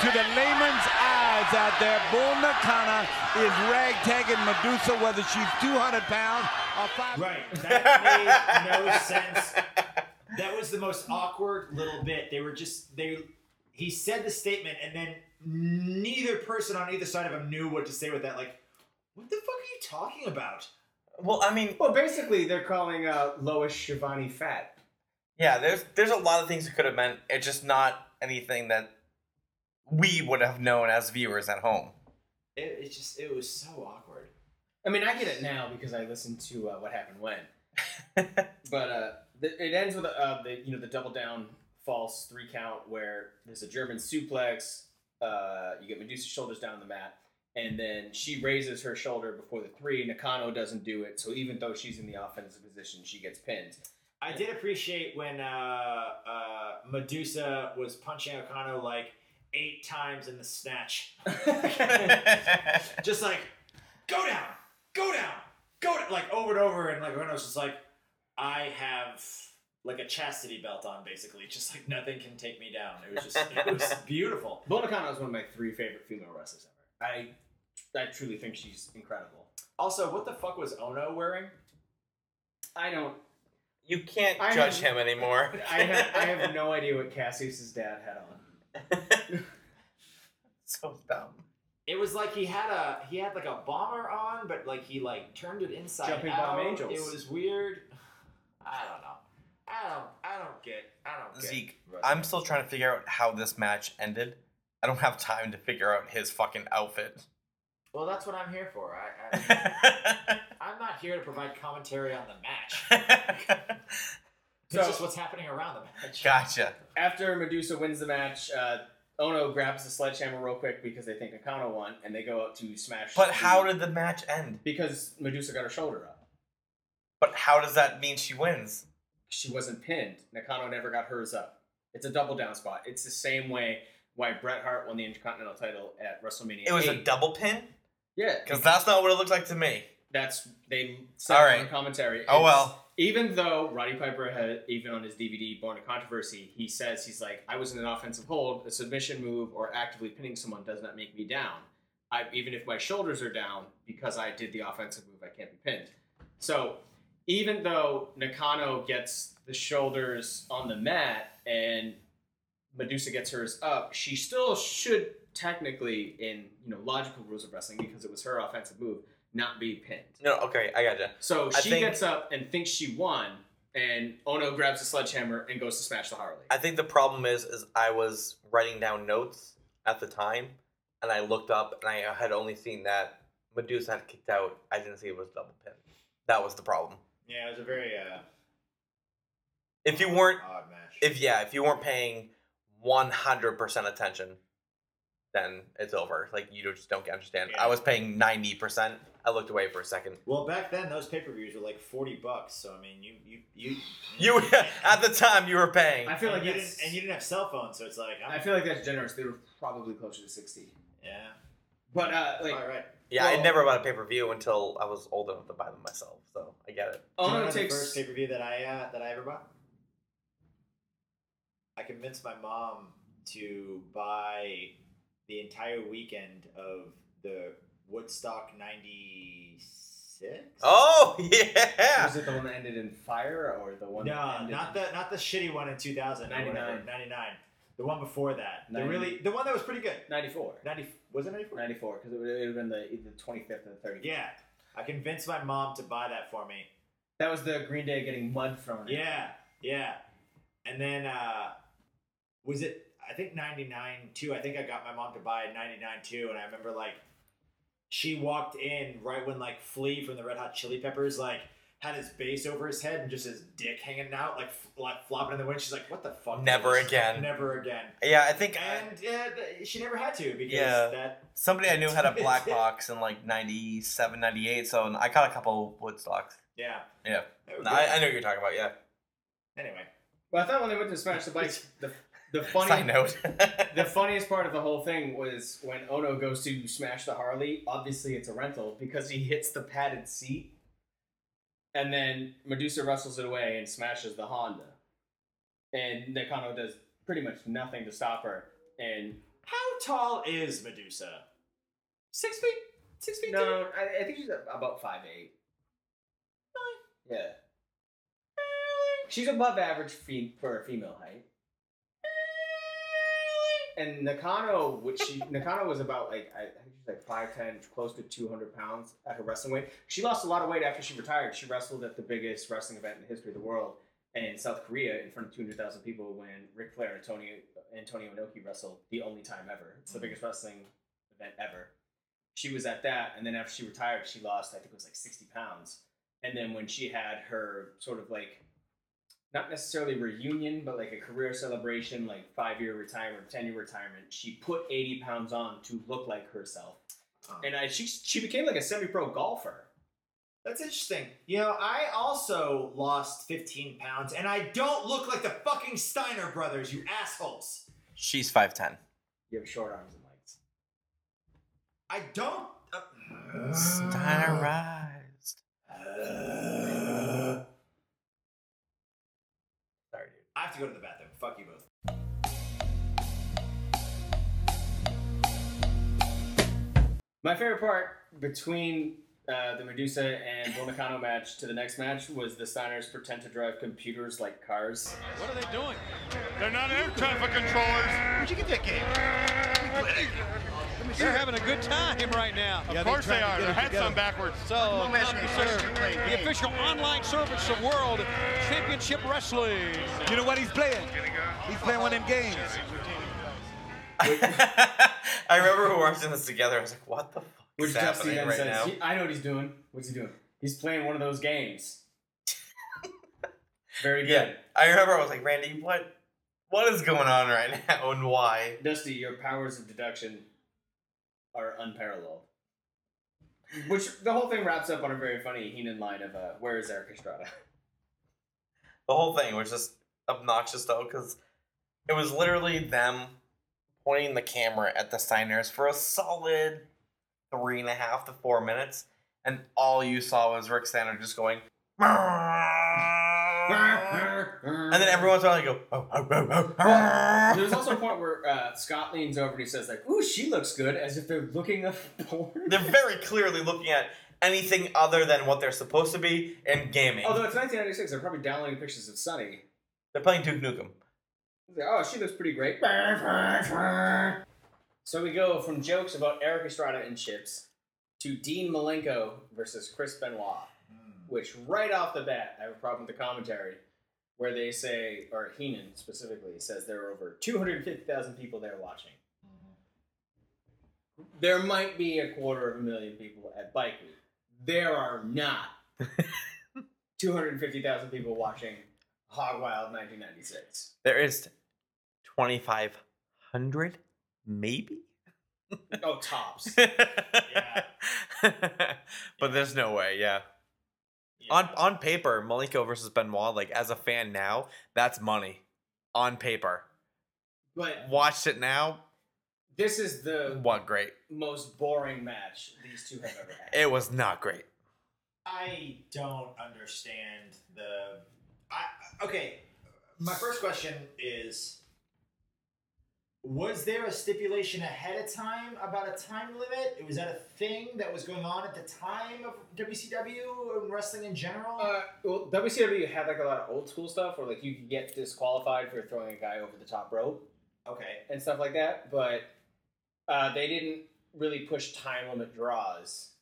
Speaker 8: To the layman's eyes out there, Bull Nakana is ragtagging Medusa, whether she's 200 pounds or 5
Speaker 2: Right. That made no sense. That was the most awkward little bit. They were just they. He said the statement, and then neither person on either side of him knew what to say with that. Like, what the fuck are you talking about?
Speaker 1: Well, I mean, well, basically, they're calling uh, Lois Shivani fat.
Speaker 3: Yeah, there's there's a lot of things it could have meant. It's just not anything that we would have known as viewers at home.
Speaker 2: It, it just it was so awkward.
Speaker 1: I mean, I get it now because I listened to uh, what happened when. but uh, th- it ends with uh, the you know the double down false three count where there's a German suplex. Uh, you get Medusa's shoulders down on the mat, and then she raises her shoulder before the three. Nakano doesn't do it, so even though she's in the offensive position, she gets pinned.
Speaker 2: I did appreciate when uh, uh, Medusa was punching Okano like eight times in the snatch. just like, go down, go down, go down, like over and over. And like Okano's just like, I have like a chastity belt on, basically. Just like nothing can take me down. It was just, it was beautiful.
Speaker 1: Bull Nakano is one of my three favorite female wrestlers ever. I I truly think she's incredible.
Speaker 2: Also, what the fuck was Ono wearing?
Speaker 1: I don't.
Speaker 3: You can't
Speaker 1: I
Speaker 3: judge
Speaker 1: have-
Speaker 3: him anymore.
Speaker 1: I have, I have no idea what Cassius's dad had on.
Speaker 3: so dumb.
Speaker 2: It was like he had a he had like a bomber on, but like he like turned it inside
Speaker 1: Jumping
Speaker 2: out.
Speaker 1: bomb angels.
Speaker 2: It was weird. I don't know. I don't. I don't get. I don't get.
Speaker 3: Zeke, I'm still trying to figure out how this match ended. I don't have time to figure out his fucking outfit.
Speaker 2: Well, that's what I'm here for. I, I, I'm not here to provide commentary on the match. it's
Speaker 1: So-
Speaker 2: just what's happening around the match.
Speaker 3: Gotcha.
Speaker 1: After Medusa wins the match, uh, Ono grabs the sledgehammer real quick because they think Nakano won, and they go up to smash.
Speaker 3: But how did the match end?
Speaker 1: Because Medusa got her shoulder up.
Speaker 3: But how does that mean she wins?
Speaker 1: She wasn't pinned. Nakano never got hers up. It's a double down spot. It's the same way why Bret Hart won the Intercontinental title at WrestleMania.
Speaker 3: It was a
Speaker 1: 8.
Speaker 3: double pin?
Speaker 1: Yeah.
Speaker 3: Because that's not what it looked like to me.
Speaker 1: That's they said
Speaker 3: All
Speaker 1: on
Speaker 3: right.
Speaker 1: the commentary.
Speaker 3: Oh,
Speaker 1: It's-
Speaker 3: well.
Speaker 1: Even though Roddy Piper had even on his DVD Born to Controversy, he says he's like, I was in an offensive hold, a submission move, or actively pinning someone does not make me down. I even if my shoulders are down because I did the offensive move, I can't be pinned. So even though Nakano gets the shoulders on the mat and Medusa gets hers up, she still should technically, in you know logical rules of wrestling, because it was her offensive move, not be pinned.
Speaker 3: No, okay, I gotcha.
Speaker 1: So
Speaker 3: I
Speaker 1: she
Speaker 3: think-
Speaker 1: gets up and thinks she won, and Ono grabs a sledgehammer and goes to smash the Harley.
Speaker 3: I think the problem is is I was writing down notes at the time, and I looked up and I had only seen that Medusa had kicked out. I didn't see it was double pin. That was the problem.
Speaker 2: Yeah, it was a very uh,
Speaker 3: If you weren't,
Speaker 2: odd match.
Speaker 3: if yeah, if you weren't paying one hundred percent attention, then it's over. Like you just don't understand. I was paying ninety percent. I looked away for a second.
Speaker 2: Well, back then those pay per views were like forty bucks. So I mean, you you you
Speaker 3: You at the time you were paying.
Speaker 1: I feel like
Speaker 2: and you
Speaker 1: that's-
Speaker 2: didn't, and you didn't have cell phones, so it's like I'm,
Speaker 1: I feel like that's generous. They were probably closer to sixty.
Speaker 2: Yeah.
Speaker 1: But uh, like,
Speaker 2: all right.
Speaker 3: Yeah, I
Speaker 1: Well-
Speaker 3: never bought a pay per view until I was old enough to buy them myself. So I get it.
Speaker 2: Do you know the first pay per view that I uh, that I ever bought? I convinced my mom to buy the entire weekend of the Woodstock '96.
Speaker 3: Oh yeah.
Speaker 1: Was it the one that ended in fire or the one? that
Speaker 2: No,
Speaker 1: ended
Speaker 2: not the not the shitty one in 2000. 99.
Speaker 1: 99.
Speaker 2: 99. The one before that. The
Speaker 1: Ninety-
Speaker 2: really the one that was pretty good.
Speaker 1: 94.
Speaker 2: 90 was it 94?
Speaker 1: 94 because it would have been the the 25th and the 30th.
Speaker 2: Yeah. I convinced my mom to buy that for me.
Speaker 1: That was the Green Day getting mud thrown. at
Speaker 2: Yeah, yeah. And then uh was it I think 99 too. I think I got my mom to buy 99 too and I remember like she walked in right when like Flea from the Red Hot Chili Peppers like had his base over his head and just his dick hanging out, like, f- like flopping in the wind. She's like, "What the fuck?"
Speaker 3: Never
Speaker 2: is this?
Speaker 3: again.
Speaker 2: Never again.
Speaker 3: Yeah, I think
Speaker 2: And uh, she never had to because
Speaker 3: yeah.
Speaker 2: that.
Speaker 3: Somebody I knew had a black box in like 97, 98, so I caught a couple Woodstocks.
Speaker 2: Yeah.
Speaker 3: Yeah.
Speaker 2: They were
Speaker 3: No, I,
Speaker 2: Oh, good.
Speaker 3: I know what you're talking about, yeah.
Speaker 2: Anyway.
Speaker 1: Well, I thought when they went to smash the bikes, the the funny
Speaker 3: Side note.
Speaker 1: the funniest part of the whole thing was when Ono goes to smash the Harley. Obviously, it's a rental because he hits the padded seat, and then Medusa wrestles it away and smashes the Honda. And Nakano does pretty much nothing to stop her. And
Speaker 2: how tall is Medusa? Six feet. Six feet.
Speaker 1: No, I, I think she's about five eight. Yeah. She's above average fe- for a female height. And Nakano, which she Nakano was about like I I think she's like five ten, close to two hundred pounds at her wrestling weight. She lost a lot of weight after she retired. She wrestled at the biggest wrestling event in the history of the world in South Korea in front of two hundred thousand people when Ric Flair and Tony Antonio Inoki wrestled the only time ever. It's the
Speaker 2: Mm-hmm.
Speaker 1: biggest wrestling event ever. She was at that, and then after she retired, she lost I think it was like sixty pounds. And then when she had her sort of like not necessarily reunion, but like a career celebration, like five year retirement, ten year retirement. She put eighty pounds on to look like herself, and I, she she became like a semi pro golfer.
Speaker 2: That's interesting. You know, I also lost 15 pounds, and I don't look like the fucking Steiner brothers, you assholes.
Speaker 3: She's 5'10.
Speaker 1: You have short arms and legs.
Speaker 2: I don't. uh,
Speaker 3: Steiner rise.
Speaker 2: Sorry, dude. I have to go to the bathroom. Fuck you both.
Speaker 1: My favorite part between uh, the Medusa and Bonacano match to the next match was the Steiners pretend to drive computers like cars.
Speaker 6: What are they doing? They're not air traffic controllers. Where'd you get that game?
Speaker 5: They're having a good time right now.
Speaker 6: Of course they, Oh, are. Their heads on backwards.
Speaker 5: So,
Speaker 6: Don't ask me
Speaker 5: CompuServe,
Speaker 6: first. Play
Speaker 5: the
Speaker 6: games.
Speaker 5: official online service of World Championship Wrestling. You know what he's playing? He's playing one of them games.
Speaker 3: I remember we were watching this together. I was like, what the fuck
Speaker 1: Which
Speaker 3: is
Speaker 1: Dusty
Speaker 3: happening
Speaker 1: then
Speaker 3: right
Speaker 1: says,
Speaker 3: now?
Speaker 1: "He- "I know what he's doing. What's he doing? He's playing one of those games." Very
Speaker 3: Yeah.
Speaker 1: good.
Speaker 3: I remember I was like, Randy, what what is going on right now and why?
Speaker 1: Dusty, your powers of deduction are unparalleled. Which the whole thing wraps up on a very funny Heenan line of uh, "Where is Eric Estrada?"
Speaker 3: The whole thing was just obnoxious though, because it was literally them pointing the camera at the signers for a solid three and a half to four minutes, and all you saw was Rick Steiner just going, and then every once in a while you go, oh, oh, oh, oh,
Speaker 1: There was also a point where uh, Scott leans over and he says like, "Ooh, she looks good," as if they're looking up porn.
Speaker 3: they're very clearly looking at anything other than what they're supposed to be in gaming.
Speaker 1: Although it's 1996, they're probably downloading pictures of Sunny.
Speaker 3: They're playing Duke Nukem.
Speaker 1: He's like, oh, she looks pretty great. So we go from jokes about Eric Estrada and chips to Dean Malenko versus Chris Benoit, which right off the bat, I have a problem with the commentary where they say, or Heenan specifically says there are over 250,000 people there watching. There might be a quarter of a million people at Bike Week. There are not 250,000 people watching Hog Wild 1996.
Speaker 3: There is 2,500, maybe?
Speaker 1: Oh, tops.
Speaker 3: but there's no way, yeah. On on paper, Malenko versus Benoit, like as a fan now, that's money. On paper,
Speaker 1: But
Speaker 3: watched it now.
Speaker 1: This is the
Speaker 3: what great.
Speaker 1: most boring match these two have ever had.
Speaker 3: It was not great.
Speaker 2: I don't understand the. I okay. My first question is: Was there a stipulation ahead of time about a time limit? Was that a thing that was going on at the time of WCW and wrestling in general?
Speaker 1: Uh, well, WCW had like a lot of old school stuff where like you could get disqualified for throwing a guy over the top rope.
Speaker 2: Okay.
Speaker 1: And stuff like that, but uh, they didn't really push time limit draws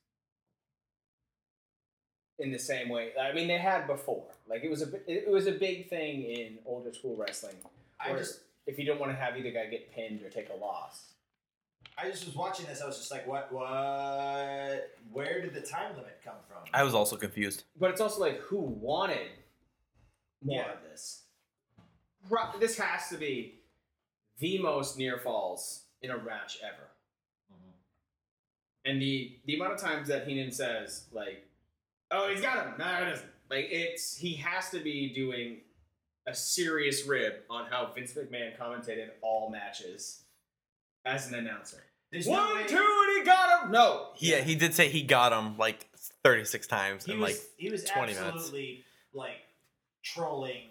Speaker 1: in the same way. I mean, they had before. Like it was a bi- it was a big thing in older school wrestling.
Speaker 2: I
Speaker 1: where
Speaker 2: just-
Speaker 1: if you don't want to have either guy get pinned or take a loss.
Speaker 2: I just was watching this. I was just like, what? What? Where did the time limit come from?
Speaker 3: I was also confused.
Speaker 1: But it's also like who wanted more of this? Ru- This has to be the most near falls in a match ever. Mm-hmm. And the the amount of times that Heenan says like, "Oh, he's got him," no, he doesn't. Like it's he has to be doing a serious rib on how Vince McMahon commentated all matches as an announcer.
Speaker 2: There's
Speaker 1: One,
Speaker 2: no way-
Speaker 1: two, and he got him. No,
Speaker 3: Yeah, he did say he got him like 36 times
Speaker 2: He
Speaker 3: in
Speaker 2: was
Speaker 3: like
Speaker 2: he was
Speaker 3: 20 minutes.
Speaker 2: absolutely like trolling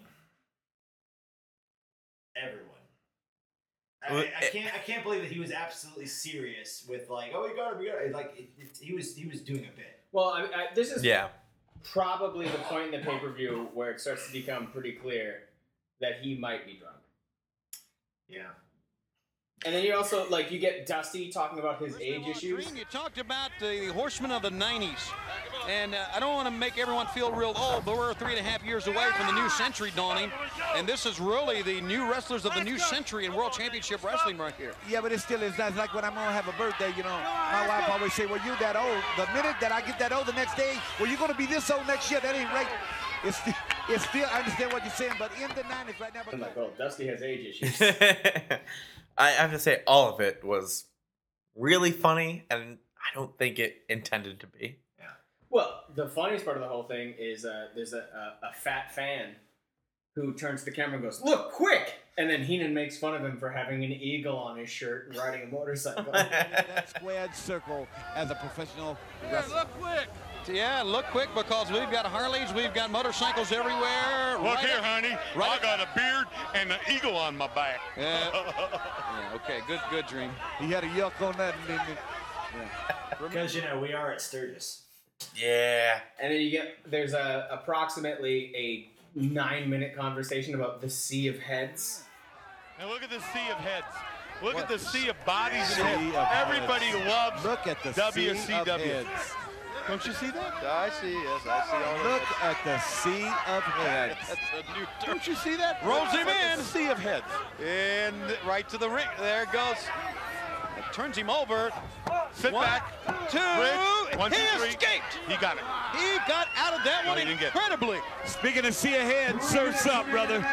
Speaker 2: everyone.
Speaker 3: Well, eh,
Speaker 2: I, I can't I can't believe that he was absolutely serious with like, oh, we got him, we got him. Like it, it, he was he was doing a bit.
Speaker 1: Well, I, I, this is
Speaker 3: Yeah.
Speaker 1: probably the point in the pay per view where it starts to become pretty clear that he might be drunk.
Speaker 2: Yeah.
Speaker 1: And then you also like you get Dusty talking about his age issues.
Speaker 5: You talked about the horsemen of the 90s. And uh, I don't want to make everyone feel real old, but we're three and a half years away from the new century dawning. And this is really the new wrestlers of the new century in World Championship Wrestling right here.
Speaker 8: Yeah, but it still is not it's like when I'm gonna have a birthday, you know. My wife always say, Well, you that old. The minute that I get that old the next day, well you're gonna be this old next year. That ain't right. It's still, it's still I understand what you're saying, but in the nineties right now
Speaker 1: I'm like, oh, Dusty has age issues.
Speaker 3: I have to say, all of it was really funny, and I don't think it intended to be.
Speaker 1: Well, the funniest part of the whole thing is uh, there's a, a, a fat fan who turns to the camera and goes, "Look, quick!" And then Heenan makes fun of him for having an eagle on his shirt and riding a motorcycle.
Speaker 8: squared circle as a professional
Speaker 5: Yeah, look quick. Yeah, look quick because we've got Harleys, we've got motorcycles everywhere.
Speaker 6: Look here,
Speaker 5: at-
Speaker 6: honey. I got a beard and an eagle on my back.
Speaker 5: Yeah, okay, good, good dream.
Speaker 8: He had a yuck on that and then
Speaker 2: Because you know we are at Sturgis.
Speaker 3: Yeah.
Speaker 1: And then you get there's a approximately a nine minute conversation about the sea of heads.
Speaker 6: And look at the sea of heads. Look at the sea of bodies and
Speaker 8: Sea of
Speaker 6: heads. Everybody
Speaker 8: heads.
Speaker 6: loves
Speaker 8: Look at the sea of
Speaker 6: WCW.
Speaker 8: heads.
Speaker 6: Don't you see that?
Speaker 24: I see, yes, I see all
Speaker 8: look at the sea of heads.
Speaker 24: That's a new Don't you see that?
Speaker 8: Rolls
Speaker 24: That's
Speaker 8: him
Speaker 24: like a
Speaker 8: in.
Speaker 24: Sea of heads. And right to the ring. There it goes.
Speaker 5: Turns him over.
Speaker 6: Sit
Speaker 5: One,
Speaker 6: back.
Speaker 5: Two.
Speaker 6: Bridge. One, two,
Speaker 5: he
Speaker 6: three.
Speaker 5: escaped.
Speaker 6: He got it.
Speaker 5: He got out of that
Speaker 6: No,
Speaker 5: one
Speaker 6: he didn't get it.
Speaker 5: incredibly.
Speaker 8: Speaking of see ahead, surf's up, brother.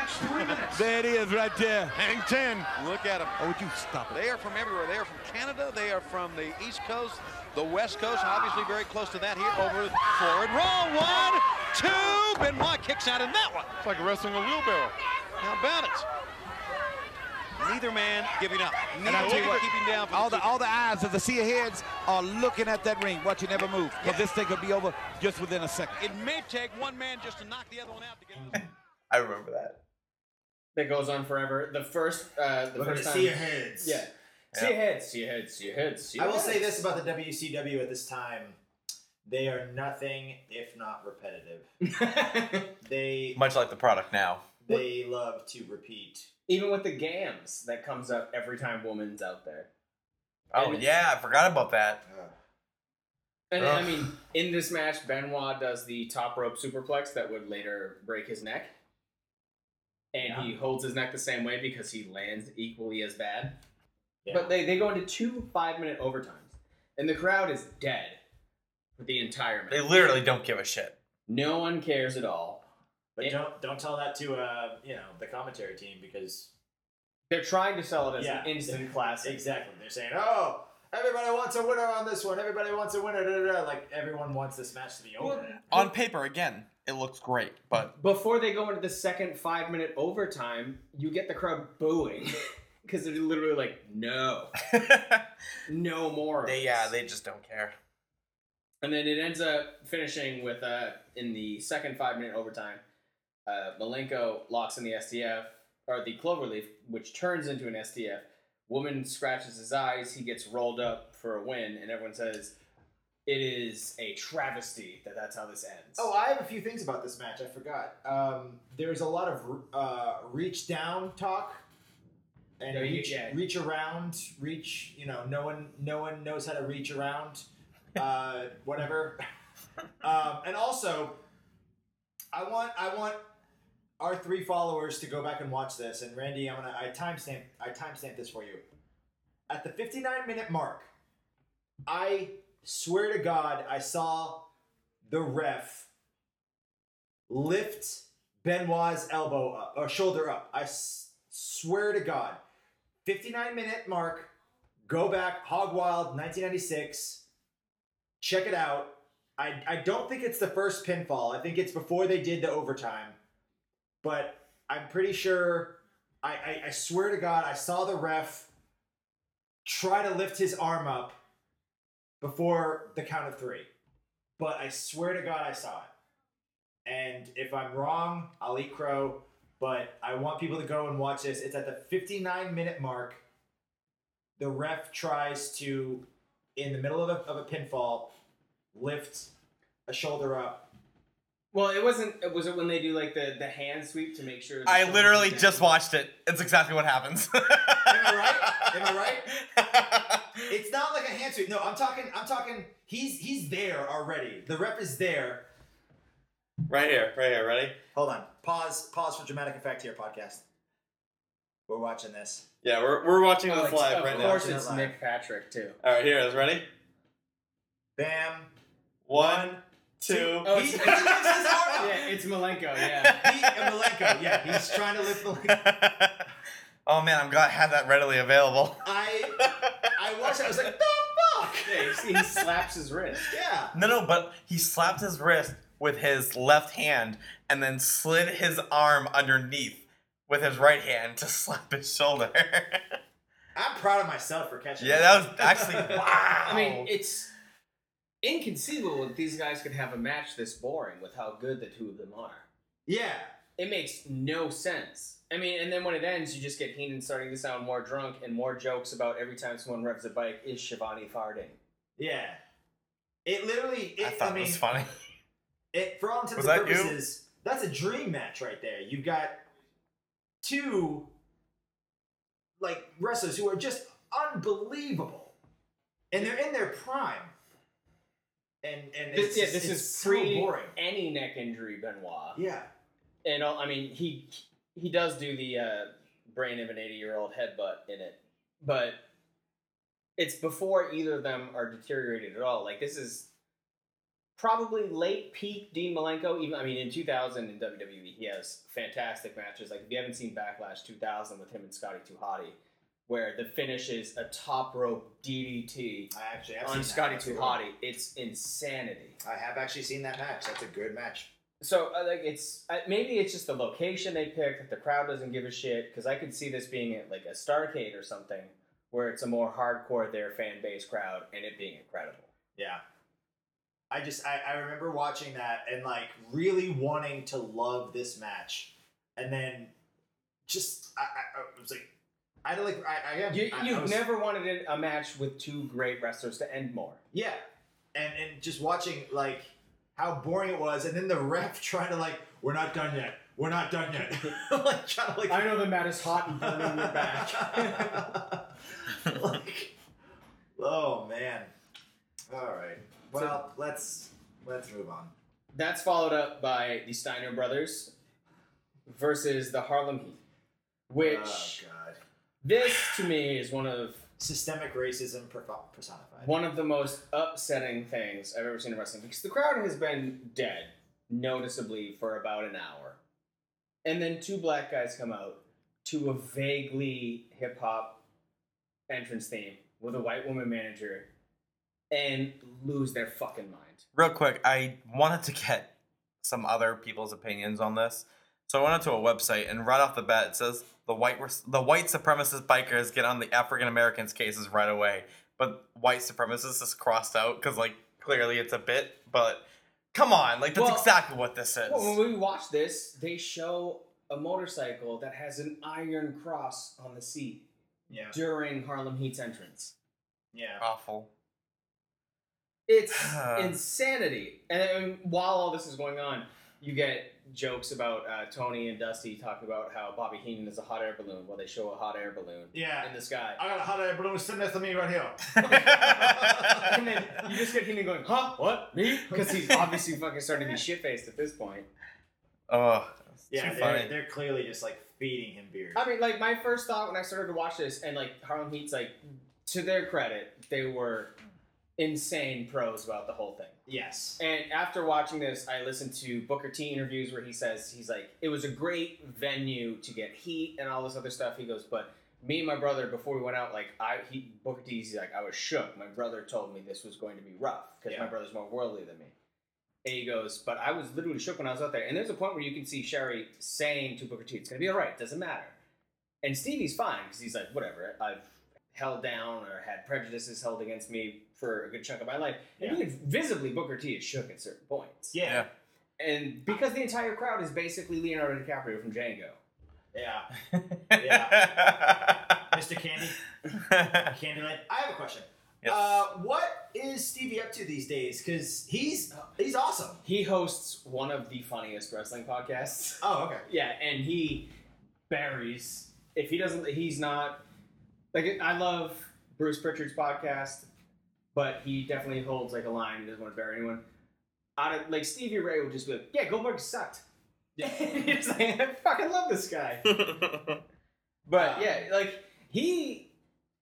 Speaker 8: There it is right there.
Speaker 6: Hang ten.
Speaker 24: Look at him.
Speaker 8: Oh, would you stop it?
Speaker 24: They are from everywhere. They are from Canada. They are from the East Coast,
Speaker 5: The West Coast, obviously very close to that here. Over forward roll. One, two. Benoit kicks out in that one.
Speaker 6: It's like wrestling a wheelbarrow.
Speaker 5: How about it? Neither man giving up. Neither
Speaker 8: And I tell you what,
Speaker 5: keeping down. for
Speaker 8: all the all the eyes of the sea of heads are looking at that ring, watching never move. Because this thing could be over just within a second.
Speaker 5: It may take one man just to knock the other one out to get
Speaker 3: I remember that.
Speaker 1: That goes on forever. The first, uh, the
Speaker 2: Look at
Speaker 1: first
Speaker 2: the
Speaker 1: time.
Speaker 2: sea of heads.
Speaker 1: Yeah. See your heads, see your heads, see your heads, see
Speaker 2: I
Speaker 1: your
Speaker 2: will
Speaker 1: heads.
Speaker 2: say this about the WCW at this time: they are nothing if not repetitive. they
Speaker 3: Much like the product now.
Speaker 2: they love to repeat.
Speaker 1: Even with the gams that comes up every time woman's out there.
Speaker 3: Oh,
Speaker 1: And-
Speaker 3: yeah, I forgot about that.
Speaker 1: And I
Speaker 3: Ugh.
Speaker 1: mean, in this match, Benoit does the top rope superplex that would later break his neck. And he holds his neck the same way because he lands equally as bad. But they, they go into two five minute overtimes. And the crowd is dead for the entire match.
Speaker 3: They literally don't give a shit.
Speaker 1: No one cares at all.
Speaker 2: But don't don't tell that to uh you know the commentary team because
Speaker 1: They're trying to sell it as
Speaker 2: Yeah.
Speaker 1: an instant classic.
Speaker 2: Exactly. They're saying, oh, everybody wants a winner on this one. Everybody wants a winner. Da, da, da. Like, everyone wants this match to be over.
Speaker 3: On paper, again, it looks great, but
Speaker 1: Before they go into the second five minute overtime, you get the crowd booing because they're literally like, no, no more. of
Speaker 3: they, yeah,
Speaker 1: this."
Speaker 3: they just don't care.
Speaker 1: And then it ends up finishing with uh in the second five minute overtime, uh, Malenko locks in the STF or the cloverleaf, which turns into an STF. Woman scratches his eyes. He gets rolled up for a win, and everyone says it is a travesty that that's how this ends.
Speaker 2: Oh, I have a few things about this match. I forgot. Um, there's a lot of uh, reach down talk and
Speaker 1: Yeah, you-
Speaker 2: reach,
Speaker 1: yeah.
Speaker 2: reach around, reach. You know, no one, no one knows how to reach around. Uh, whatever. um, and also, I want, I want our three followers to go back and watch this. And Randy, I'm gonna, I timestamp, I timestamp this for you. at the 59 minute mark, I swear to God, I saw the ref lift Benoit's elbow up or shoulder up. I s- swear to God, 59 minute mark. Go back, Hog Wild, 1996. Check it out. I, I don't think it's the first pinfall. I think it's before they did the overtime. But I'm pretty sure. I, I, I swear to God, I saw the ref try to lift his arm up before the count of three. But I swear to God, I saw it. And if I'm wrong, I'll eat crow. But I want people to go and watch this. It's at the 59 minute mark. The ref tries to, in the middle of a, of a pinfall, lift a shoulder up.
Speaker 1: Well, it wasn't. Was it when they do like the the hand sweep to make sure? the
Speaker 3: I
Speaker 1: shoulders
Speaker 3: literally
Speaker 1: are down?
Speaker 3: just watched it. It's exactly what happens.
Speaker 2: Am I right? it's not like a hand sweep. No, I'm talking. I'm talking. He's he's there already. The ref is there.
Speaker 25: Right here, right here. Ready?
Speaker 2: Hold on. Pause. Pause for dramatic effect here, podcast. We're watching this.
Speaker 25: Yeah, we're, we're watching
Speaker 2: Oh,
Speaker 25: this
Speaker 2: it's-
Speaker 25: live
Speaker 2: of
Speaker 25: right now.
Speaker 2: course it's Nick
Speaker 1: Patrick too.
Speaker 25: All right, here it is. Ready?
Speaker 2: Bam.
Speaker 25: One, two.
Speaker 1: Oh, it's, it's, yeah, it's Malenko. Yeah,
Speaker 2: Malenko. Yeah, he's trying to lift Malenko.
Speaker 3: oh man, I'm glad I had that readily available.
Speaker 2: I I watched. it. I was like, the fuck.
Speaker 1: he, he slaps his wrist.
Speaker 2: Yeah.
Speaker 3: No, no, but he slapped his wrist with his left hand and then slid his arm underneath with his right hand to slap his shoulder.
Speaker 2: I'm proud of myself for catching.
Speaker 3: Yeah,
Speaker 2: it.
Speaker 3: that was actually- Wow.
Speaker 1: I mean, it's inconceivable that these guys could have a match this boring with how good the two of them are.
Speaker 2: Yeah.
Speaker 1: It makes no sense. I mean, and then when it ends, you just get Heenan starting to sound more drunk and more jokes about every time someone revs a bike is Shivani farting.
Speaker 2: Yeah. It literally. It, I
Speaker 1: thought it
Speaker 2: mean,
Speaker 1: was
Speaker 3: funny.
Speaker 2: It for all intents
Speaker 3: Was
Speaker 2: and
Speaker 3: that you?
Speaker 2: purposes, that's a dream match right there. You've got two like wrestlers who are just unbelievable, and they're in their prime. And and
Speaker 1: This,
Speaker 2: it's
Speaker 1: yeah,
Speaker 2: just-
Speaker 1: this
Speaker 2: it's
Speaker 1: is
Speaker 2: so
Speaker 1: pre
Speaker 2: boring.
Speaker 1: any neck injury, Benoit.
Speaker 2: Yeah.
Speaker 1: and all, I mean he he does do the uh, brain of an eighty year old headbutt in it, but it's before either of them are deteriorated at all. Like this is probably late peak Dean Malenko. Even I mean in two thousand in WWE he has fantastic matches. Like if you haven't seen Backlash two thousand with him and Scotty Tuhati. Where the finish is a top rope DDT
Speaker 2: I actually have
Speaker 1: on
Speaker 2: seen that.
Speaker 1: Scotty
Speaker 2: That's a good
Speaker 1: Tuhati. It's insanity.
Speaker 2: I have actually seen that match. That's a good match.
Speaker 1: So uh, like it's uh, maybe it's just the location they picked. Like the crowd doesn't give a shit because I could see this being at like a Starcade or something where it's a more hardcore their fan base crowd and it being incredible.
Speaker 2: Yeah. I just I, I remember watching that and like really wanting to love this match, and then just I, I, I was like, I don't like I, I am
Speaker 1: You,
Speaker 2: I- I
Speaker 1: you've
Speaker 2: was-
Speaker 1: never wanted it- a match with two great wrestlers to end more.
Speaker 2: yeah, and and just watching like how boring it was, and then the ref trying to like we're not done yet, we're not done yet, like trying to like
Speaker 1: I know the mat is hot and burning your back.
Speaker 2: oh man, all right, well let's let's move on.
Speaker 1: That's followed up by the Steiner brothers versus the Harlem Heat, which
Speaker 2: oh god,
Speaker 1: this to me is one of
Speaker 2: systemic racism perfo- personified.
Speaker 1: one of the most upsetting things I've ever seen in wrestling because the crowd has been dead noticeably for about an hour. And then two black guys come out to a vaguely hip hop entrance theme with a white woman manager and lose their fucking mind.
Speaker 3: Real quick, I wanted to get some other people's opinions on this. So I went onto a website and right off the bat it says the white res- the white supremacist bikers get on the African Americans cases right away, but white supremacists is crossed out because like clearly it's a bit. But come on, like that's
Speaker 1: Well-
Speaker 3: exactly what this is.
Speaker 1: Well, when we watch this, they show a motorcycle that has an iron cross on the seat
Speaker 2: Yeah.
Speaker 1: during Harlem Heat's entrance.
Speaker 2: Yeah.
Speaker 3: Awful.
Speaker 1: It's insanity. And, then while all this is going on, you get jokes about uh, Tony and Dusty talking about how Bobby Heenan is a hot air balloon. Well, they show a hot air balloon
Speaker 2: Yeah.
Speaker 1: in the sky.
Speaker 2: I got a hot air balloon sitting next to me right here.
Speaker 1: and then you just get Heenan going, huh? What? Me? Because he's obviously fucking starting to be shit faced at this point.
Speaker 3: Oh,
Speaker 2: Yeah,
Speaker 3: too
Speaker 2: they're,
Speaker 3: funny.
Speaker 2: they're clearly just like feeding him beer.
Speaker 1: I mean, like my first thought when I started to watch this, and like Harlem Heat's like to their credit, they were insane pros about the whole thing.
Speaker 26: Yes.
Speaker 1: And after watching this, I listened to Booker T interviews where he says he's like, it was a great venue to get heat and all this other stuff. He goes, but me and my brother before we went out, like I he Booker T, he's like, I was shook. My brother told me this was going to be rough because my brother's more worldly than me. And he goes, but I was literally shook when I was out there. And there's a point where you can see Sherry saying to Booker T, it's gonna be all right. It doesn't matter. And Stevie's fine because he's like, whatever. I've held down or had prejudices held against me for a good chunk of my life. And you can visibly Booker T is shook at certain points.
Speaker 2: Yeah.
Speaker 1: And because the entire crowd is basically Leonardo DiCaprio from Django.
Speaker 2: Yeah. yeah. Mr. Candy. Candyland. I have a question.
Speaker 1: Yes.
Speaker 2: Uh, what is Stevie up to these days? Because he's he's awesome.
Speaker 1: He hosts one of the funniest wrestling podcasts.
Speaker 2: Oh, okay.
Speaker 1: Yeah, and he buries. If he doesn't, he's not. Like, I love Bruce Pritchard's podcast, but he definitely holds like a line. He doesn't want to bury anyone. Out of like Stevie Ray would just be like, "Yeah, Goldberg sucked." Yeah, he's like, "I fucking love this guy." but
Speaker 2: Uh,
Speaker 1: yeah, like he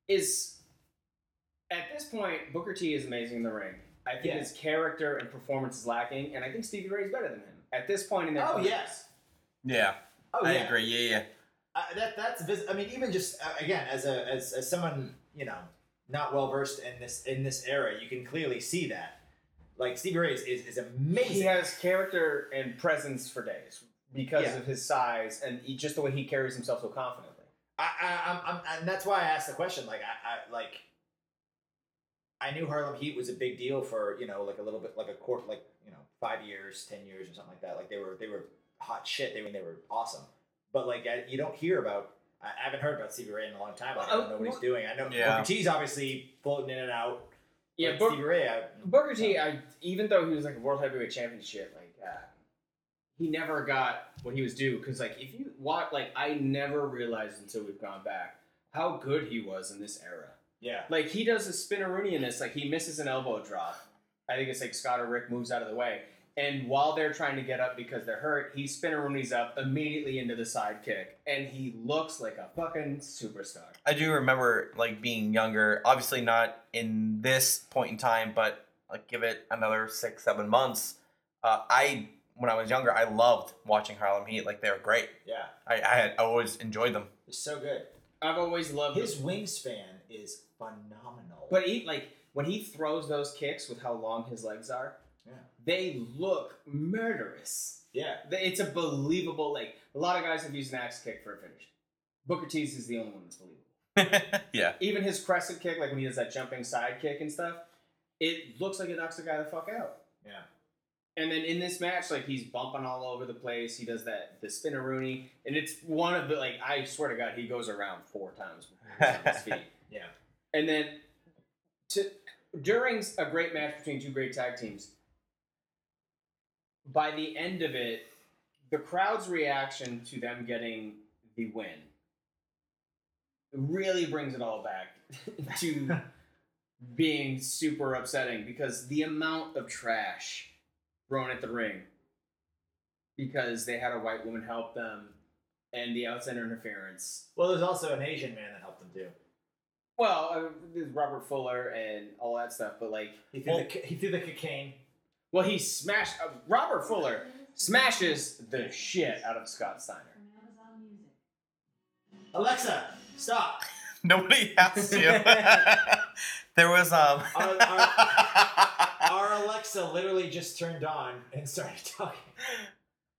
Speaker 1: is at this point. Booker T is amazing in the ring. I think
Speaker 2: Yeah.
Speaker 1: his character and performance is lacking, and I think Stevie Ray is better than him at this point in their
Speaker 2: Oh,
Speaker 1: careers.
Speaker 2: yes.
Speaker 3: Yeah.
Speaker 2: Oh,
Speaker 3: I
Speaker 2: yeah.
Speaker 3: agree. Yeah, yeah.
Speaker 2: Uh, that that's vis- I mean, even just uh, again as a as, as someone you know not well versed in this in this era, you can clearly see that. Like Stevie Ray is, is, is amazing.
Speaker 1: He has character and presence for days because
Speaker 2: Yeah.
Speaker 1: of his size and he, just the way he carries himself so confidently.
Speaker 2: I, I, I'm, I'm, and that's why I asked the question. Like, I, I like, I knew Harlem Heat was a big deal for you know, like a little bit, like a court, like you know, five years, ten years, or something like that. Like they were, they were hot shit. They were, they were awesome. But like, I, you don't hear about. I I haven't heard about Stevie Ray in a long time. Like, I don't know what
Speaker 1: Oh,
Speaker 2: he's doing. I know
Speaker 1: Yeah.
Speaker 2: Booker T's obviously floating in and out.
Speaker 1: Yeah,
Speaker 2: but
Speaker 1: Book-
Speaker 2: Stevie Ray. I,
Speaker 1: Booker T, I, even though he was like a world heavyweight championship, like uh, he never got what he was due because like if you watch, like I never realized until we've gone back how good he was in this era.
Speaker 2: yeah.
Speaker 1: Like he does a spinneroonie in this, like he misses an elbow drop. I think it's like Scott or Rick moves out of the way. And while they're trying to get up because they're hurt, he spinneroonies up immediately into the side kick. And he looks like a fucking superstar.
Speaker 3: I do remember like being younger. Obviously not in this point in time, but like give it another six, seven months. Uh, I when I was younger, I loved watching Harlem Heat. Like they were great.
Speaker 2: Yeah.
Speaker 3: I, I had always enjoyed them.
Speaker 2: It's so good.
Speaker 1: I've always loved
Speaker 2: his wingspan is phenomenal.
Speaker 1: But he like when he throws those kicks with how long his legs are,
Speaker 2: Yeah.
Speaker 1: they look murderous.
Speaker 2: Yeah.
Speaker 1: They- It's a believable like a lot of guys have used an axe kick for a finish. Booker T's is the only one that's believable.
Speaker 3: Yeah.
Speaker 1: Even his crescent kick, like when he does that jumping side kick and stuff, it looks like it knocks the guy the fuck out.
Speaker 2: Yeah.
Speaker 1: And then in this match, like he's bumping all over the place. He does that the spinneroonie, and it's one of the like I swear to God, he goes around four times before he's on his feet.
Speaker 2: Yeah.
Speaker 1: And then to during a great match between two great tag teams, by the end of it, the crowd's reaction to them getting the win really brings it all back to being super upsetting because the amount of trash thrown at the ring because they had a white woman help them and the outside interference
Speaker 2: Well, there's also an Asian man that helped him too.
Speaker 1: well, uh, there's Robert Fuller and all that stuff, but like
Speaker 2: he threw, the, he threw the cocaine.
Speaker 1: Well, he smashed uh, Robert Fuller smashes the shit out of Scott Steiner.
Speaker 2: Alexa, stop.
Speaker 3: Nobody has to. there was um.
Speaker 2: our, our, our Alexa literally just turned on and started talking.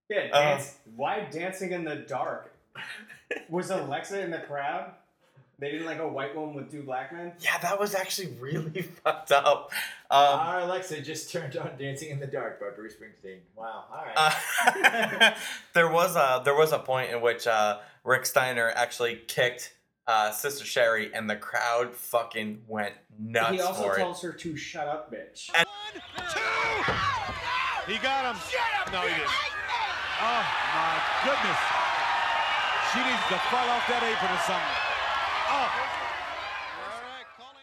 Speaker 1: Yeah,
Speaker 3: Oh.
Speaker 1: dance, why dancing in the dark? Was Alexa in the crowd? They didn't like a white woman with two black men.
Speaker 3: Yeah, that was actually really fucked up. Um,
Speaker 2: Our Alexa just turned on Dancing in the Dark by Bruce Springsteen. Wow. All
Speaker 3: Uh,
Speaker 2: right.
Speaker 3: there was a there was a point in which uh, Rick Steiner actually kicked uh, Sister Sherry, and the crowd fucking went nuts
Speaker 1: he also
Speaker 3: for it.
Speaker 1: tells her to shut up, bitch.
Speaker 3: And-
Speaker 5: oh,
Speaker 8: He got him. no, he didn't. Oh my goodness. She needs to fall off that apron or something.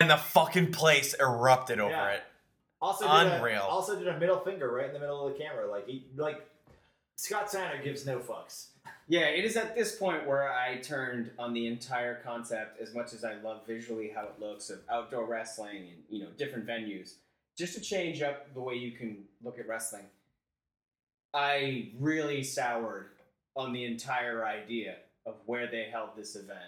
Speaker 3: And the fucking place erupted over
Speaker 2: Yeah.
Speaker 3: it.
Speaker 2: Also did
Speaker 3: Unreal.
Speaker 2: A, also did a middle finger right in the middle of the camera. Like he like Scott Steiner gives no fucks.
Speaker 1: Yeah, it is at this point where I turned on the entire concept as much as I love visually how it looks of outdoor wrestling and, you know, different venues. Just to change up the way you can look at wrestling. I really soured on the entire idea of where they held this event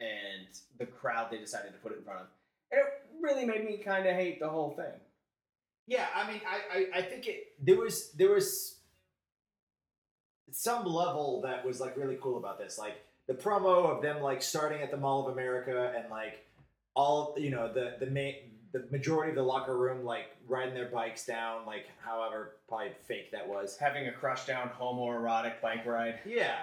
Speaker 1: and the crowd they decided to put it in front of. And it really made me kind of hate the whole thing.
Speaker 2: Yeah, I mean, I, I, I think it there was there was some level that was like really cool about this, like the promo of them like starting at the Mall of America and like all you know the the main the majority of the locker room like riding their bikes down like however probably fake that was
Speaker 1: having a crush down homoerotic bike ride.
Speaker 2: Yeah.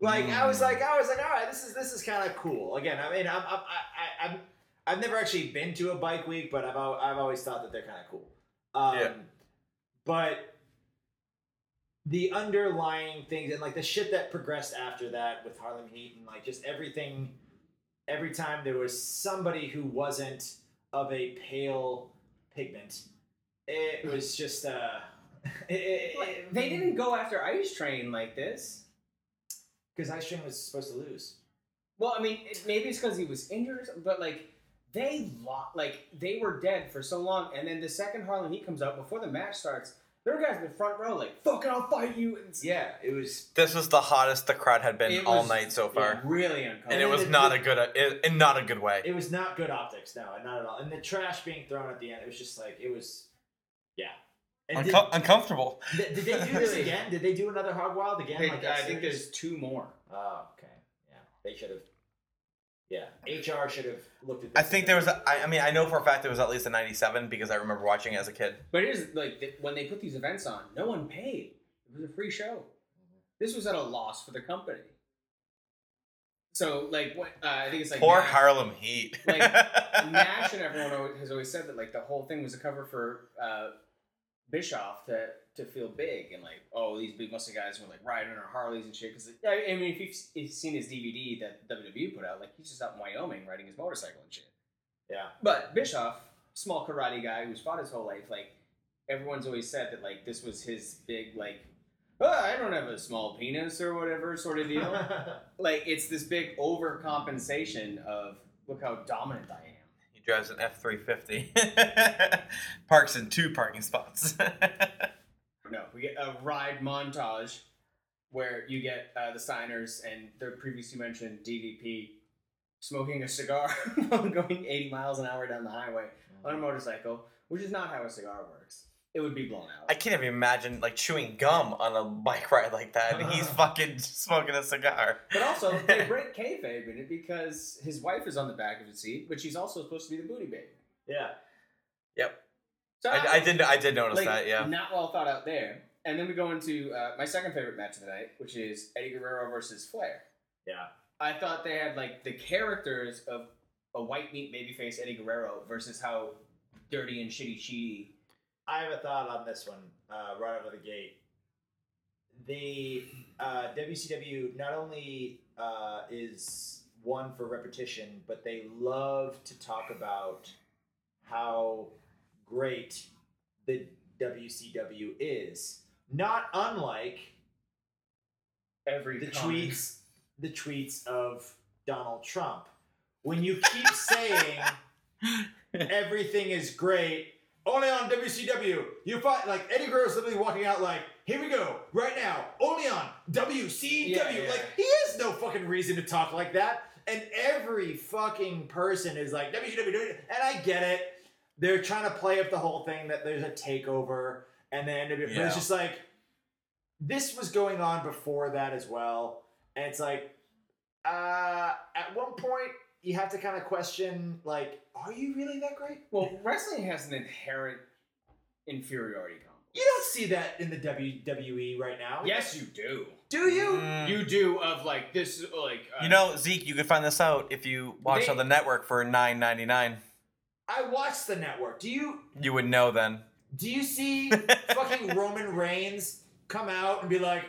Speaker 2: Like I was like I was like all right this is this is kind of cool again I mean I'm, I'm I, I, I'm I've never actually been to a bike week but I've al- I've always thought that they're kind of cool um,
Speaker 3: Yeah.
Speaker 2: but the underlying things and like the shit that progressed after that with Harlem Heat and like just everything every time there was somebody who wasn't of a pale pigment it was just uh
Speaker 1: Like, they didn't go after Ice Train like this.
Speaker 2: because Ice Train was supposed to lose
Speaker 1: Well, I mean, it, maybe it's because he was injured, or something, but like they lost, like they were dead for so long, and then the second Harlem Heat comes out before the match starts, there are guys in the front row like, "Fucking, I'll fight you!" And it's-
Speaker 2: yeah it was
Speaker 3: This was the hottest the crowd had been
Speaker 1: It
Speaker 3: all
Speaker 1: was
Speaker 3: night so far.
Speaker 1: really uncomfortable.
Speaker 3: and it was not a good, uh, it, in not a good way.
Speaker 2: it was not good optics no not at all and the trash being thrown at the end it was just like it was yeah and did,
Speaker 3: Uncom- uncomfortable.
Speaker 2: did did they do this again did they do another hog wild again
Speaker 1: They-
Speaker 2: like that
Speaker 1: I think
Speaker 2: series?
Speaker 1: there's two more.
Speaker 2: Oh, okay. Yeah, they should have. Yeah, HR should have looked at. This
Speaker 3: I think there was. A, I, I mean, I know for a fact there was at least a '97 because I remember watching it as a kid.
Speaker 1: But it is like th- when they put these events on, no one paid. It was a free show. This was at a loss for the company. So like, what uh, I think it's like
Speaker 3: Poor
Speaker 1: Nash-
Speaker 3: Harlem Heat.
Speaker 1: like Nash and everyone always, has always said that like the whole thing was a cover for uh, Bischoff to to feel big and like oh these big muscle guys were like riding on our Harleys and shit because I I mean if you've, if you've seen his DVD that WWE put out like he's just out in Wyoming riding his motorcycle and shit.
Speaker 2: Yeah.
Speaker 1: But Bischoff, small karate guy who's fought his whole life, like everyone's always said that like this was his big like oh, I don't have a small penis or whatever sort of deal. like it's this big overcompensation of look how dominant I am.
Speaker 3: He drives an F350, parks in two parking spots.
Speaker 1: No, we get a ride montage where you get uh, the signers and the previously mentioned DDP smoking a cigar while going 80 miles an hour down the highway
Speaker 3: Mm.
Speaker 1: on a motorcycle, which is not how a cigar works. It would be blown out.
Speaker 3: I can't even imagine like chewing gum on a bike ride like that, and he's fucking smoking a cigar.
Speaker 1: But also, they break kayfabe in it because his wife is on the back of his seat, but she's also supposed to be the booty babe.
Speaker 2: Yeah.
Speaker 3: Yep.
Speaker 1: So
Speaker 3: I, I did. I did notice
Speaker 1: like,
Speaker 3: that. Yeah.
Speaker 1: Not well thought out there. And then we go into uh, my second favorite match of the night, which is Eddie Guerrero versus Flair.
Speaker 2: Yeah.
Speaker 1: I thought they had like the characters of a white meat babyface Eddie Guerrero versus how dirty and shitty she.
Speaker 2: I have a thought on this one uh, right out of the gate. The uh, WCW not only uh, is one for repetition, but they love to talk about how great the WCW is. Not unlike
Speaker 1: every
Speaker 2: the
Speaker 1: comment.
Speaker 2: tweets, the tweets of Donald Trump. When you keep saying everything is great. Only on WCW. You fight like Eddie Guerrero's literally walking out like, here we go, right now, only on WCW.
Speaker 1: Yeah, yeah.
Speaker 2: Like he has no fucking reason to talk like that. And every fucking person is like WCW, and I get it. They're trying to play up the whole thing that there's a takeover, and then NWO. But
Speaker 3: Yeah.
Speaker 2: it's just like this was going on before that as well, and it's like uh, at one point you have to kind of question like, are you really that great?
Speaker 1: Well, wrestling has an inherent inferiority complex.
Speaker 2: You don't see that in the WWE right now.
Speaker 1: Yes, you do.
Speaker 2: Do you?
Speaker 3: Mm-hmm.
Speaker 1: You do of like this, like uh,
Speaker 3: Mm. You know, Zeke, you can find this out if you watch
Speaker 2: They-
Speaker 3: on the network for nine ninety nine.
Speaker 2: I watched the network. Do you
Speaker 3: You would know then.
Speaker 2: do you see fucking Roman Reigns come out and be like,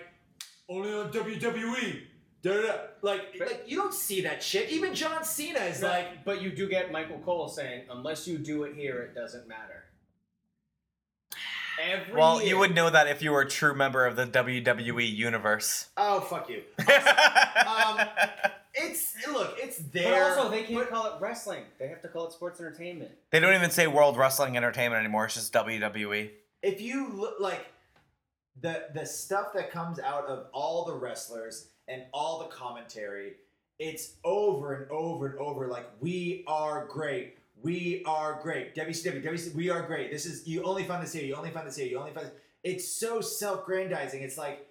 Speaker 2: only on WWE? Da-da-da. Like, like you don't see that shit. Even John Cena is
Speaker 1: No,
Speaker 2: like,
Speaker 1: but you do get Michael Cole saying, "Unless you do it here, it doesn't matter." Every
Speaker 3: Well,
Speaker 1: year.
Speaker 3: you would know that if you were a true member of the WWE universe.
Speaker 1: Oh fuck you. Um,
Speaker 2: It's look, it's
Speaker 3: there,
Speaker 1: But also, they can't call it wrestling. They have to call it sports entertainment.
Speaker 3: They don't even say World Wrestling Entertainment anymore. It's just E. WWE.
Speaker 2: if you look like the the stuff that comes out of all the wrestlers and all the commentary it's over and over and over like we are great we are great WCW, WCW we are great this is you only find this here you only find this here you only find this. it's so self-grandizing it's like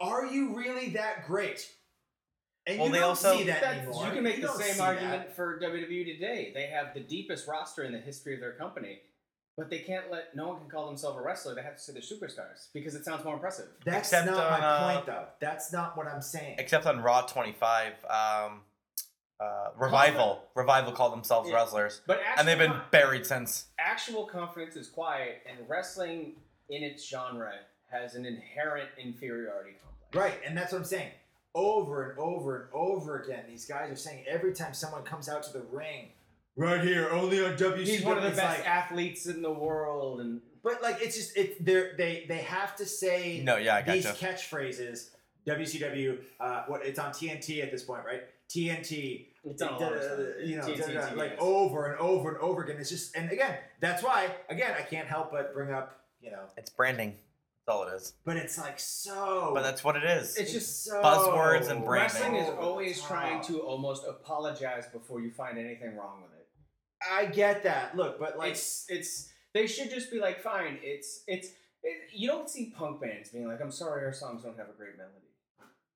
Speaker 2: are you really that great and you don't see that
Speaker 1: That's-
Speaker 2: anymore
Speaker 1: You can make the
Speaker 2: don't see
Speaker 1: same
Speaker 2: that.
Speaker 1: argument for WWE today. They have the deepest roster in the history of their company, but they can't let no one can call themselves a wrestler. They have to say they're superstars because it sounds more impressive.
Speaker 2: That's
Speaker 3: Except
Speaker 2: not
Speaker 3: on,
Speaker 2: my
Speaker 3: uh,
Speaker 2: point, though. That's not what I'm saying.
Speaker 3: Except on Raw 25, um, uh, Revival. Revival called themselves
Speaker 1: Yeah.
Speaker 3: wrestlers.
Speaker 1: But
Speaker 3: and they've been
Speaker 1: actually-
Speaker 3: buried since.
Speaker 1: Actual confidence is quiet, and wrestling in its genre has an inherent inferiority complex.
Speaker 2: Right, and that's what I'm saying. Over and over and over again, these guys are saying every time someone comes out to the ring, right here, only on WCW.
Speaker 1: He's one of the
Speaker 2: it's
Speaker 1: best
Speaker 2: like-
Speaker 1: athletes in the world, and
Speaker 2: but like it's just it they they they have to say
Speaker 3: No, yeah, I
Speaker 2: these
Speaker 3: gotcha.
Speaker 2: catchphrases. WCW, uh, what it's on TNT at this point, right? TNT,
Speaker 1: It's on a lot of stuff.
Speaker 2: you know,
Speaker 1: TNT,
Speaker 2: da-da-da,
Speaker 1: TBS.
Speaker 2: like over and over and over again. It's just, and again, that's why, again, I can't help but bring up, you know,
Speaker 3: It's branding. That's all it is.
Speaker 2: but it's like so.
Speaker 3: But that's what it is.
Speaker 1: It's just so
Speaker 3: buzzwords and branding.
Speaker 1: Wrestling is always trying to almost apologize before you find anything wrong with it.
Speaker 2: I get that. Look, but like
Speaker 1: it's it's they should just be like, fine. It's it's it, you don't see punk bands being like, I'm sorry, our songs don't have a great melody.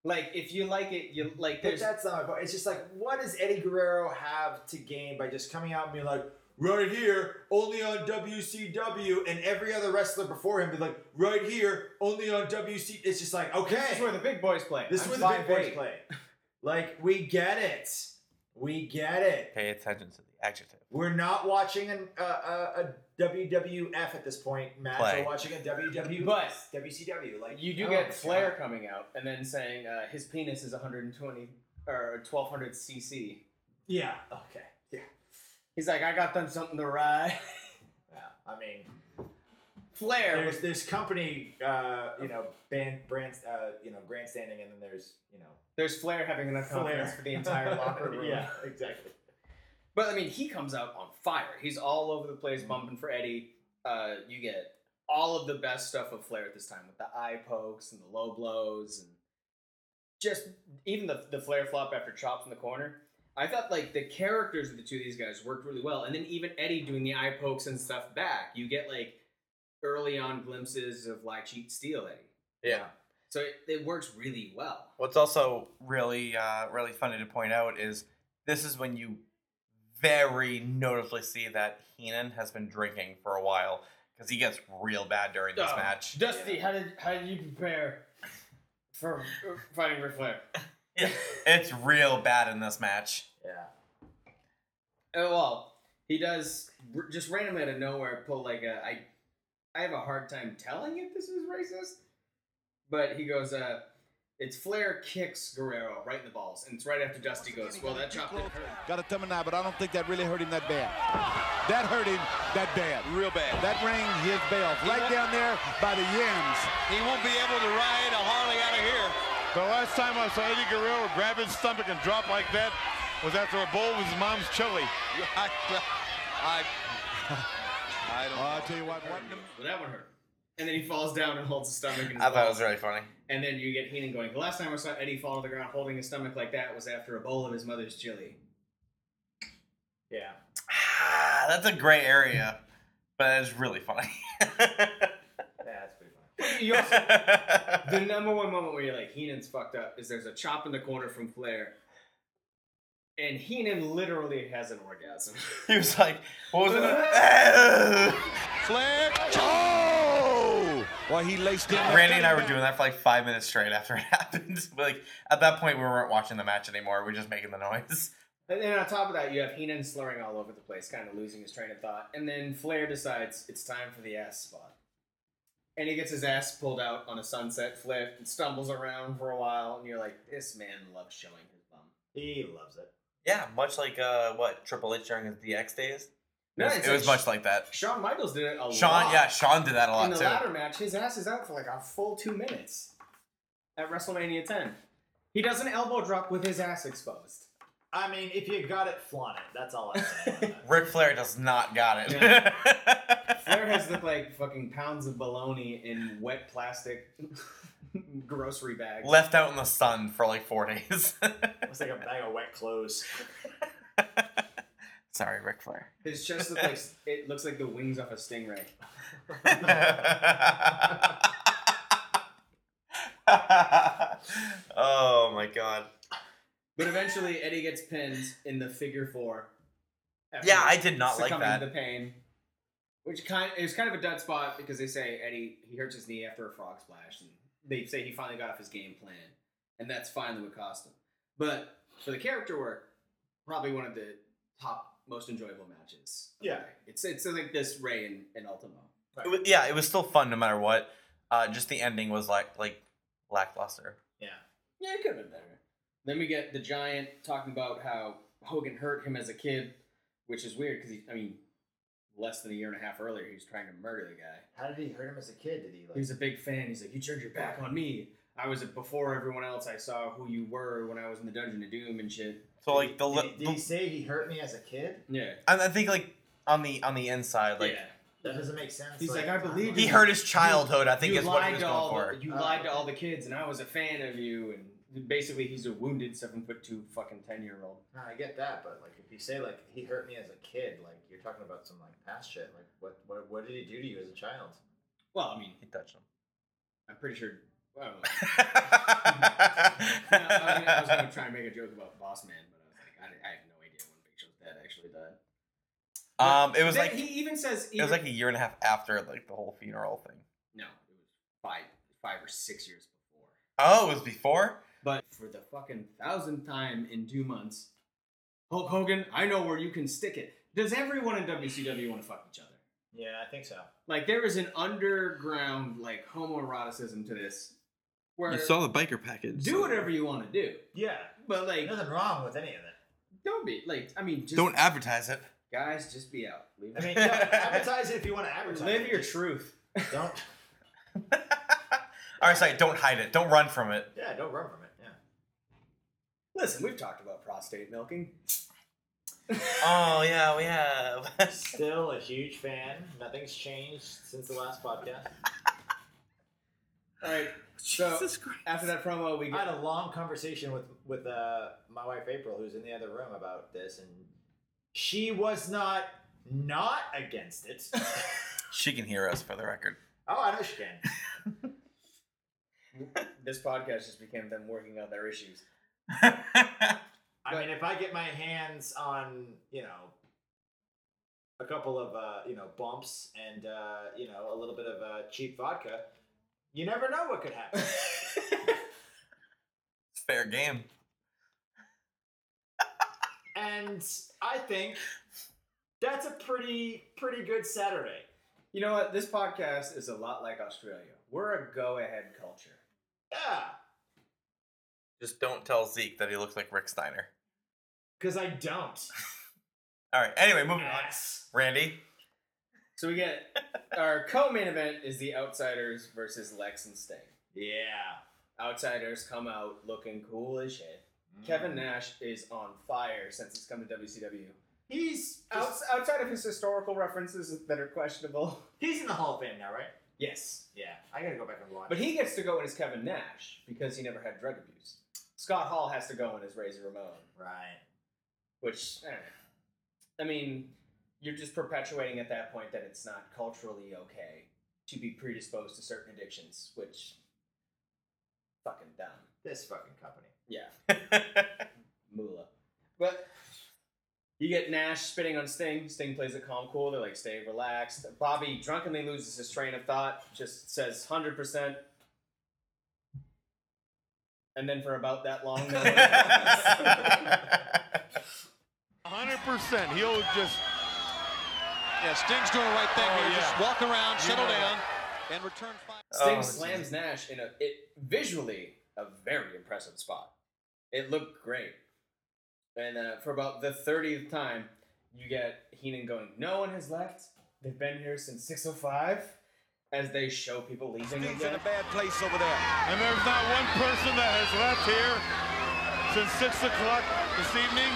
Speaker 1: Like if you like it, you like.
Speaker 2: But
Speaker 1: There's
Speaker 2: that's not my point. It's just like, what does Eddie Guerrero have to gain by just coming out and being like, right here, only on WCW, and every other wrestler before him be like, right here, only on WC. It's just like, okay,
Speaker 1: This is where the big boys play.
Speaker 2: This is
Speaker 1: I'm
Speaker 2: where the big
Speaker 1: five
Speaker 2: boys
Speaker 1: eight.
Speaker 2: play. Like, we get it. We get it.
Speaker 3: Pay attention to the adjective.
Speaker 2: We're not watching an, uh, uh, a WWF at this point match.
Speaker 3: Play.
Speaker 2: We're watching a WW,
Speaker 1: But-
Speaker 2: WCW. Like
Speaker 1: You do
Speaker 2: oh my
Speaker 1: get Flair
Speaker 2: God.
Speaker 1: coming out and then saying uh, his penis is 120 or 1200 cc.
Speaker 2: Yeah. Okay. Yeah.
Speaker 1: He's like, I got them something to ride.
Speaker 2: I mean.
Speaker 1: Flair was
Speaker 2: there's there's company uh, you know band brands uh, you know grandstanding and then there's you know
Speaker 1: There's Flair having enough confidence
Speaker 2: Flair.
Speaker 1: for the entire locker room.
Speaker 2: yeah exactly
Speaker 1: But I mean, he comes out on fire. He's all over the place, bumping for Eddie. Uh, you get all of the best stuff of Flair at this time with the eye pokes and the low blows and just even the, the Flair flop after chops in the corner. I thought like the characters of the two of these guys worked really well. And then even Eddie doing the eye pokes and stuff back. You get like early on glimpses of like cheat steal Eddie.
Speaker 3: Yeah.
Speaker 1: So it, it works really well.
Speaker 3: What's also really, uh, really funny to point out is this is when you very noticeably see that Heenan has been drinking for a while because he gets real bad during this
Speaker 1: Oh,
Speaker 3: match.
Speaker 1: Dusty, how did how did you prepare for uh, fighting Ric Flair?
Speaker 3: It's real bad in this match.
Speaker 2: yeah
Speaker 1: Oh well, he does r- just randomly out of nowhere pull like a I I have a hard time telling if this is racist, but he goes uh. It's Flair kicks Guerrero right in the balls, and it's right after Dusty goes, "Well, that chop didn't hurt."
Speaker 8: Got a thumb and eye, but I don't think that really hurt him that bad. That hurt him that bad.
Speaker 5: Real bad.
Speaker 8: That rang his bell right down there by the yams.
Speaker 5: He won't be able to ride a Harley out of here.
Speaker 6: The last time I saw Eddie Guerrero grab his stomach and drop like that was after a bowl with his mom's chili.
Speaker 5: I, I, I don't.
Speaker 8: I'll tell you what. what
Speaker 1: But that one hurt. And then he falls down and holds his stomach. And his
Speaker 3: I thought it
Speaker 1: balls.
Speaker 3: was really funny.
Speaker 1: And then you get Heenan going. The last time I saw Eddie fall to the ground holding his stomach like that was after a bowl of his mother's chili.
Speaker 2: yeah
Speaker 3: Ah, that's a gray area, but it's really funny.
Speaker 2: that's pretty fun
Speaker 1: You also- the number one moment where you're like Heenan's fucked up is there's a chop in the corner from Flair, and Heenan literally has an orgasm.
Speaker 3: he was like, "What was it?"
Speaker 8: Flair. Oh! Well, he laced in. that
Speaker 3: Randy and I
Speaker 8: thing.
Speaker 3: were doing that for like five minutes straight after it happened. But, like at that point, we weren't watching the match anymore. We were just making the noise.
Speaker 1: and then on top of that, you have Heenan slurring all over the place, kind of losing his train of thought. And then Flair decides it's time for the ass spot, and he gets his ass pulled out on a sunset flip and stumbles around for a while. And you're like, this man loves showing his bum.
Speaker 2: he loves it
Speaker 3: Yeah, much like uh, what Triple H during his DX days. It was,
Speaker 1: it's
Speaker 3: it was
Speaker 1: like
Speaker 3: much like that.
Speaker 1: Shawn Michaels did it a lot.
Speaker 3: Sean, yeah, Sean did that a lot
Speaker 1: In the
Speaker 3: too.
Speaker 1: ladder match, his ass is out for like a full two minutes at WrestleMania 10. He does an elbow drop with his ass exposed.
Speaker 2: I mean, if you got it, flaunt it. That's all I say.
Speaker 3: Ric Flair does not got it.
Speaker 1: Flair has looked like fucking pounds of bologna in wet plastic grocery bags.
Speaker 3: Left out in the sun for like four days.
Speaker 2: Looks like a bag of wet clothes.
Speaker 3: Sorry, Ric Flair.
Speaker 1: His chest looks like it looks like the wings off a stingray.
Speaker 9: Oh my god.
Speaker 1: But eventually, Eddie gets pinned in the figure four. after
Speaker 9: Yeah, I did not like
Speaker 1: succumbing to
Speaker 9: that.
Speaker 1: The pain, which kind it was kind of a dud spot because they say Eddie he hurts his knee after a frog splash, and they say he finally got off his game plan, and that's finally what cost him. But for the character work, probably one of the top most enjoyable matches. of the
Speaker 2: Yeah.
Speaker 1: night. it's it's like this Ray and, and Ultimo.
Speaker 3: It wa- yeah, it was still fun no matter what. Uh, just the ending was like like lackluster.
Speaker 2: Yeah.
Speaker 1: Yeah, it could have been better. Then we get the giant talking about how Hogan hurt him as a kid, which is weird because I mean, less than a year and a half earlier, he was trying to murder the guy.
Speaker 2: How did he hurt him as a kid? Did he like?
Speaker 1: He was a big fan. He's like, "You turned your back on me. I was before everyone else. I saw who you were when I was in the Dungeon of Doom and shit."
Speaker 3: So like the, li-
Speaker 2: did, he say he hurt me as a kid?
Speaker 1: Yeah.
Speaker 3: I, I think like on the on the inside, like
Speaker 2: That doesn't make sense.
Speaker 1: He's like, "I believe
Speaker 3: he
Speaker 1: you."
Speaker 3: hurt his childhood. I think
Speaker 1: you
Speaker 3: is what he
Speaker 1: lied
Speaker 3: was
Speaker 1: to
Speaker 3: going
Speaker 1: all
Speaker 3: for.
Speaker 1: the, you lied to all the kids, and I was a fan of you. And basically, he's a wounded seven foot two fucking ten year old.
Speaker 2: No, I get that, but like, if you say like he hurt me as a kid, like you're talking about some like past shit. Like, what what what did he do to you as a child?
Speaker 1: Well, I mean,
Speaker 3: he touched him.
Speaker 1: I'm pretty sure. Well, I don't know. No, I was gonna- I was going to try and make a joke about Boss Man, but I was like, I, I have no idea when Big Show's dad actually died.
Speaker 3: Um, it was
Speaker 1: Then
Speaker 3: like
Speaker 1: he even says
Speaker 3: it was
Speaker 1: even-
Speaker 3: like a year and a half after like the whole funeral thing.
Speaker 1: No, it was five, five or six years before.
Speaker 3: Oh, it was before.
Speaker 1: But for the fucking thousandth time in two months, Hulk Hogan, I know where you can stick it. Does everyone in WCW want to fuck each other?
Speaker 2: Yeah, I think so.
Speaker 1: Like there is an underground like homoeroticism to this, where
Speaker 27: You saw the biker package.
Speaker 1: do
Speaker 27: so-
Speaker 1: whatever you want to do.
Speaker 2: Yeah,
Speaker 1: but like
Speaker 2: nothing wrong with any of it.
Speaker 1: Don't be like, I mean, just
Speaker 3: Don't advertise it.
Speaker 1: guys. Just be out. Leave
Speaker 2: I mean, yeah, advertise it if you want to advertise.
Speaker 1: Live
Speaker 2: it.
Speaker 1: your truth.
Speaker 2: Don't.
Speaker 3: All right, sorry. Don't hide it. Don't run from it.
Speaker 2: Yeah, don't run from it. Yeah.
Speaker 1: Listen, we've talked about prostate milking.
Speaker 3: Oh yeah, we have.
Speaker 2: Still a huge fan. Nothing's changed since the last podcast.
Speaker 1: All right. So after that promo, we
Speaker 2: I had a long conversation with with uh, my wife April, who's in the other room, about this, and she was not not against it.
Speaker 3: She can hear us for the record.
Speaker 2: oh, I know she can.
Speaker 1: this podcast just became them working out their issues.
Speaker 2: I mean, if I get my hands on, you know, a couple of, uh, you know, bumps and, uh, you know, a little bit of uh, cheap vodka, you never know what could happen.
Speaker 3: It's fair game.
Speaker 2: and I think that's a pretty, pretty good Saturday.
Speaker 1: You know what? This podcast is a lot like Australia. We're a go-ahead culture.
Speaker 2: Yeah,
Speaker 3: Just don't tell Zeke that he looks like Rick Steiner.
Speaker 2: because I don't.
Speaker 3: All right. Anyway,
Speaker 1: Oh,
Speaker 3: moving
Speaker 2: Ass.
Speaker 3: on. Randy.
Speaker 1: So we get our co-main event is the Outsiders versus Lex and Sting.
Speaker 2: Yeah.
Speaker 1: Outsiders come out looking cool as shit. Kevin Nash is on fire since he's come to WCW.
Speaker 2: He's
Speaker 1: Outs- outside of his historical references that are questionable.
Speaker 2: He's in the Hall of Fame now, right?
Speaker 1: Yes.
Speaker 2: Yeah, I gotta go back and watch.
Speaker 1: But he gets to go in as Kevin Nash because he never had drug abuse. Scott Hall has to go in as Razor Ramon.
Speaker 2: Right.
Speaker 1: Which, I don't know. I mean, you're just perpetuating at that point that it's not culturally okay to be predisposed to certain addictions, which. fucking dumb.
Speaker 2: This fucking company.
Speaker 1: Yeah. Moolah. But you get Nash spitting on Sting. Sting plays it calm, cool. They're like, stay relaxed. Bobby drunkenly loses his train of thought, just says 100%. And then for about that long, no one-
Speaker 6: 100%. He'll just.
Speaker 20: Yeah, Sting's doing the right thing
Speaker 6: Oh,
Speaker 20: here.
Speaker 6: yeah.
Speaker 20: Just walk around, settle
Speaker 6: Yeah.
Speaker 20: down, and return fire.
Speaker 1: Sting slams Nash in a it visually a very impressive spot. It looked great, and uh, for about the thirtieth time, You get Heenan going, no one has left. They've been here since 605 as they show people leaving
Speaker 8: Things
Speaker 1: again.
Speaker 8: in a bad place over there.
Speaker 6: And there's not one person that has left here since 6 o'clock this evening.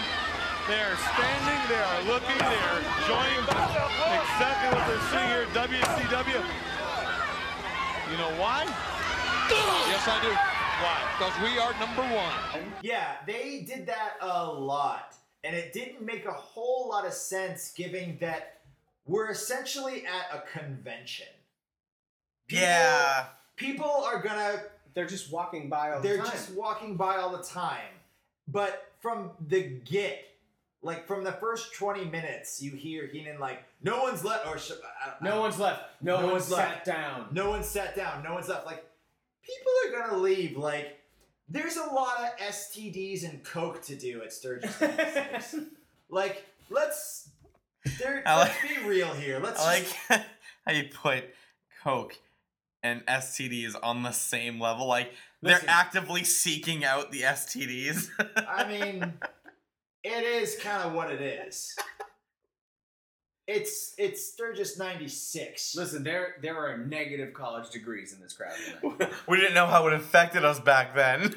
Speaker 6: They are standing, they are looking, they are enjoying exactly what they're seeing here at WCW. You know why?
Speaker 20: yes, I do. Why? Because we are number one.
Speaker 2: Yeah, they did that a lot. And it didn't make a whole lot of sense given that we're essentially at a convention.
Speaker 9: yeah.
Speaker 2: People are gonna
Speaker 1: They're just walking by all
Speaker 2: they're
Speaker 1: the time.
Speaker 2: just walking by all the time. But from the get, like from the first 20 minutes, you hear Heenan like, no one's left, or sh- I- I-
Speaker 1: no one's left. No,
Speaker 2: one
Speaker 1: one's, sat down.
Speaker 2: No one sat down. No one's left. Like, people are gonna leave. Like, there's a lot of STDs and coke to do at Sturgis. Connections. like, let's. There,
Speaker 3: I
Speaker 2: let's
Speaker 3: like-
Speaker 2: be real here. Let's
Speaker 3: I
Speaker 2: just-
Speaker 3: like how you put Coke and STDs on the same level. Like
Speaker 2: Listen.
Speaker 3: they're actively seeking out the STDs.
Speaker 2: I mean, it is kind of what it is. It's it's Sturgis '96.
Speaker 1: Listen, there there are negative college degrees in this crowd. Tonight.
Speaker 3: we didn't know how it affected us back then.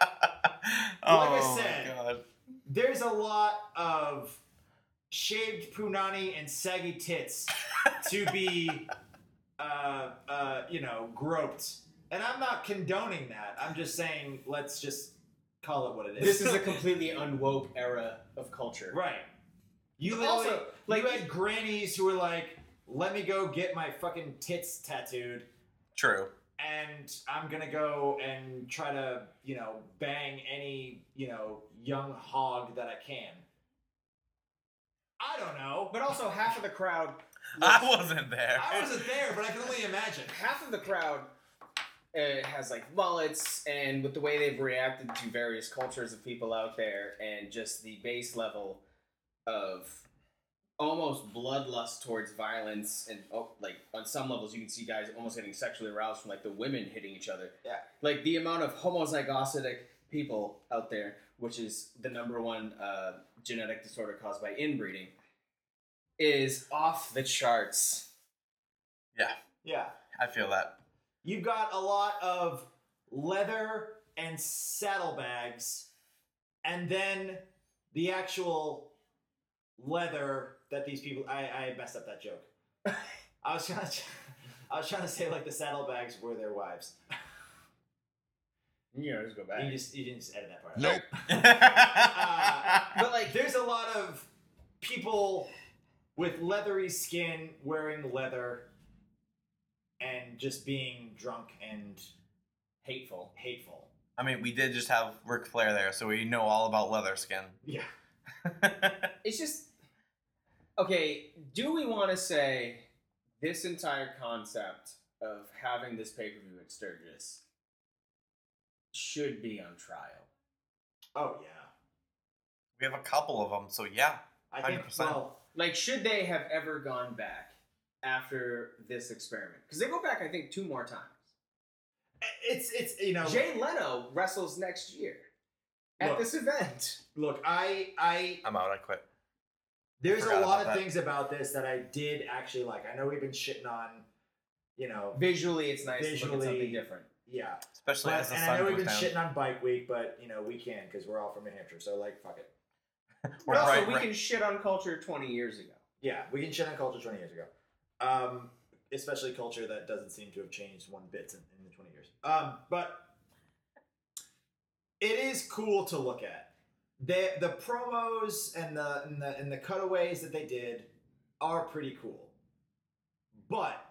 Speaker 2: Like I
Speaker 3: Oh my
Speaker 2: said,
Speaker 3: God.
Speaker 2: There's a lot of shaved punani and saggy tits to be, uh, uh, you know, groped. And I'm not condoning that. I'm just saying, let's just call it what it is.
Speaker 1: this is a completely unwoke era of culture.
Speaker 2: Right. You
Speaker 1: But
Speaker 2: literally,
Speaker 1: also, like-
Speaker 2: you had grannies who were like, "Let me go get my fucking tits tattooed,
Speaker 3: True.
Speaker 2: and I'm gonna go and try to, you know, bang any, you know, young hog that I can." I don't know,
Speaker 1: But also half of the crowd
Speaker 3: I wasn't there.
Speaker 2: I wasn't there, but I can only imagine.
Speaker 1: half of the crowd uh, has like mullets, and with the way they've reacted to various cultures of people out there, and just the base level of almost bloodlust towards violence, and oh, like on some levels, you can see guys almost getting sexually aroused from like the women hitting each other.
Speaker 2: Yeah.
Speaker 1: Like the amount of homozygotic people out there, which is the number one uh, genetic disorder caused by inbreeding, is off the charts.
Speaker 3: Yeah,
Speaker 2: Yeah,
Speaker 3: I feel that.
Speaker 2: you've got a lot of leather and saddlebags, and then the actual leather that these people. I, I messed up that joke. I was trying to. I was trying to say like the saddlebags were their wives.
Speaker 1: You know, just go back.
Speaker 2: You just you didn't just edit that part. out.
Speaker 1: Nope.
Speaker 2: Uh,
Speaker 1: but like,
Speaker 2: there's a lot of people with leathery skin wearing leather and just being drunk and
Speaker 1: hateful.
Speaker 2: hateful.
Speaker 3: I mean, we did just have Ric Flair there, so we know all about leather skin.
Speaker 2: Yeah.
Speaker 1: It's just okay. Do we want to say this entire concept of having this pay per view at Sturgis should be on trial?
Speaker 2: Oh yeah.
Speaker 3: We have a couple of them, so yeah,
Speaker 2: I think
Speaker 3: 100%.
Speaker 2: well,
Speaker 1: Like, should they have ever gone back after this experiment? Because they go back, I think, two more times.
Speaker 2: it's it's you know
Speaker 1: Jay Leno wrestles next year at
Speaker 2: Oh. Look.
Speaker 1: this event.
Speaker 2: look I I
Speaker 3: I'm out. I quit.
Speaker 2: there's a
Speaker 3: Forgot
Speaker 2: lot
Speaker 3: about
Speaker 2: of
Speaker 3: that.
Speaker 2: things about this that I did actually like. I know we've been shitting on, you know,
Speaker 1: Visually, it's nice to look
Speaker 2: Visually,
Speaker 1: at something different.
Speaker 2: yeah.
Speaker 3: Especially
Speaker 2: But-
Speaker 3: as the
Speaker 2: and I
Speaker 3: sun
Speaker 2: know we've
Speaker 3: goes
Speaker 2: been
Speaker 3: down.
Speaker 2: shitting on Bike Week, but you know we can because we're all from New Hampshire, so like fuck it.
Speaker 3: We're
Speaker 1: But also,
Speaker 3: right,
Speaker 1: we
Speaker 3: right.
Speaker 1: can shit on culture 20 years ago.
Speaker 2: Yeah, we can shit on culture 20 years ago. Um, especially culture that doesn't seem to have changed one bit in, in the 20 years. Um, but it is cool to look at. The, the promos and the, and the and the cutaways that they did are pretty cool. But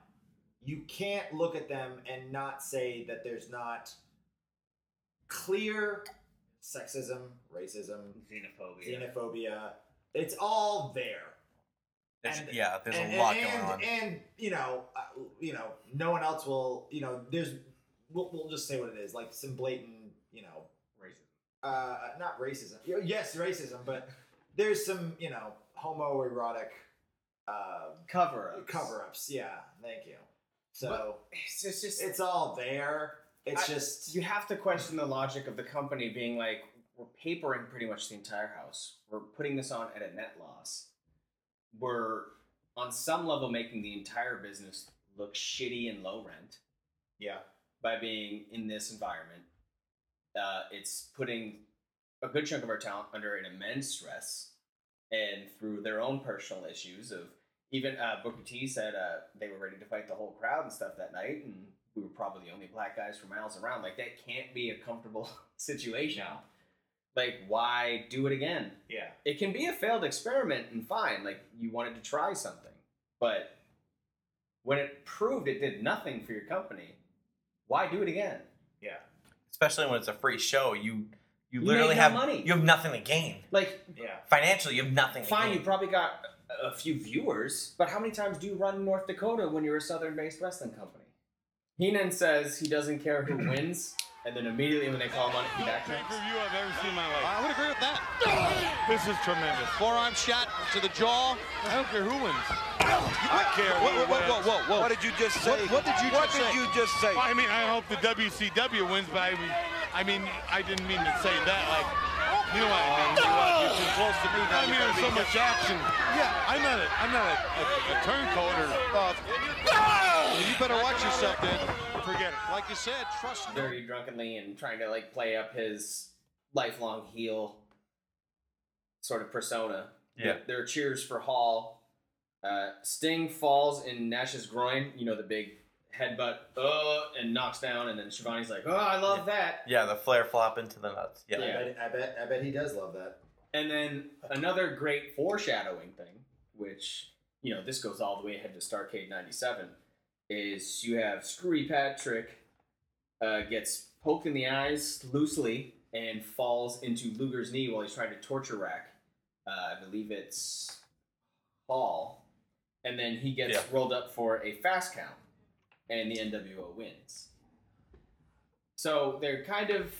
Speaker 2: you can't look at them and not say that there's not clear sexism, racism,
Speaker 1: Xenophobia.
Speaker 2: xenophobia. It's all there
Speaker 3: There's-
Speaker 2: and-
Speaker 3: yeah, there's
Speaker 2: and,
Speaker 3: a lot
Speaker 2: and,
Speaker 3: going on.
Speaker 2: And you know, uh, you know, no one else will. You know, there's. We'll, we'll just say what it is, like some blatant, you know,
Speaker 1: Racism.
Speaker 2: uh, not racism. Y- Yes, racism, but there's some, you know, homoerotic uh,
Speaker 1: Cover ups.
Speaker 2: cover-ups. Yeah, thank you. So
Speaker 1: It's just, it's just
Speaker 2: it's all there. It's
Speaker 1: I-
Speaker 2: just
Speaker 1: you have to question the logic of the company being like, we're papering pretty much the entire house. We're putting this on at a net loss. We're on some level making the entire business look shitty and low rent.
Speaker 28: Yeah.
Speaker 1: By being in this environment, uh, it's putting a good chunk of our talent under an immense stress, and through their own personal issues of even uh, Booker T said uh, they were ready to fight the whole crowd and stuff that night, and we were probably the only black guys for miles around. Like that can't be a comfortable situation. Like why do it again?
Speaker 28: Yeah.
Speaker 1: It can be a failed experiment and fine. Like you wanted to try something, but when it proved it did nothing for your company, why do it again?
Speaker 28: Yeah.
Speaker 3: Especially when it's a free show, you you,
Speaker 1: You
Speaker 3: literally
Speaker 1: made no
Speaker 3: have
Speaker 1: money.
Speaker 3: you have nothing to gain.
Speaker 1: Like
Speaker 28: yeah.
Speaker 3: Financially, you have nothing. To
Speaker 1: Fine,
Speaker 3: gain.
Speaker 1: you probably got a- a few viewers, but how many times do you run North Dakota when you're a Southern based wrestling company? Heenan says he doesn't care who wins, and then immediately when they call him on it, he backtracks.
Speaker 6: Review I've ever seen in my life.
Speaker 5: I would agree with that.
Speaker 6: This is tremendous.
Speaker 5: Forearm shot to the jaw.
Speaker 6: I don't care who wins.
Speaker 5: I
Speaker 6: care
Speaker 5: Whoa,
Speaker 6: who
Speaker 5: whoa, whoa,
Speaker 6: wins.
Speaker 5: whoa, whoa, whoa.
Speaker 6: What did you just
Speaker 5: What-
Speaker 6: say?
Speaker 5: What, did you
Speaker 6: What
Speaker 5: just
Speaker 6: did
Speaker 5: say?
Speaker 6: you
Speaker 5: just say?
Speaker 6: I mean, I hope the WCW wins, but I mean, I mean, I didn't mean to say that. Like, you know what I mean? You're too close to me. Oh, I mean, there's so much action. Yeah, I'm not a, I'm not a, a, a turncoat or.
Speaker 5: You better watch yourself, then.
Speaker 6: Forget it.
Speaker 5: Like you said, trust
Speaker 1: Very drunkenly and trying to like play up his lifelong heel sort of persona.
Speaker 3: Yeah.
Speaker 1: There are cheers for Hall. Uh, Sting falls in Nash's groin, you know, the big headbutt, uh, and knocks down, and then Shivani's like, oh, I love that.
Speaker 3: Yeah, the flare flop into the nuts. Yeah.
Speaker 1: Yeah.
Speaker 2: I, bet, I bet I bet he does love that.
Speaker 1: And then another great foreshadowing thing, which, you know, this goes all the way ahead to Starcade 97, is you have Screwy Patrick uh, gets poked in the eyes loosely and falls into Luger's knee while he's trying to torture rack. Uh, I believe it's Hall. And then he gets
Speaker 3: Yeah.
Speaker 1: rolled up for a fast count, and the NWO wins. So they're kind of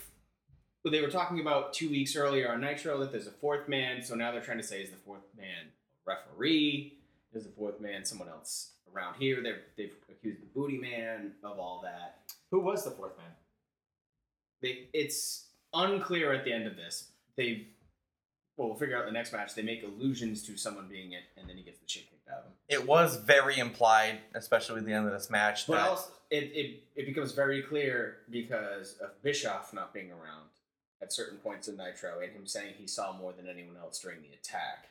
Speaker 1: well, they were talking about two weeks earlier on Nitro that there's a fourth man, so now they're trying to say is the fourth man a referee? Is the fourth man someone else around here? They're, they've accused the Booty Man of all that.
Speaker 2: Who was the fourth man?
Speaker 1: They, it's unclear at the end of this. They well, we'll figure out the next match. They make allusions to someone being it, and then he gets the shit kicked out of him.
Speaker 3: It was very implied, especially with the end of this match.
Speaker 1: But
Speaker 3: that-
Speaker 1: also, it, it, it becomes very clear because of Bischoff not being around at certain points in Nitro and him saying he saw more than anyone else during the attack.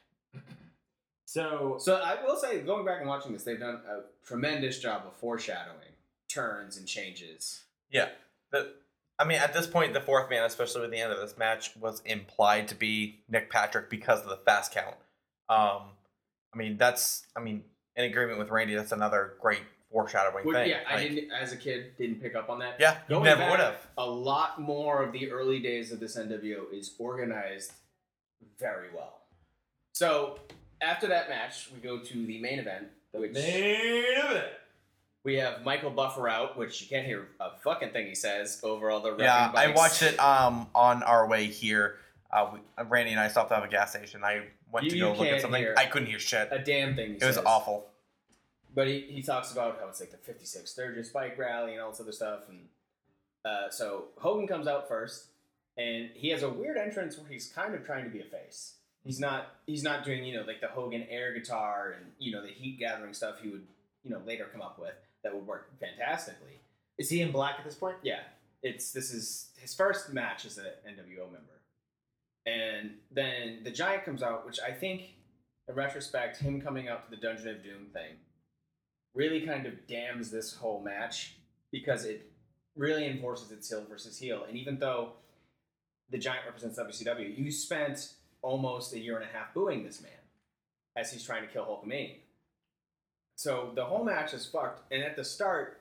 Speaker 2: So,
Speaker 1: so I will say, going back and watching this, they've done a tremendous job of foreshadowing turns and changes.
Speaker 3: Yeah. The, I mean, at this point, the fourth man, especially with the end of this match, was implied to be Nick Patrick because of the fast count. Um, I mean, that's, I mean, in agreement with Randy, that's another great foreshadowing
Speaker 1: Which,
Speaker 3: thing.
Speaker 1: yeah, I
Speaker 3: Like,
Speaker 1: didn't as a kid didn't pick up on that.
Speaker 3: Yeah, you
Speaker 1: Going
Speaker 3: never
Speaker 1: back,
Speaker 3: would've.
Speaker 1: A lot more of the early days of this NWO is organized very well. So after that match, we go to the main event, which we have Michael Buffer out, which you can't hear a fucking thing he says over all the revving
Speaker 3: yeah, I
Speaker 1: bikes.
Speaker 3: watched it um, on our way here. Uh, we, Randy and I stopped at a gas station. I went
Speaker 1: You-
Speaker 3: to
Speaker 1: you
Speaker 3: go look at
Speaker 1: can't
Speaker 3: something.
Speaker 1: hear
Speaker 3: I couldn't hear shit.
Speaker 1: a damn thing. He
Speaker 3: It was
Speaker 1: says.
Speaker 3: awful.
Speaker 1: But he, he talks about how it's like the 56 Sturgis bike rally and all this other stuff. And uh, so Hogan comes out first, and he has a weird entrance where he's kind of trying to be a face. He's not he's not doing you know like the Hogan air guitar and you know the heat gathering stuff he would you know later come up with that would work fantastically.
Speaker 2: Is he in black at this point?
Speaker 1: Yeah, it's this is his first match as an NWO member, and then the Giant comes out, which I think, in retrospect, him coming out to the Dungeon of Doom thing, really kind of damns this whole match because it really enforces its heel versus heel, and even though the Giant represents WCW, you spent almost a year and a half booing this man as he's trying to kill Hulkamania. So the whole match is fucked, and at the start,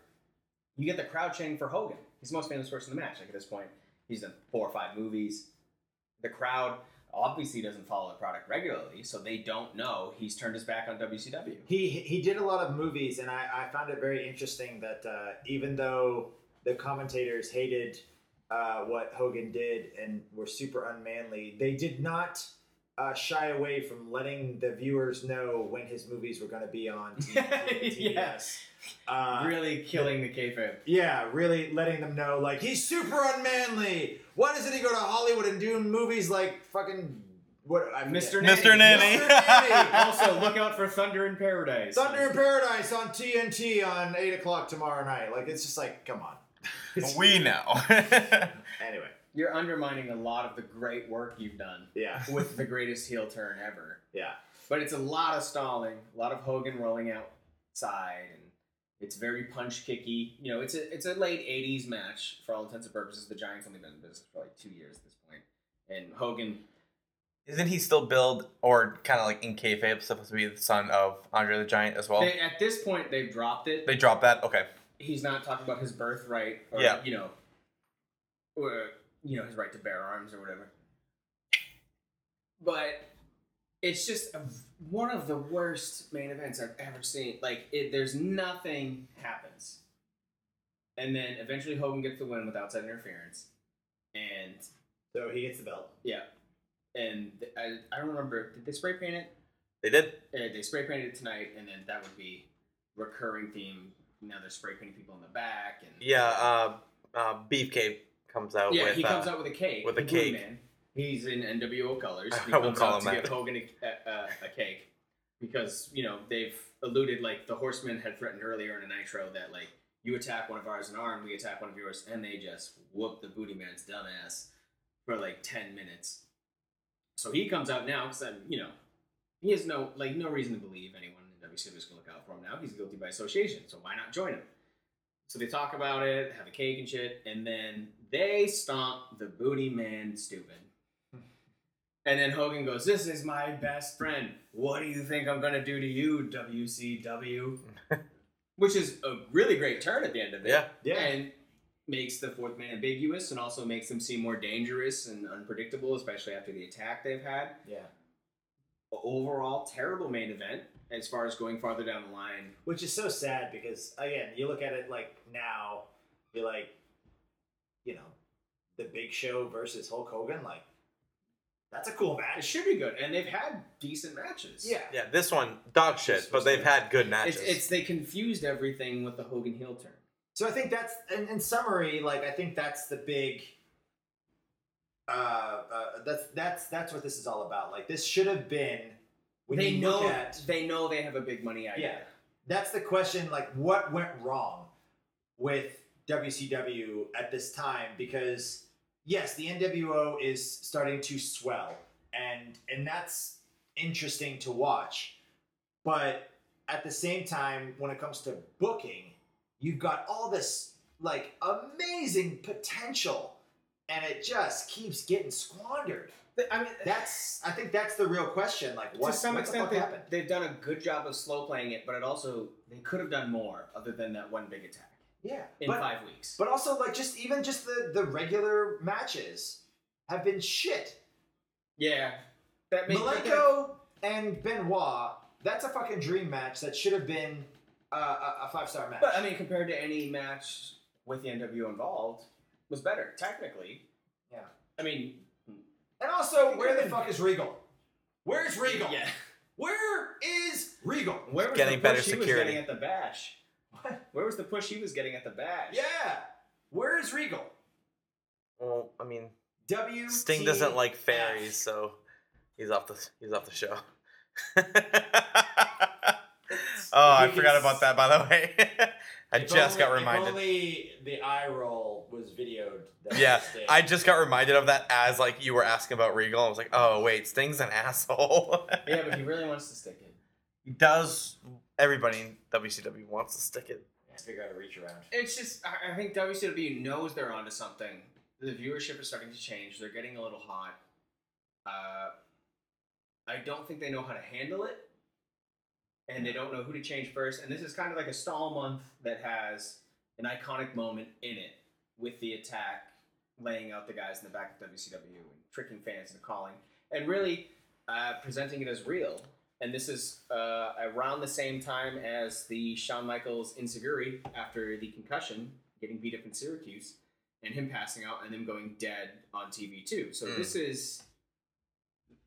Speaker 1: you get the crowd chanting for Hogan. He's the most famous person in the match. Like at this point, he's done four or five movies. The crowd obviously doesn't follow the product regularly, so they don't know he's turned his back on WCW.
Speaker 2: He he did a lot of movies, and I, I found it very interesting that uh, even though the commentators hated uh, what Hogan did and were super unmanly, they did not uh, shy away from letting the viewers know when his movies were going to be on TV. yes. Uh,
Speaker 1: really killing the kayfabe.
Speaker 2: Yeah, really letting them know, like, he's super unmanly. Why doesn't he go to Hollywood and do movies like fucking. What, I
Speaker 1: Mr.
Speaker 2: forget.
Speaker 1: Nanny.
Speaker 2: Mr. Nanny.
Speaker 1: also, look out for Thunder in Paradise.
Speaker 2: Thunder in Paradise on TNT on 8 o'clock tomorrow night. Like, it's just like, come on.
Speaker 3: we know.
Speaker 2: anyway.
Speaker 1: You're undermining a lot of the great work you've done.
Speaker 2: Yeah.
Speaker 1: With the greatest heel turn ever.
Speaker 2: Yeah.
Speaker 1: But it's a lot of stalling, a lot of Hogan rolling outside, and it's very punch kicky. You know, it's a it's a late '80s match for all intents and purposes. The Giants only been in business for like two years at this point, and Hogan
Speaker 9: Isn't he still billed or kind of like in kayfabe supposed to be the son of Andre the Giant as well?
Speaker 1: they, at this point they've dropped it.
Speaker 9: They dropped that. Okay.
Speaker 1: He's not talking about his birthright, or
Speaker 9: Yeah.
Speaker 1: you know, or you know his right to bear arms or whatever. But it's just a, one of the worst main events I've ever seen. Like, it, there's nothing happens, and then eventually Hogan gets the win with outside interference, and
Speaker 2: so he gets the belt.
Speaker 1: Yeah, and th- I, I don't remember did they spray paint it?
Speaker 9: They did.
Speaker 1: Uh, they spray painted it tonight, and then that would be recurring theme. Now they're spray painting people in the back, and
Speaker 9: Yeah. Uh, uh, Beefcake comes out.
Speaker 1: yeah,
Speaker 9: with,
Speaker 1: he comes
Speaker 9: uh,
Speaker 1: out with a cake.
Speaker 9: With a
Speaker 1: the Blue
Speaker 9: cake.
Speaker 1: Man. He's in NWO colors. He
Speaker 9: I will
Speaker 1: comes
Speaker 9: call
Speaker 1: out
Speaker 9: him
Speaker 1: to
Speaker 9: that.
Speaker 1: give Hogan a, a, a cake because you know they've alluded like the Horsemen had threatened earlier in a Nitro that like you attack one of ours in arm, we attack one of yours, and they just whoop the Booty Man's dumb ass for like ten minutes. So he comes out now because you know he has no like no reason to believe anyone in WCW is going to look out for him now. He's guilty by association, so why not join him? So they talk about it, have a cake and shit, and then they stomp the booty man stupid. And then Hogan goes, This is my best friend. What do you think I'm going to do to you, WCW? Which is a really great turn at the end of it.
Speaker 9: Yeah.
Speaker 1: Yeah. And makes the fourth man ambiguous and also makes them seem more dangerous and unpredictable, especially after the attack they've had
Speaker 2: Yeah.
Speaker 1: overall terrible main event as far as going farther down the line.
Speaker 2: Which is so sad because again, you look at it like now, you're like, you know, the Big Show versus Hulk Hogan, like that's a cool match.
Speaker 1: It should be good, and they've had decent matches.
Speaker 2: Yeah.
Speaker 9: Yeah. This one dog shit, but they've had good matches.
Speaker 1: It's, it's they confused everything with the Hogan heel turn.
Speaker 2: So I think that's in, in summary, like I think that's the big. Uh, uh, that's that's that's what this is all about. Like this should have been. When
Speaker 1: they
Speaker 2: you
Speaker 1: know
Speaker 2: look at,
Speaker 1: they know they have a big money idea.
Speaker 2: yeah, that's the question. Like, what went wrong with WCW at this time? Because yes, the NWO is starting to swell, and and that's interesting to watch. But at the same time, when it comes to booking, you've got all this like amazing potential, and it just keeps getting squandered.
Speaker 1: I mean,
Speaker 2: that's I think that's the real question. Like, what
Speaker 1: to some
Speaker 2: what the
Speaker 1: extent,
Speaker 2: fuck
Speaker 1: they,
Speaker 2: happened?
Speaker 1: they've done a good job of slow playing it, but it also they could have done more other than that one big attack
Speaker 2: Yeah,
Speaker 1: in
Speaker 2: but-
Speaker 1: five weeks.
Speaker 2: But also, like, just even just the the regular matches have been shit.
Speaker 1: Yeah, that makes
Speaker 2: Malenko and Benoit, that's a fucking dream match that should have been uh, a, a five star match.
Speaker 1: But I mean, compared to any match with the NWO involved, was better technically.
Speaker 2: yeah.
Speaker 1: I mean,
Speaker 2: And also, where the fuck is Regal? Where's Regal?
Speaker 1: Yeah.
Speaker 2: Where is Regal?
Speaker 1: Where was
Speaker 9: Getting
Speaker 1: the push
Speaker 9: better
Speaker 1: he Was
Speaker 9: security.
Speaker 1: getting at the bash. What? Where was the push he was getting at the bash?
Speaker 2: Yeah. Where is Regal?
Speaker 9: well, I mean,
Speaker 2: W.
Speaker 9: Sting doesn't like fairies, so he's off the he's off the show. oh, I
Speaker 2: we
Speaker 9: forgot
Speaker 2: can
Speaker 9: about that. By the way, I just got reminded.
Speaker 2: only the eye roll was videoed.
Speaker 9: Yeah, I just got reminded of that as like you were asking about Regal. I was like, oh wait, Sting's an asshole.
Speaker 1: Yeah, but he really wants to stick it.
Speaker 9: He Does everybody in WCW wants to stick it?
Speaker 2: figure out a reach around.
Speaker 1: It's just I I think WCW knows they're onto something. The viewership is starting to change. They're getting a little hot. Uh, I don't think they know how to handle it, and they don't know who to change first. And this is kind of like a stall month that has an iconic moment in it with the attack, laying out the guys in the back of WCW and tricking fans into calling, and really uh, presenting it as real. And this is uh, around the same time as the Shawn Michaels Insiguri after the concussion, getting beat up in Syracuse, and him passing out and them going dead on TV too. So
Speaker 9: Mm.
Speaker 1: this is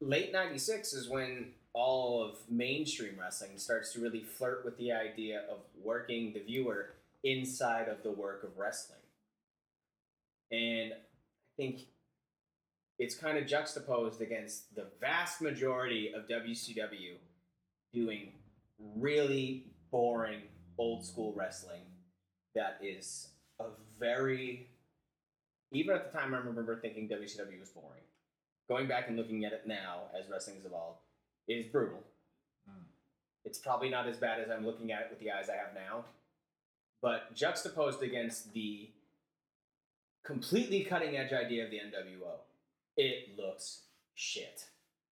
Speaker 1: late 96 is when all of mainstream wrestling starts to really flirt with the idea of working the viewer inside of the work of wrestling. And I think it's kind of juxtaposed against the vast majority of WCW doing really boring old school wrestling that is a very even at the time I remember thinking WCW was boring. Going back and looking at it now as wrestling has evolved, it is brutal. It's probably not as bad as I'm looking at it with the eyes I have now. But juxtaposed against the completely cutting edge idea of the NWO, it looks shit.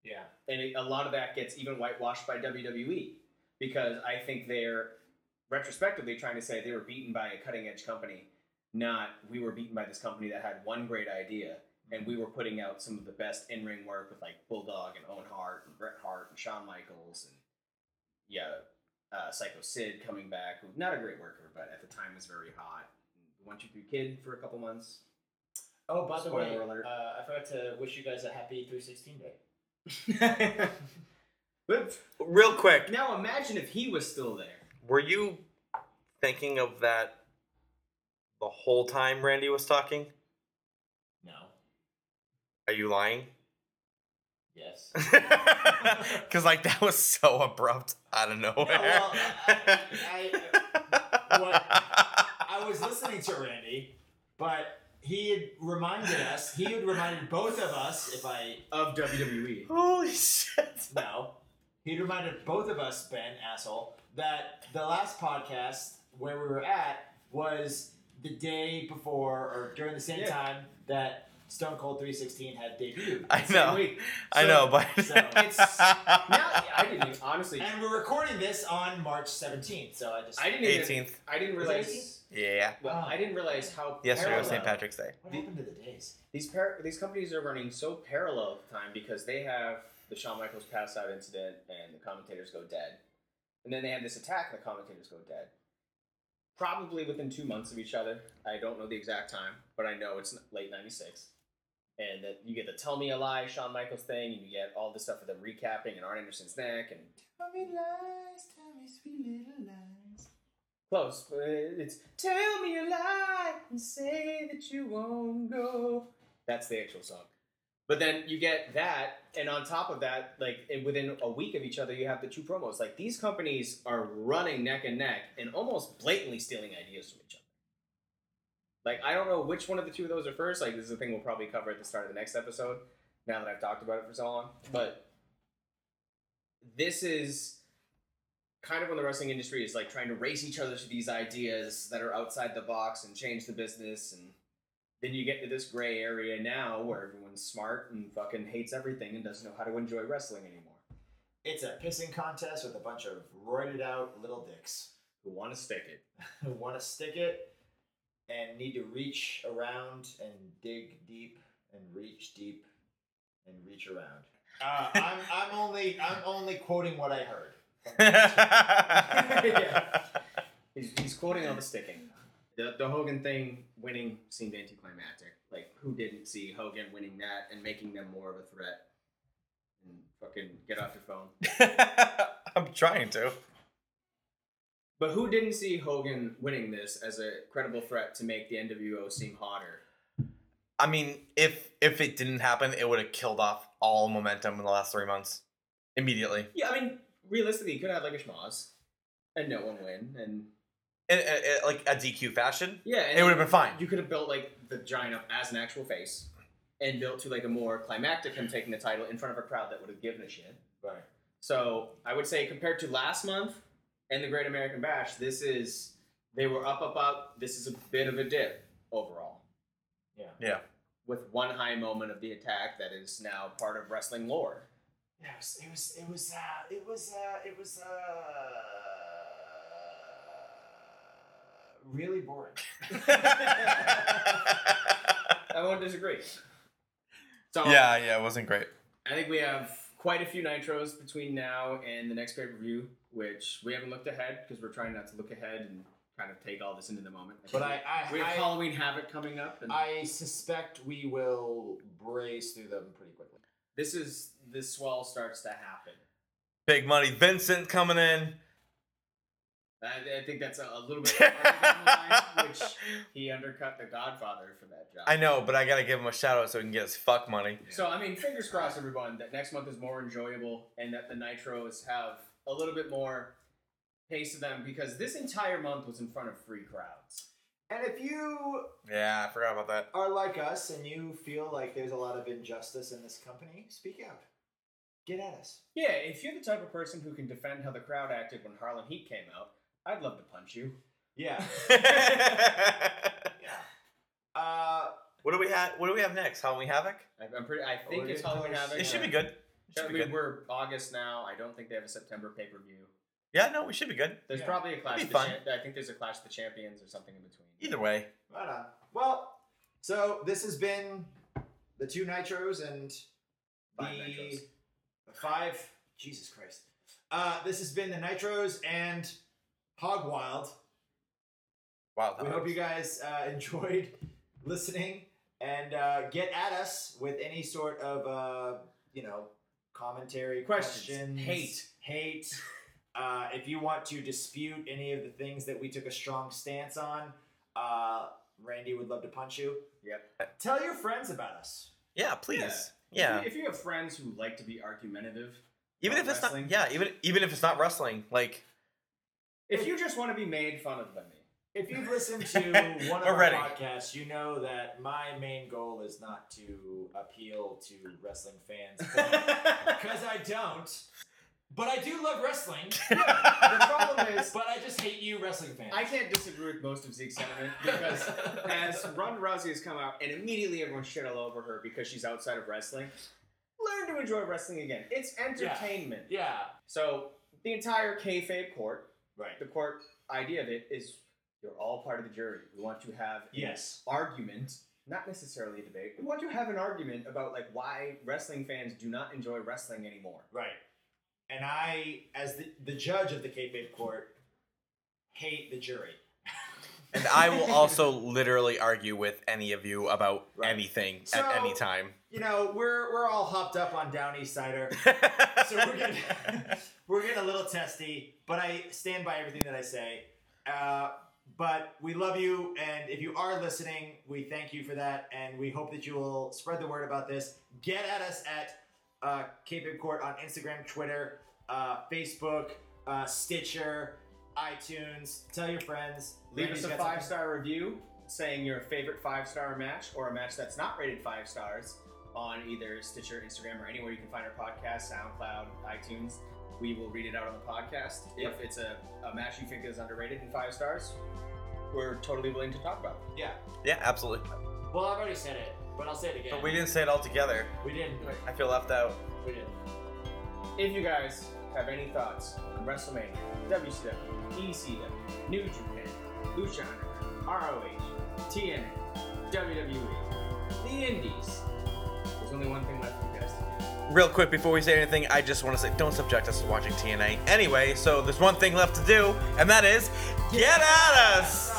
Speaker 29: Yeah.
Speaker 1: And it, a lot of that gets even whitewashed by WWE because I think they're retrospectively trying to say they were beaten by a cutting edge company, not we were beaten by this company that had one great idea and we were putting out some of the best in ring work with like Bulldog and Owen Hart and Bret Hart and Shawn Michaels and yeah, uh, Psycho Sid coming back, who not a great worker, but at the time was very hot. One Two Three Kid for a couple months.
Speaker 2: Oh, by the way,
Speaker 1: Spoiler alert.
Speaker 2: uh, I forgot to wish you guys a happy 316 day.
Speaker 3: Real quick.
Speaker 1: Now imagine if he was still there.
Speaker 3: Were you thinking of that the whole time Randy was talking?
Speaker 2: No.
Speaker 3: Are you lying?
Speaker 2: Yes.
Speaker 3: Because like that was so abrupt out of nowhere.
Speaker 2: well, I, I, what, I was listening to Randy, but he had reminded us, he had reminded both of us, if I.
Speaker 1: Of E. WWE.
Speaker 3: Holy shit.
Speaker 2: No. He had reminded both of us, Ben, asshole, that the last podcast where we were at was the day before or during the same
Speaker 3: Yeah.
Speaker 2: time that Stone Cold 316 had debuted.
Speaker 3: I
Speaker 2: Same
Speaker 3: know.
Speaker 2: week.
Speaker 3: I know, but
Speaker 2: So it's.
Speaker 1: now, I didn't even, honestly.
Speaker 2: And we're recording this on March 17th, so I just.
Speaker 1: I didn't even,
Speaker 3: 18th.
Speaker 1: I didn't
Speaker 2: Was it
Speaker 1: realize.
Speaker 3: yeah.
Speaker 1: Well, I didn't realize how.
Speaker 3: Ah. Yesterday was
Speaker 1: parallel-
Speaker 3: St. Patrick's Day.
Speaker 2: What happened to the days?
Speaker 1: These par- these companies are running so parallel at the time because they have the Shawn Michaels pass out incident and the commentators go dead, and then they have this attack and the commentators go dead. Probably within two months of each other. I don't know the exact time, but I know it's late '96, and that you get the "Tell Me a Lie" Shawn Michaels thing, and you get all this stuff with them recapping and Arn Anderson's neck and
Speaker 30: Tell me lies, tell me sweet little lies.
Speaker 1: close. but It's Tell me a lie and say that you won't go. That's the actual song. But then you get that, and on top of that, like and within a week of each other, you have the two promos. Like these companies are running neck and neck and almost blatantly stealing ideas from each other. Like I don't know which one of the two of those are first. Like this is a thing we'll probably cover at the start of the next episode. Now that I've talked about it for so long, but this is kind of when the wrestling industry is like trying to race each other to these ideas that are outside the box and change the business and then you get to this gray area now where everyone's smart and fucking hates everything and doesn't know how to enjoy wrestling anymore.
Speaker 2: It's a pissing contest with a bunch of roided out little dicks
Speaker 1: who want to stick it,
Speaker 2: who want to stick it, and need to reach around and dig deep and reach deep and reach around. Uh, I'm, I'm only I'm only quoting what I heard.
Speaker 1: yeah. he's, he's quoting all the sticking. The, the Hogan thing winning seemed anticlimactic. Like, who didn't see Hogan winning that and making them more of a threat? And fucking get off your phone.
Speaker 3: I'm trying to.
Speaker 1: But who didn't see Hogan winning this as a credible threat to make the NWO seem hotter?
Speaker 3: I mean, if if it didn't happen, it would have killed off all momentum in the last three months immediately.
Speaker 1: Yeah, I mean, realistically, you could have like a schmoz and no one win, and
Speaker 3: In, in, in, like a DQ fashion.
Speaker 1: yeah, and
Speaker 3: it would have been fine.
Speaker 1: You could have built like the giant up as an actual face, and built to like a more climactic him taking the title in front of a crowd that would have given a shit.
Speaker 2: Right.
Speaker 1: So I would say compared to last month and the Great American Bash, this is they were up, up, up. This is a bit of a dip overall.
Speaker 2: Yeah.
Speaker 3: Yeah.
Speaker 1: With one high moment of the attack that is now part of wrestling lore.
Speaker 2: Yeah, it was it was it was uh, it was uh, it was uh, really boring.
Speaker 1: I won't disagree. So
Speaker 3: yeah, yeah, it wasn't great.
Speaker 1: I think we have quite a few nitros between now and the next pay per view, which we haven't looked ahead because we're trying not to look ahead and kind of take all this into the moment.
Speaker 2: But
Speaker 1: think
Speaker 2: I- I-
Speaker 1: we have
Speaker 2: I-
Speaker 1: Halloween Havoc coming up, and
Speaker 2: I suspect we will brace through them pretty quickly.
Speaker 1: This is the swell starts to happen.
Speaker 3: Big money. Vincent coming in.
Speaker 1: I, I think that's a, a little bit harder than mine, which he undercut the Godfather for that job.
Speaker 3: I know, but I gotta give him a shout out so he can get his fuck money.
Speaker 1: So I mean, fingers crossed, everyone, that next month is more enjoyable and that the Nitros have a little bit more pace to them because this entire month was in front of free crowds.
Speaker 2: And if you
Speaker 3: Yeah, I forgot about that.
Speaker 2: are like us and you feel like there's a lot of injustice in this company, speak out. Get at us.
Speaker 1: Yeah, if you're the type of person who can defend how the crowd acted when Harlan Heat came out, I'd love to punch you.
Speaker 2: Yeah.
Speaker 3: Uh, what do we have? What do we have next? Halloween Havoc.
Speaker 1: I'm pretty. I think it's Halloween Havoc.
Speaker 3: Oh, It should be
Speaker 1: Uh,
Speaker 3: good. It
Speaker 1: I
Speaker 3: Should be
Speaker 1: mean,
Speaker 3: good.
Speaker 1: we're August now. I don't think they have a September pay per view.
Speaker 3: Yeah, no, we should be good.
Speaker 1: There's probably a clash.
Speaker 3: It'd
Speaker 1: Of
Speaker 3: be
Speaker 1: the
Speaker 3: fun.
Speaker 1: Cha- I think there's a clash of the champions or something in between.
Speaker 3: Either way,
Speaker 2: Right on. Well, so this has been the two nitros and the
Speaker 1: Five Nitros.
Speaker 2: the five. Jesus Christ. Uh, this has been the nitros and Hog Wild.
Speaker 3: Wow.
Speaker 2: We hope you guys uh, enjoyed listening and uh, get at us with any sort of uh, you know commentary,
Speaker 1: Questions,
Speaker 2: questions
Speaker 1: hate.
Speaker 2: hate. Uh, if you want to dispute any of the things that we took a strong stance on, uh, Randy would love to punch you.
Speaker 1: Yep.
Speaker 2: Tell your friends about us.
Speaker 3: Yeah, please.
Speaker 1: If,
Speaker 3: Yeah.
Speaker 1: you, if you have friends who like to be argumentative,
Speaker 3: even if
Speaker 1: about
Speaker 3: it's
Speaker 1: wrestling,
Speaker 3: not. Yeah, even even if it's not wrestling, like
Speaker 1: if you just want to be made fun of by me,
Speaker 2: If you've listened to one of our
Speaker 3: Already.
Speaker 2: podcasts, you know that my main goal is not to appeal to wrestling fans because I don't. But I do love wrestling.
Speaker 1: the problem is,
Speaker 2: but I just hate you, wrestling fans.
Speaker 1: I can't disagree with most of Zeke's sentiment because as Ronda Rousey has come out and immediately everyone shit all over her because she's outside of wrestling, learn to enjoy wrestling again. It's entertainment.
Speaker 2: Yeah.
Speaker 1: So the entire kayfabe court,
Speaker 2: right?
Speaker 1: The court idea of it is you're all part of the jury. We want to have an
Speaker 2: Yes.
Speaker 1: argument, not necessarily a debate. We want to have an argument about like why wrestling fans do not enjoy wrestling anymore.
Speaker 2: Right. And I, as the, the judge of the kayfabe court, hate the jury.
Speaker 3: And I will also literally argue with any of you about anything
Speaker 2: So-
Speaker 3: at any time.
Speaker 2: You know, we're we're all hopped up on Down East cider, so we're getting we're getting a little testy. But I stand by everything that I say. Uh, but we love you, and if you are listening, we thank you for that, and we hope that you will spread the word about this. Get at us at uh, Cape Court on Instagram, Twitter, uh, Facebook, uh, Stitcher, iTunes. Tell your friends.
Speaker 1: Leave us
Speaker 2: Randy's
Speaker 1: a
Speaker 2: got something-
Speaker 1: five star review saying your favorite five star match or a match that's not rated five stars on either Stitcher, Instagram, or anywhere you can find our podcast, SoundCloud, iTunes. We will read it out on the podcast. If it's a, a match you think is underrated and five stars, we're totally willing to talk about it.
Speaker 2: Yeah.
Speaker 3: Yeah, absolutely.
Speaker 2: Well, I've already said it, but I'll say it again.
Speaker 3: But we didn't say it all together.
Speaker 2: We didn't.
Speaker 3: I feel left out.
Speaker 2: We didn't.
Speaker 1: If you guys have any thoughts on WrestleMania, WCW, ECW, E New Japan, Lucha Underground, ROH, TNA, WWE, E, the Indies, there's only one thing left for you guys to do.
Speaker 3: Real quick before we say anything, I just want to say don't subject us to watching TNA. Anyway, so there's one thing left to do, and that is get at us!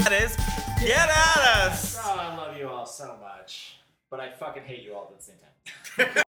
Speaker 3: That is get at us!
Speaker 2: Oh, I love you all so much, but I fucking hate you all at the same time.